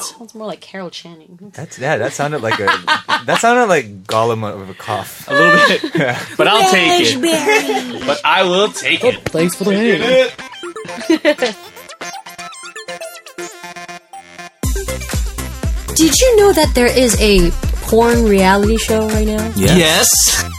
[SPEAKER 3] Sounds more like Carol Channing.
[SPEAKER 1] That's yeah. That sounded like a that sounded like Gollum of a cough.
[SPEAKER 2] A little bit, but I'll take it. But I will take it.
[SPEAKER 5] Thanks for the hang.
[SPEAKER 3] Did you know that there is a porn reality show right now?
[SPEAKER 2] Yes.